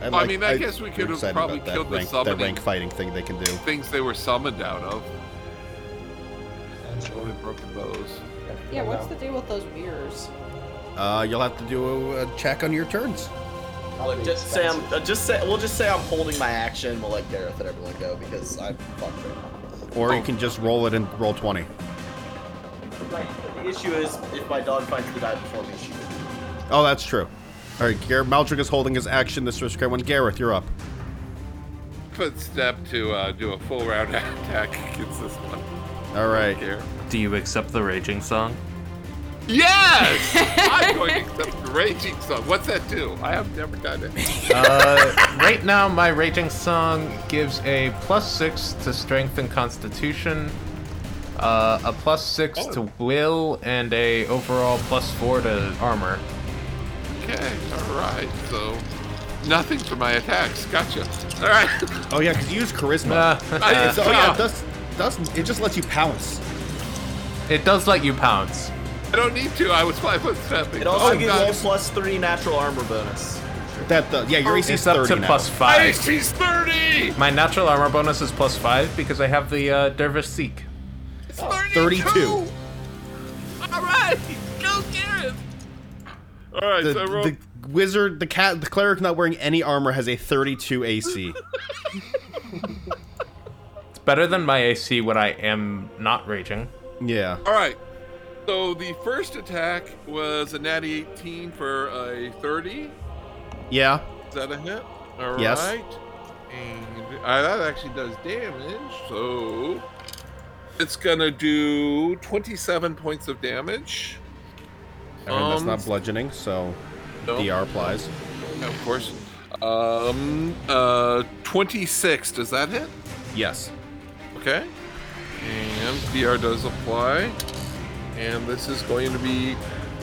I, Well, I mean, I guess we I'm could have excited probably about that killed the rank, that summoning. rank fighting thing they can do. things they were summoned out of. Only broken bows. Oh, Yeah, what's the deal with those mirrors? Uh, you'll have to do a, a check on your turns. Look, just say I'm. Uh, just say we'll just say I'm holding my action. We'll let Gareth and everyone go because I'm fucked right now. Or Oh. you can just roll it and roll 20. Right. The issue is if my dog finds the guy before me, she. Oh, that's true. All right, Garrett Maldrick is holding his action. This is one. Gareth, you're up. Footstep to uh, do a full round attack against this one All right. here. Do you accept the raging song? Yes! I'm going to accept the raging song. What's that do? I have never done it. Uh, right now, my raging song gives a plus six to strength and constitution, uh, a plus six to Oh. will, and a overall plus four to armor. Okay, all right. So nothing for my attacks. Gotcha. All right. Oh yeah, because you use charisma. Uh, I So, oh yeah, it does, does it just lets you pounce? it does let you pounce. I don't need to. I was five foot stepping. It also oh, gives God. you a plus three natural armor bonus. That the yeah, Oh. your AC is It's up thirty to now. plus I five. she's 30! My natural armor bonus is plus five because I have the uh, dervish seek. It's 32! 32. All right! Go Gareth! All right, The, so I rolled... the wizard, the cat, the cleric not wearing any armor has a thirty-two AC. It's better than my AC when I am not raging. Yeah. All right. So the first attack was a natty 18 for a 30. Yeah. Is that a hit? All right. Yes. And uh, that actually does damage. So it's gonna do 27 points of damage. I mean, that's Um, not bludgeoning, so No, DR applies. no, of course. Um, uh, 26. Does that hit? Yes. Okay. And VR does apply. And this is going to be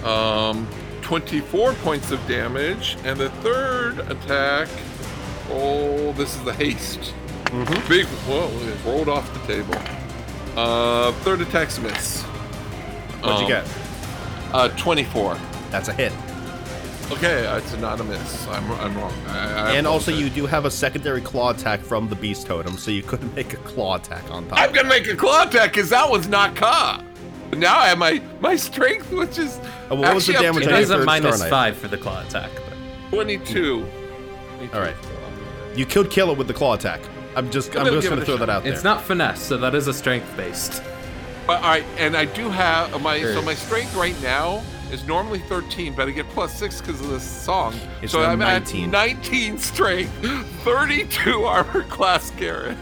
um, 24 points of damage. And the third attack. Oh, this is the haste. Mm-hmm. Big. Whoa, it rolled off the table. Uh, third attack's a miss. What'd you Um, get? Uh, 24. That's a hit. Okay, it's not a miss. I'm, I'm wrong. I, I And also, apologize. you do have a secondary claw attack from the beast totem, so you could make a claw attack on top. I'm gonna make a claw attack because that one's not caught. But now I have my my strength, which is Oh, what was the actually up damage to It on your has a third minus star knight. five for the claw attack. But... Twenty-two. All right. You could kill it with the claw attack. I'm just, I'm gonna just give gonna it a throw shot. that out there. It's not finesse, so that is a strength based. But all right, and I do have my so Sure. my strength right now is normally thirteen, but I get plus six because of this song. It's so now I'm 19. at nineteen strength, thirty-two armor class, Garrett.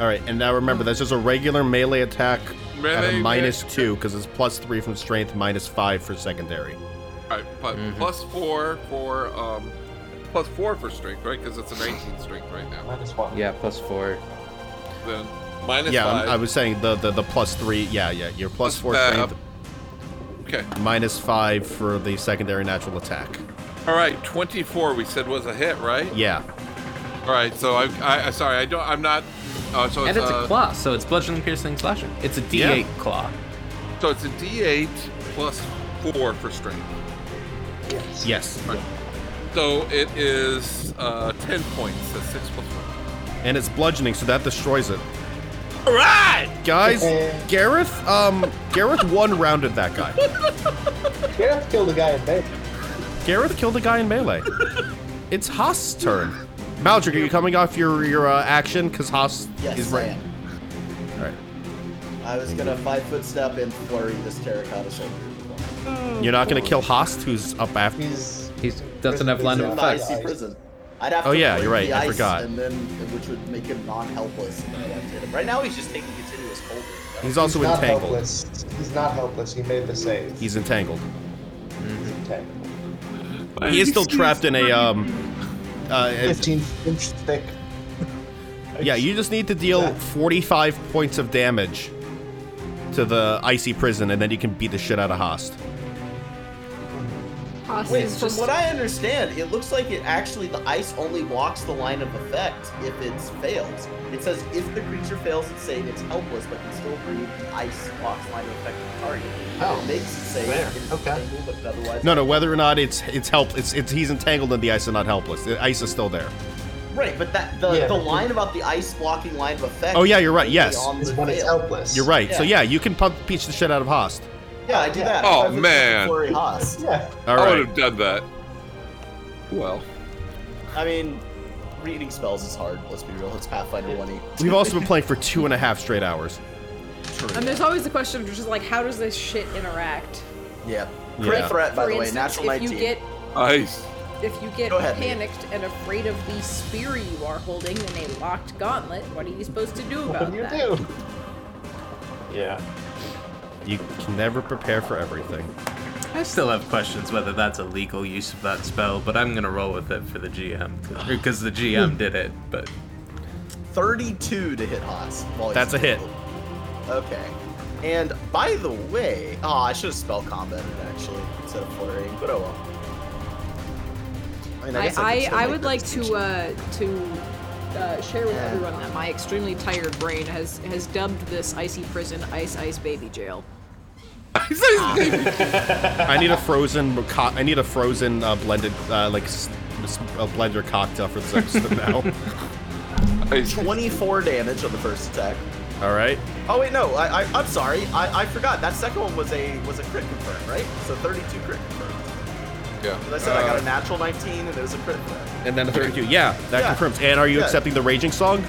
All right, and now remember, that's just a regular melee attack at Melee, a minus yeah. two because it's plus three from strength, minus five for secondary. All right, but Mm-hmm. plus four for um, plus four for strength, right? Because it's a nineteen strength right now. Minus one. Yeah, plus four. Then minus yeah, five. I'm, I was saying the, the the plus three. Yeah, yeah, your Plus plus four five. strength, okay. minus five for the secondary natural attack. All right, 24 we said was a hit, right? Yeah, All right, so I, I I- sorry, I don't I'm not uh, so And it's, it's a uh, claw, so it's bludgeoning, piercing, slashing. It's a D8 claw. so it's a d8 plus 4 for strength. Yes. yes, So it is uh, 10 points. That's 6 plus 1. and it's bludgeoning, so that destroys it. All right. Guys, Gareth, um, Gareth one rounded that guy. Gareth killed a guy in May. Gareth killed a guy in melee. It's Haas' turn. Maldrick, are you coming off your your uh, action? Because Haas Yes, is I right. am. All right. I was gonna five foot step and flurry this terracotta soldier. You're not gonna kill Host, who's up after. He's He doesn't have line of Prison In is Fuck. the effect. icy prison. I'd have Oh, to yeah, break you're right, The I ice forgot. And then which would make him non-helpless. if I left him. Right now he's just taking continuous cold. damage. He's also not entangled. helpless. He's not helpless. He made the save. He's entangled. He's entangled. He is still trapped in a um. Uh, it- 15 inch thick. yeah, you just need to deal 45 points of damage to the icy prison, and then you can beat the shit out of Host. Haas Wait, is Hmm. from just what I understand, it looks like it actually the ice only walks the line of effect if it fails. It says if the creature fails its save, it's helpless, but can still breathe. The ice walks line of effect of the target. Oh, it makes it save. fair. It is Okay. stable, but otherwise, No, no, whether or not it's it's help, it's it's he's entangled in the ice and not helpless. The ice is still there. Right, but that the, Yeah, the but- line about the ice blocking line of effect. Oh, yeah, you're right, is yes. on It's the when it's fail. helpless. You're right. So Yeah. yeah, you can pump beat the shit out of Host. Yeah, I do that. Oh, If I was man. Flurry Haas. Yeah. I would All right. have done that. Well, I mean, reading spells is hard. Let's be real. It's Pathfinder one e. We've also been playing for two and a half straight hours. And there's always the question of just like, how does this shit interact? Yeah. Crit Yeah. threat, by For the way, instance, natural if you 19. get ice. if you get Go ahead, Nate. panicked and afraid of the spear you are holding in a locked gauntlet, what are you supposed to do What about do you that? do? Yeah. You can never prepare for everything. I still have questions whether that's a legal use of that spell, but I'm gonna roll with it for the GM because the GM did it. But 32 to hit Haas. Volley That's a hit. Okay. And by the way, oh, I should have spell combated actually instead of flurrying, but oh well. mean, I, guess could I, still I make would the like to distinction. uh, to uh, share with Yeah. everyone that my extremely tired brain has has dubbed this icy prison ice ice baby jail. I need a frozen. Co- I need a frozen uh, blended, uh, like s- s- a blender cocktail for this episode now. I, 24 damage on the first attack. All right. Oh wait, no, I, I I'm sorry, I, I forgot. That second one was a was a crit confirm, right? So 32 crit confirm. yeah. As I said, I Uh, got a natural 19 and there was a crit confirm. And then a 32. Yeah, that Yeah. confirms. And are you Yeah. accepting the raging song?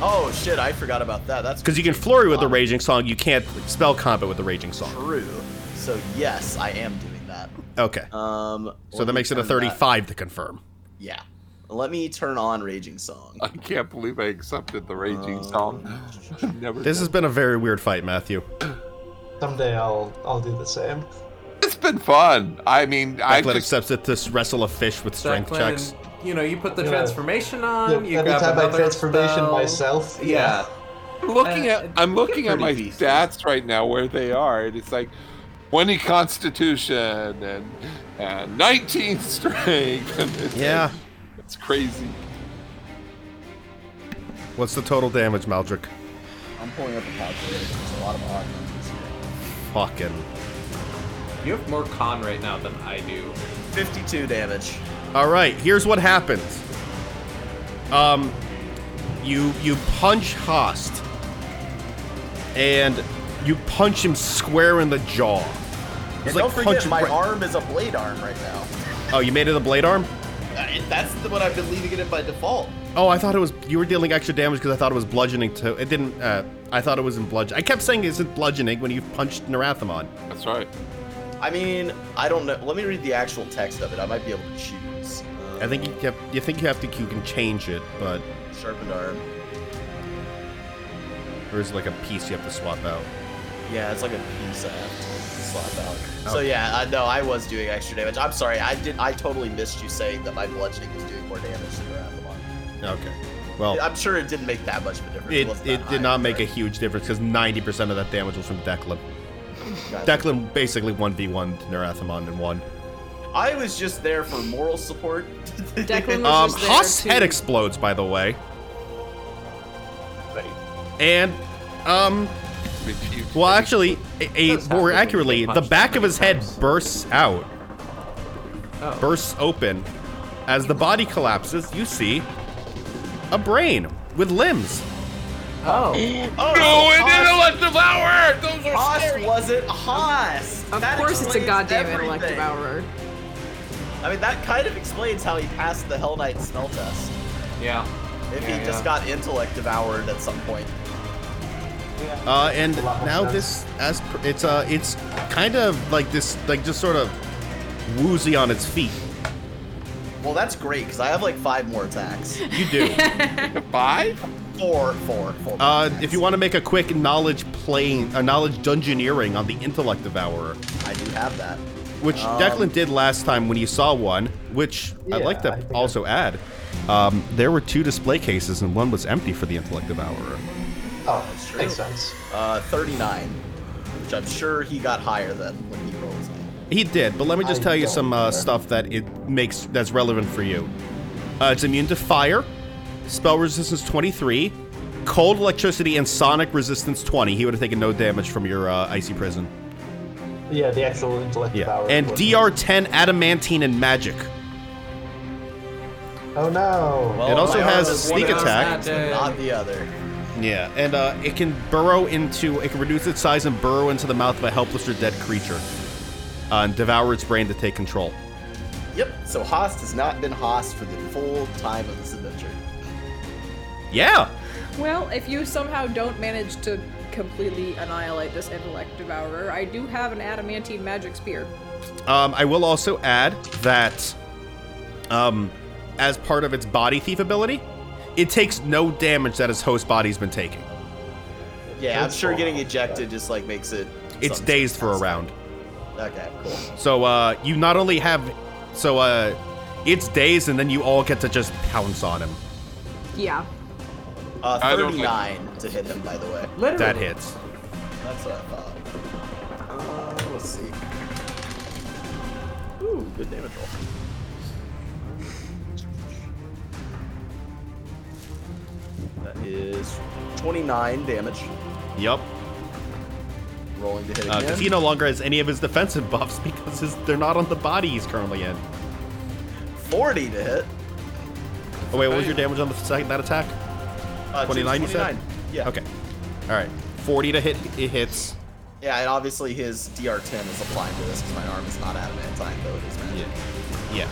Oh shit, I forgot about that. That's Because you can flurry with the Ah. raging song. You can't spell combat with the raging song. true. So yes, I am doing that. Okay. Um. so let that me makes it a turn that- 35 to confirm. Yeah. Let me turn on Raging Song. Uh. I can't believe I accepted the raging Uh, song. I've never This has done- been a very weird fight, Matthew. Someday I'll I'll do the same. it's been fun. I mean, I Declan just accepts it to wrestle a fish with strength Declan, checks. You know, you put the Yeah. transformation Yeah, on. Um, You every grab time I another transformation spell. myself, Yeah. looking Uh, at I'm looking at my pretty decent. stats right now where they are, and it's like 20 Constitution and and 19 Strength. And it's, Yeah. it's crazy. What's the total damage, Maldrick? I'm pulling up a calculator. There's a lot of odd numbers here. Fucking. You have more con right now than I do. 52 damage. All right, here's what happens. Um, you you punch Host, and you punch him square in the jaw. It's And like don't forget, punching my right- arm is a blade arm right now. Oh, you made it a blade arm? Uh, it- That's the one I've been leaving it in by default. Oh, I thought it was. You were dealing extra damage because I thought it was bludgeoning too. It didn't. Uh, I thought it was in bludgeon. I kept saying, "Is it bludgeoning?" When you punched Narathemon. That's right. I mean, I don't know. Let me read the actual text of it. I might be able to choose. Um, I think you kept. You think you have to. You can change it, but sharpened arm. there's like a piece you have to swap out. Yeah, it's like a piece I have to slap out. So yeah, I, no, I was doing extra damage. I'm sorry, I did. I totally missed you saying that my bludgeoning was doing more damage than the Rathamon. Okay. Well, I'm sure it didn't make that much of a difference. Oh. it wasn't that it high, did not make a right? huge difference because 90% of that damage was from Declan. Gotcha. Declan basically 1v1 Nerathamon and won. I was just there for moral support. Declan Um, was just there Haas' to- head explodes, by the way. And, um, I mean, you- well, actually, a, a- Does happen more when you accurately, punch the too back of many his head times. bursts out, Oh. bursts open. As the body collapses, you see a brain with limbs. Oh. oh, No, it is elective hour. Those are Haas was it Haas? Of That course, it's a explains goddamn everything. intellect devourer. I mean, that kind of explains how he passed the Hell Knight smell test. Yeah. If Yeah, he just yeah. got intellect devoured at some point. Uh, and lot more now sense. this, as per, it's uh, it's kind of like this, like just sort of woozy on its feet. Well, that's great because I have like five more attacks. You do. five. Four, four, four. Uh, if you want to make a quick knowledge playing, uh, knowledge dungeoneering on the intellect devourer, I do have that. which Declan did last time when you saw one, which Um. I'd Yeah, like I to think also add. Um, there were two display cases and one was empty for the intellect devourer. Oh, true. makes sense. Uh, 39, which I'm sure he got higher than when he rolls. it. He did, but let me just I tell you don't some uh, remember. stuff that it makes that's relevant for you. Uh, it's immune to fire, spell resistance 23, cold electricity, and sonic resistance 20. He would have taken no damage from your uh, icy prison. Yeah, the actual intellect Yeah, power. and would- DR10 adamantine and magic. Oh no. Well, It also my arm has is one sneak of those attack. attacks, but Not the other. Yeah, and uh, it can burrow into, it can reduce its size and burrow into the mouth of a helpless or dead creature, uh, and devour its brain to take control. Yep. So Haas has not been Haas for the full time of this adventure. Yeah, Well, if you somehow don't manage to completely annihilate this intellect devourer, I do have an adamantine magic spear. um, I will also add that um, as part of its body thief ability, it takes no damage that its host body's been taking. Yeah, I'm sure getting ejected just like makes it. It's something dazed for a fantastic. round. Okay, cool. So uh, you not only have, so uh, it's dazed, and then you all get to just pounce on him. Yeah. Uh, I don't think- 39 to hit him, by the way. That hits. That's what I thought. Uh, let's see. Ooh, good damage roll. That is 29 damage. Yep. Rolling to hit again. Because Uh, he no longer has any of his defensive buffs because his, they're not on the body he's currently in. 40 to hit. Oh wait, what was your damage on the second that attack? Uh, 29, you said? 29. Yeah. Okay. All right. 40 to hit. It hits. Yeah, and obviously his DR10 is applying to this because my arm is not adamant time, though it is magic. Yeah.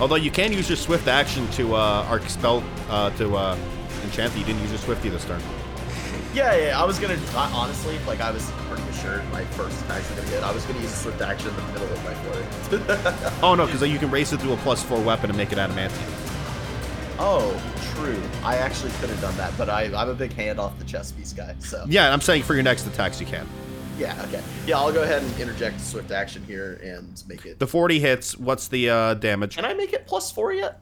Although you can use your swift action to uh, arc spell uh, to uh, enchant. that You didn't use your swifty this turn. Yeah, yeah, I was gonna I, honestly, like, I was pretty sure my first action gonna hit. I was gonna use a swift action in the middle of my flurry. Oh no, because you can race it through a plus four weapon and make it adamantium. oh, true. I actually could have done that, but I, I'm a big hand off the chess piece guy. So Yeah, I'm saying for your next attacks you can. yeah, okay, yeah. I'll go ahead and interject a swift action here and make it. The 40 hits. What's the uh, damage? Can I make it plus four yet?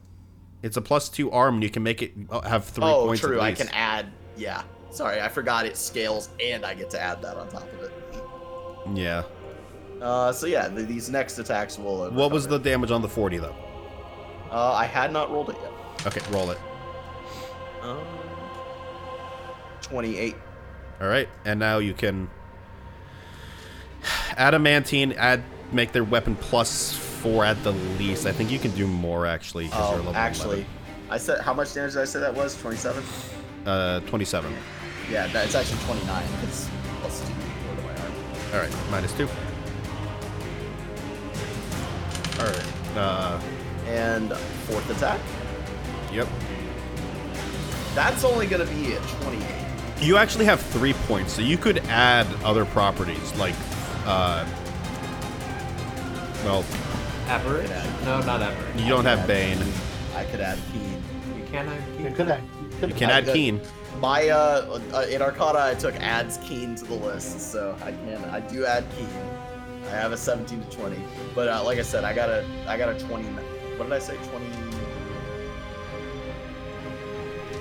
It's a plus two arm, and you can make it uh, have three oh, points. at true. I least. can add. Yeah. Sorry, I forgot it scales, and I get to add that on top of it. Yeah. Uh, so yeah, th- these next attacks will. What was the overcome damage on the 40 though? it. Uh, I had not rolled it yet. Okay, roll it. Um, 28. All right, and now you can adamantine add make their weapon plus four at the least. I think you can do more actually. 'cause you're Oh, level actually, I said how much damage did I say that was? 27. 11. uh, twenty-seven. Yeah, that, it's actually 29. It's plus two. for my arm. All right, minus two. All right. Uh, And fourth attack. yep. That's only gonna be at 28. You actually have three points, so you could add other properties like, uh, well, Aberrant? No, not aberrant. you don't have bane. I could add keen. You uh, can You have could have. You can add keen. My uh, uh, in Arcana, I took adds keen to the list, so I can I do add keen. I have a 17 to 20, but uh, like I said, I got a I got a 20. What did I say? 20.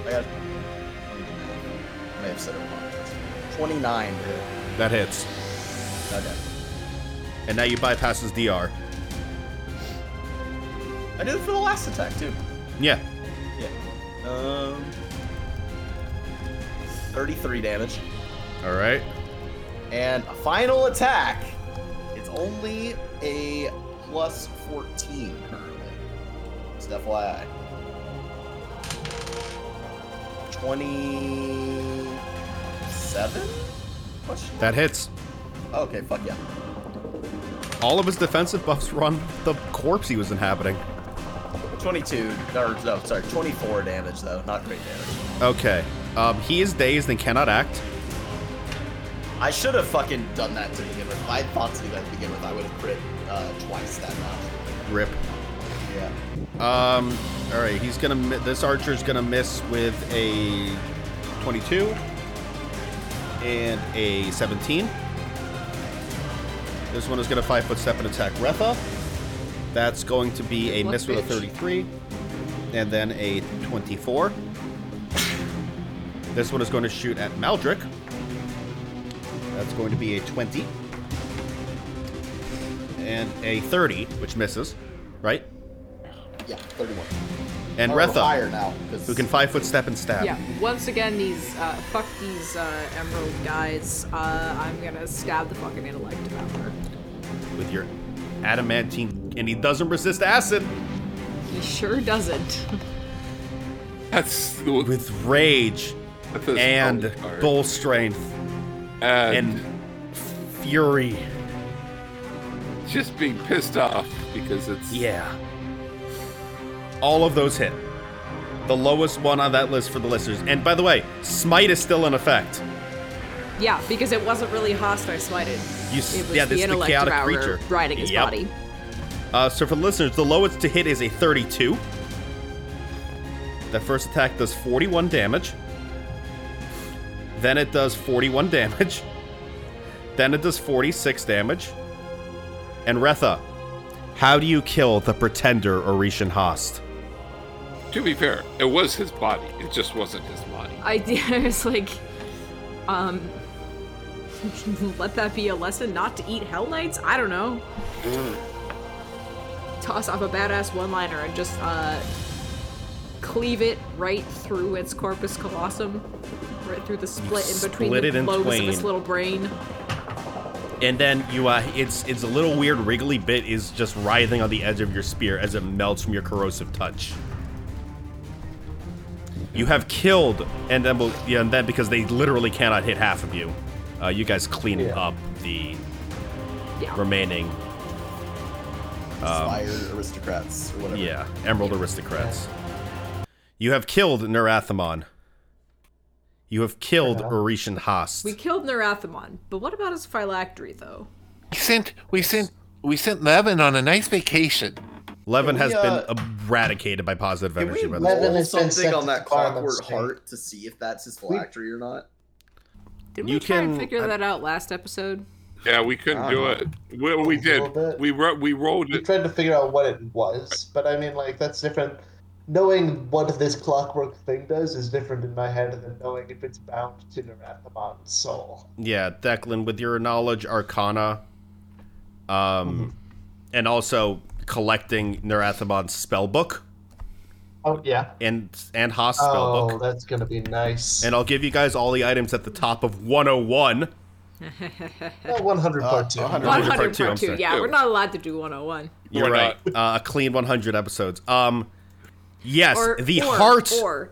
I got. I may have said it wrong. 29. dude. That hits, Okay. and now you bypass his DR. I did it for the last attack too. Yeah. Yeah. Um. 33 damage. All right. And a final attack. It's only a plus 14 currently. Just FYI. 27? Question? That hits. Okay, fuck yeah. All of his defensive buffs were on the corpse he was inhabiting. 22, or no, sorry, 24 damage though. Not great damage. Okay. Um, he is dazed and cannot act. I should have fucking done that to begin with. If I thought to do that to begin with, I would have crit uh, twice that round. Rip. Yeah. Um, all right. He's gonna. mi- This archer's gonna miss with a 22 and a 17. This one is gonna five foot step and attack Retha. That's going to be a Good luck, miss with a bitch. 33, and then a 24. This one is going to shoot at Maldrick. That's going to be a 20 and a 30, which misses, right? Yeah, 31. And Or Retha, higher now. 'cause- who can five foot step and stab. Yeah. Once again, these uh, fuck these uh, emerald guys. Uh, I'm gonna stab the fucking intellect out of her. With your adamantine, and he doesn't resist acid. He sure doesn't. That's With rage that's a and solid card. bull strength and and fury. just being pissed off because it's Yeah. All of those hit. The lowest one on that list for the listeners. And by the way, smite is still in effect. Yeah, because it wasn't really hostile. I smited. You, s- It was yeah, the this is the intellect chaotic devourer creature riding his Yep. body. Uh, so for the listeners, the lowest to hit is a 32. That first attack does 41 damage. Then it does 41 damage. Then it does 46 damage. And Retha, how do you kill the pretender Orishan Host? To be fair, it was his body. It just wasn't his body. I did. I was like, um, let that be a lesson not to eat Hell Knights? I don't know. Mm. Toss off a badass one liner and just, uh, cleave it right through its corpus callosum, right through the split in between Split it the in lobes twain. of its little brain. And then you, uh, it's it's a little weird wriggly bit is just writhing on the edge of your spear as it melts from your corrosive touch. You have killed, and then we'll- yeah, and then because they literally cannot hit half of you, uh, you guys clean Yeah. up the Yeah. remaining, Inspired aristocrats or whatever. yeah, Emerald Aristocrats. You have killed Nerathamon. You have killed Uh-huh. Orishan Hast. We killed Nerathamon, but what about his phylactery, though? We sent we sent we sent Levin on a nice vacation. Levin we, has uh, been eradicated by positive Can energy. we by the way. Levin roll has been something sent on to that the bottom of clockwork the heart to see if that's his phylactery or not? Didn't You we try can- and figure I- that out last episode? Yeah, we couldn't do it. Well, we A little did. bit. We ro- we rolled We it. tried to figure out what it was, but I mean, like, that's different. Knowing what this clockwork thing does is different in my head than knowing if it's bound to Narathamon's soul. Yeah, Declan, with your knowledge, Arcana, um, and also collecting Nerathamon's spellbook Oh, yeah. and and Haas Oh, spellbook. that's gonna be nice. And I'll give you guys all the items at the top of 101. Uh, 100 part two. 100. Part 100 part two, 2, I'm sorry. yeah, we're not allowed to do 101. Why You're right. Uh, a clean 100 episodes. Um, yes, Or, the or, heart. Or,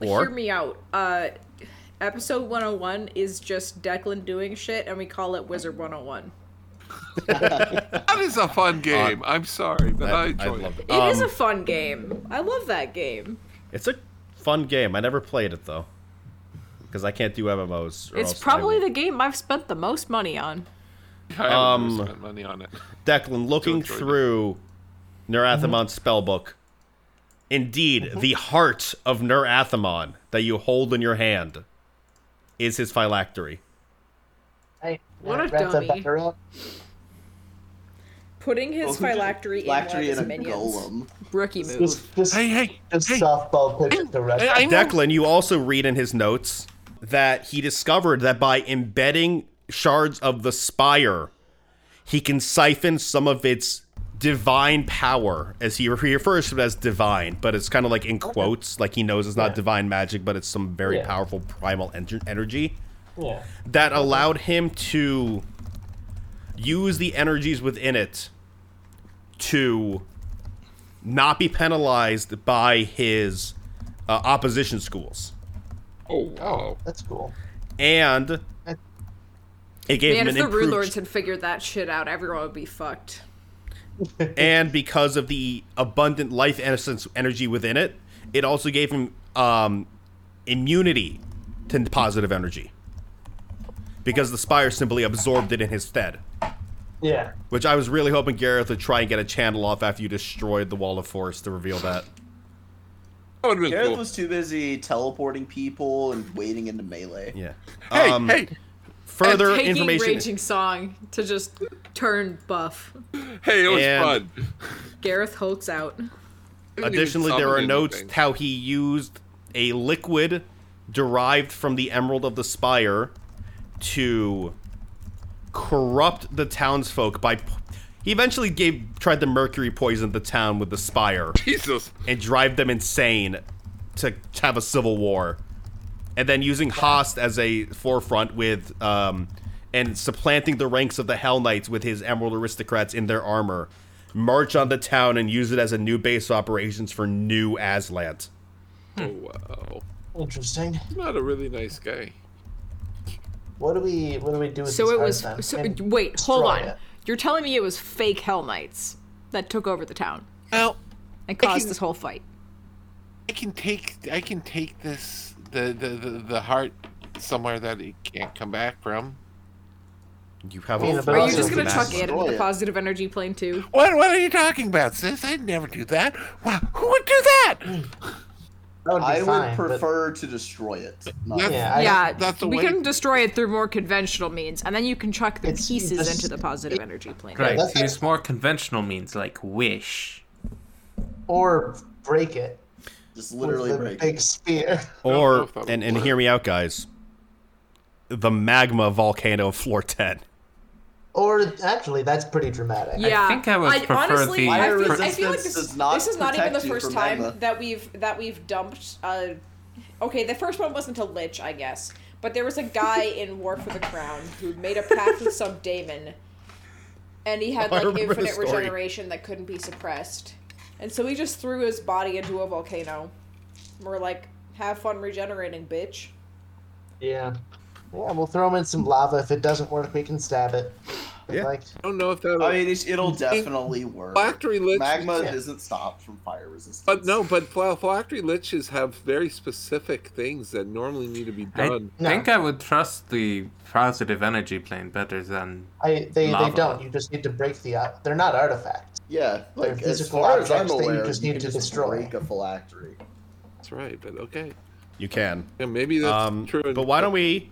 Or? hear me out. Uh, episode 101 is just Declan doing shit, and we call it Wizard 101. That is a fun game. I'm sorry, but I, I, I enjoyed love it. it. It is Um, a fun game. I love that game. It's a fun game. I never played it though, because I can't do MMOs. or It's else I probably will- the game I've spent the most money on. I Um, haven't spent money on it. Declan, looking enjoyed it. through Nerathamon's spellbook, indeed, the heart of Nerathamon that you hold in your hand is his phylactery. Hey, What a Naratha dummy. back her up. Putting his phylactery in one of Phylactery his and a minions. golem. Rookie move. Just, just, Hey, hey, just hey. softball pitch it to I, Ratha. I know. Declan, you also read in his notes that he discovered that by embedding shards of the spire, he can siphon some of its divine power, as he he refers to it as divine, but it's kind of like in quotes, like he knows it's not divine magic, but it's some very Yeah. powerful primal en- energy. Yeah. that allowed him to use the energies within it to not be penalized by his uh, opposition schools. Oh wow. That's cool. And it gave Man, him if an the Rue improved Lords had figured that shit out, everyone would be fucked. and because of the abundant life essence energy within it, it also gave him um, immunity to positive energy. Because the spire simply absorbed it in his stead. Yeah. Which I was really hoping Gareth would try and get a channel off after you destroyed the wall of force to reveal that. That would have been Gareth cool. was too busy teleporting people and wading into melee. Yeah. hey, um, hey, Further and taking information. Raging Song to just turn buff. hey, it was and- fun. Gareth hulks out. I didn't even Additionally, there are summon notes anything. how he used a liquid derived from the Emerald of the Spire to corrupt the townsfolk by. p- He eventually gave tried to mercury poison the town with the spire Jesus. and drive them insane to have a civil war, and then using Host as a forefront with um, and supplanting the ranks of the Hell Knights with his Emerald Aristocrats in their armor, march on the town and use it as a new base of operations for new Aslant. Oh wow. Interesting. Not a really nice guy. What do we what do we do with So this it heart was. then? So, And wait, hold destroy on. it. You're telling me it was fake Hell Knights that took over the town Well, and caused can- this whole fight? I can take I can take this the the the, the heart somewhere that it can't come back from. You have Yeah, a but Are you also just gonna the chuck mass- it into the positive energy plane too? Oh, What, what are you talking about, sis? I'd never do that. Why, who would do that? That would be I fine, would but- prefer to destroy it. not- That's- Yeah, I- yeah, that's the we way- can destroy it through more conventional means, and then you can chuck the It's pieces just- into the positive energy plane. Right. that's- Use more conventional means like wish. or break it Just with literally the break. it. big spear. know Or if that would and, and work. hear me out, guys. The magma volcano of floor ten. Or actually, that's pretty dramatic. Yeah, think I would prefer honestly, the- I Fire feel, I feel like resistance this, does not this is not even the protect you first from time magma. that we've that we've dumped. Uh, okay, the first one wasn't a lich, I guess, but there was a guy in War for the Crown who made a pact with some daemon, and he had I like remember the infinite story. regeneration that couldn't be suppressed, and so he just threw his body into a volcano. And We're like, have fun regenerating, bitch. Yeah. Yeah, we'll throw him in some lava. If it doesn't work, we can stab it. But, Yeah. Like, I don't know if that. I mean, it's, it'll definitely work. Phylactery lich. Magma Yeah. doesn't stop from fire resistance. But no, but phla- phylactery liches have very specific things that normally need to be I done. No. think I would trust the positive energy plane better than I they, they Lava. don't. You just need to break the. Uh, they're not artifacts. Yeah, They're like as physical far as I'm objects that you aware, just you need can to just destroy. break a phylactery. That's right. But okay, You can. yeah, maybe that's Um, true. in- but why don't we?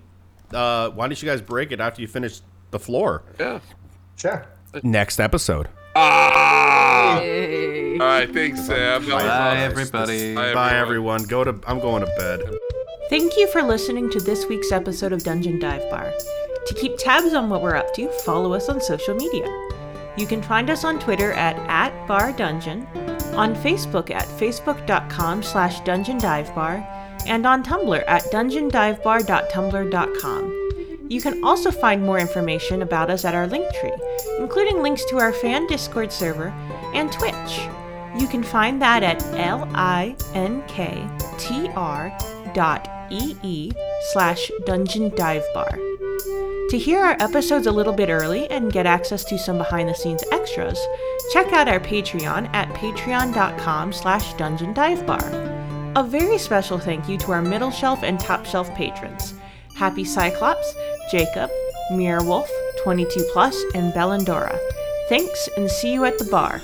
Uh, why don't you guys break it after you finish the floor? Yeah. Sure. Next episode. Ah! All right. Thanks, Sam. Bye, everybody. Bye, everyone. Go to. I'm going to bed. Thank you for listening to this week's episode of Dungeon Dive Bar. To keep tabs on what we're up to, follow us on social media. You can find us on Twitter at, at @bardungeon, on Facebook at facebook.com slash dungeon dive bar, and on Tumblr at dungeondivebar.tumblr.com. You can also find more information about us at our Linktree, including links to our fan Discord server and Twitch. You can find that at linktr dot ee slash dungeon dive bar. To hear our episodes a little bit early and get access to some behind the scenes extras, check out our Patreon at patreon.com slash dungeon dive bar. A very special thank you to our middle shelf and top shelf patrons Happy Cyclops, Jacob, Mirror Wolf, 22 Plus, and Bellandora. Thanks and see you at the bar.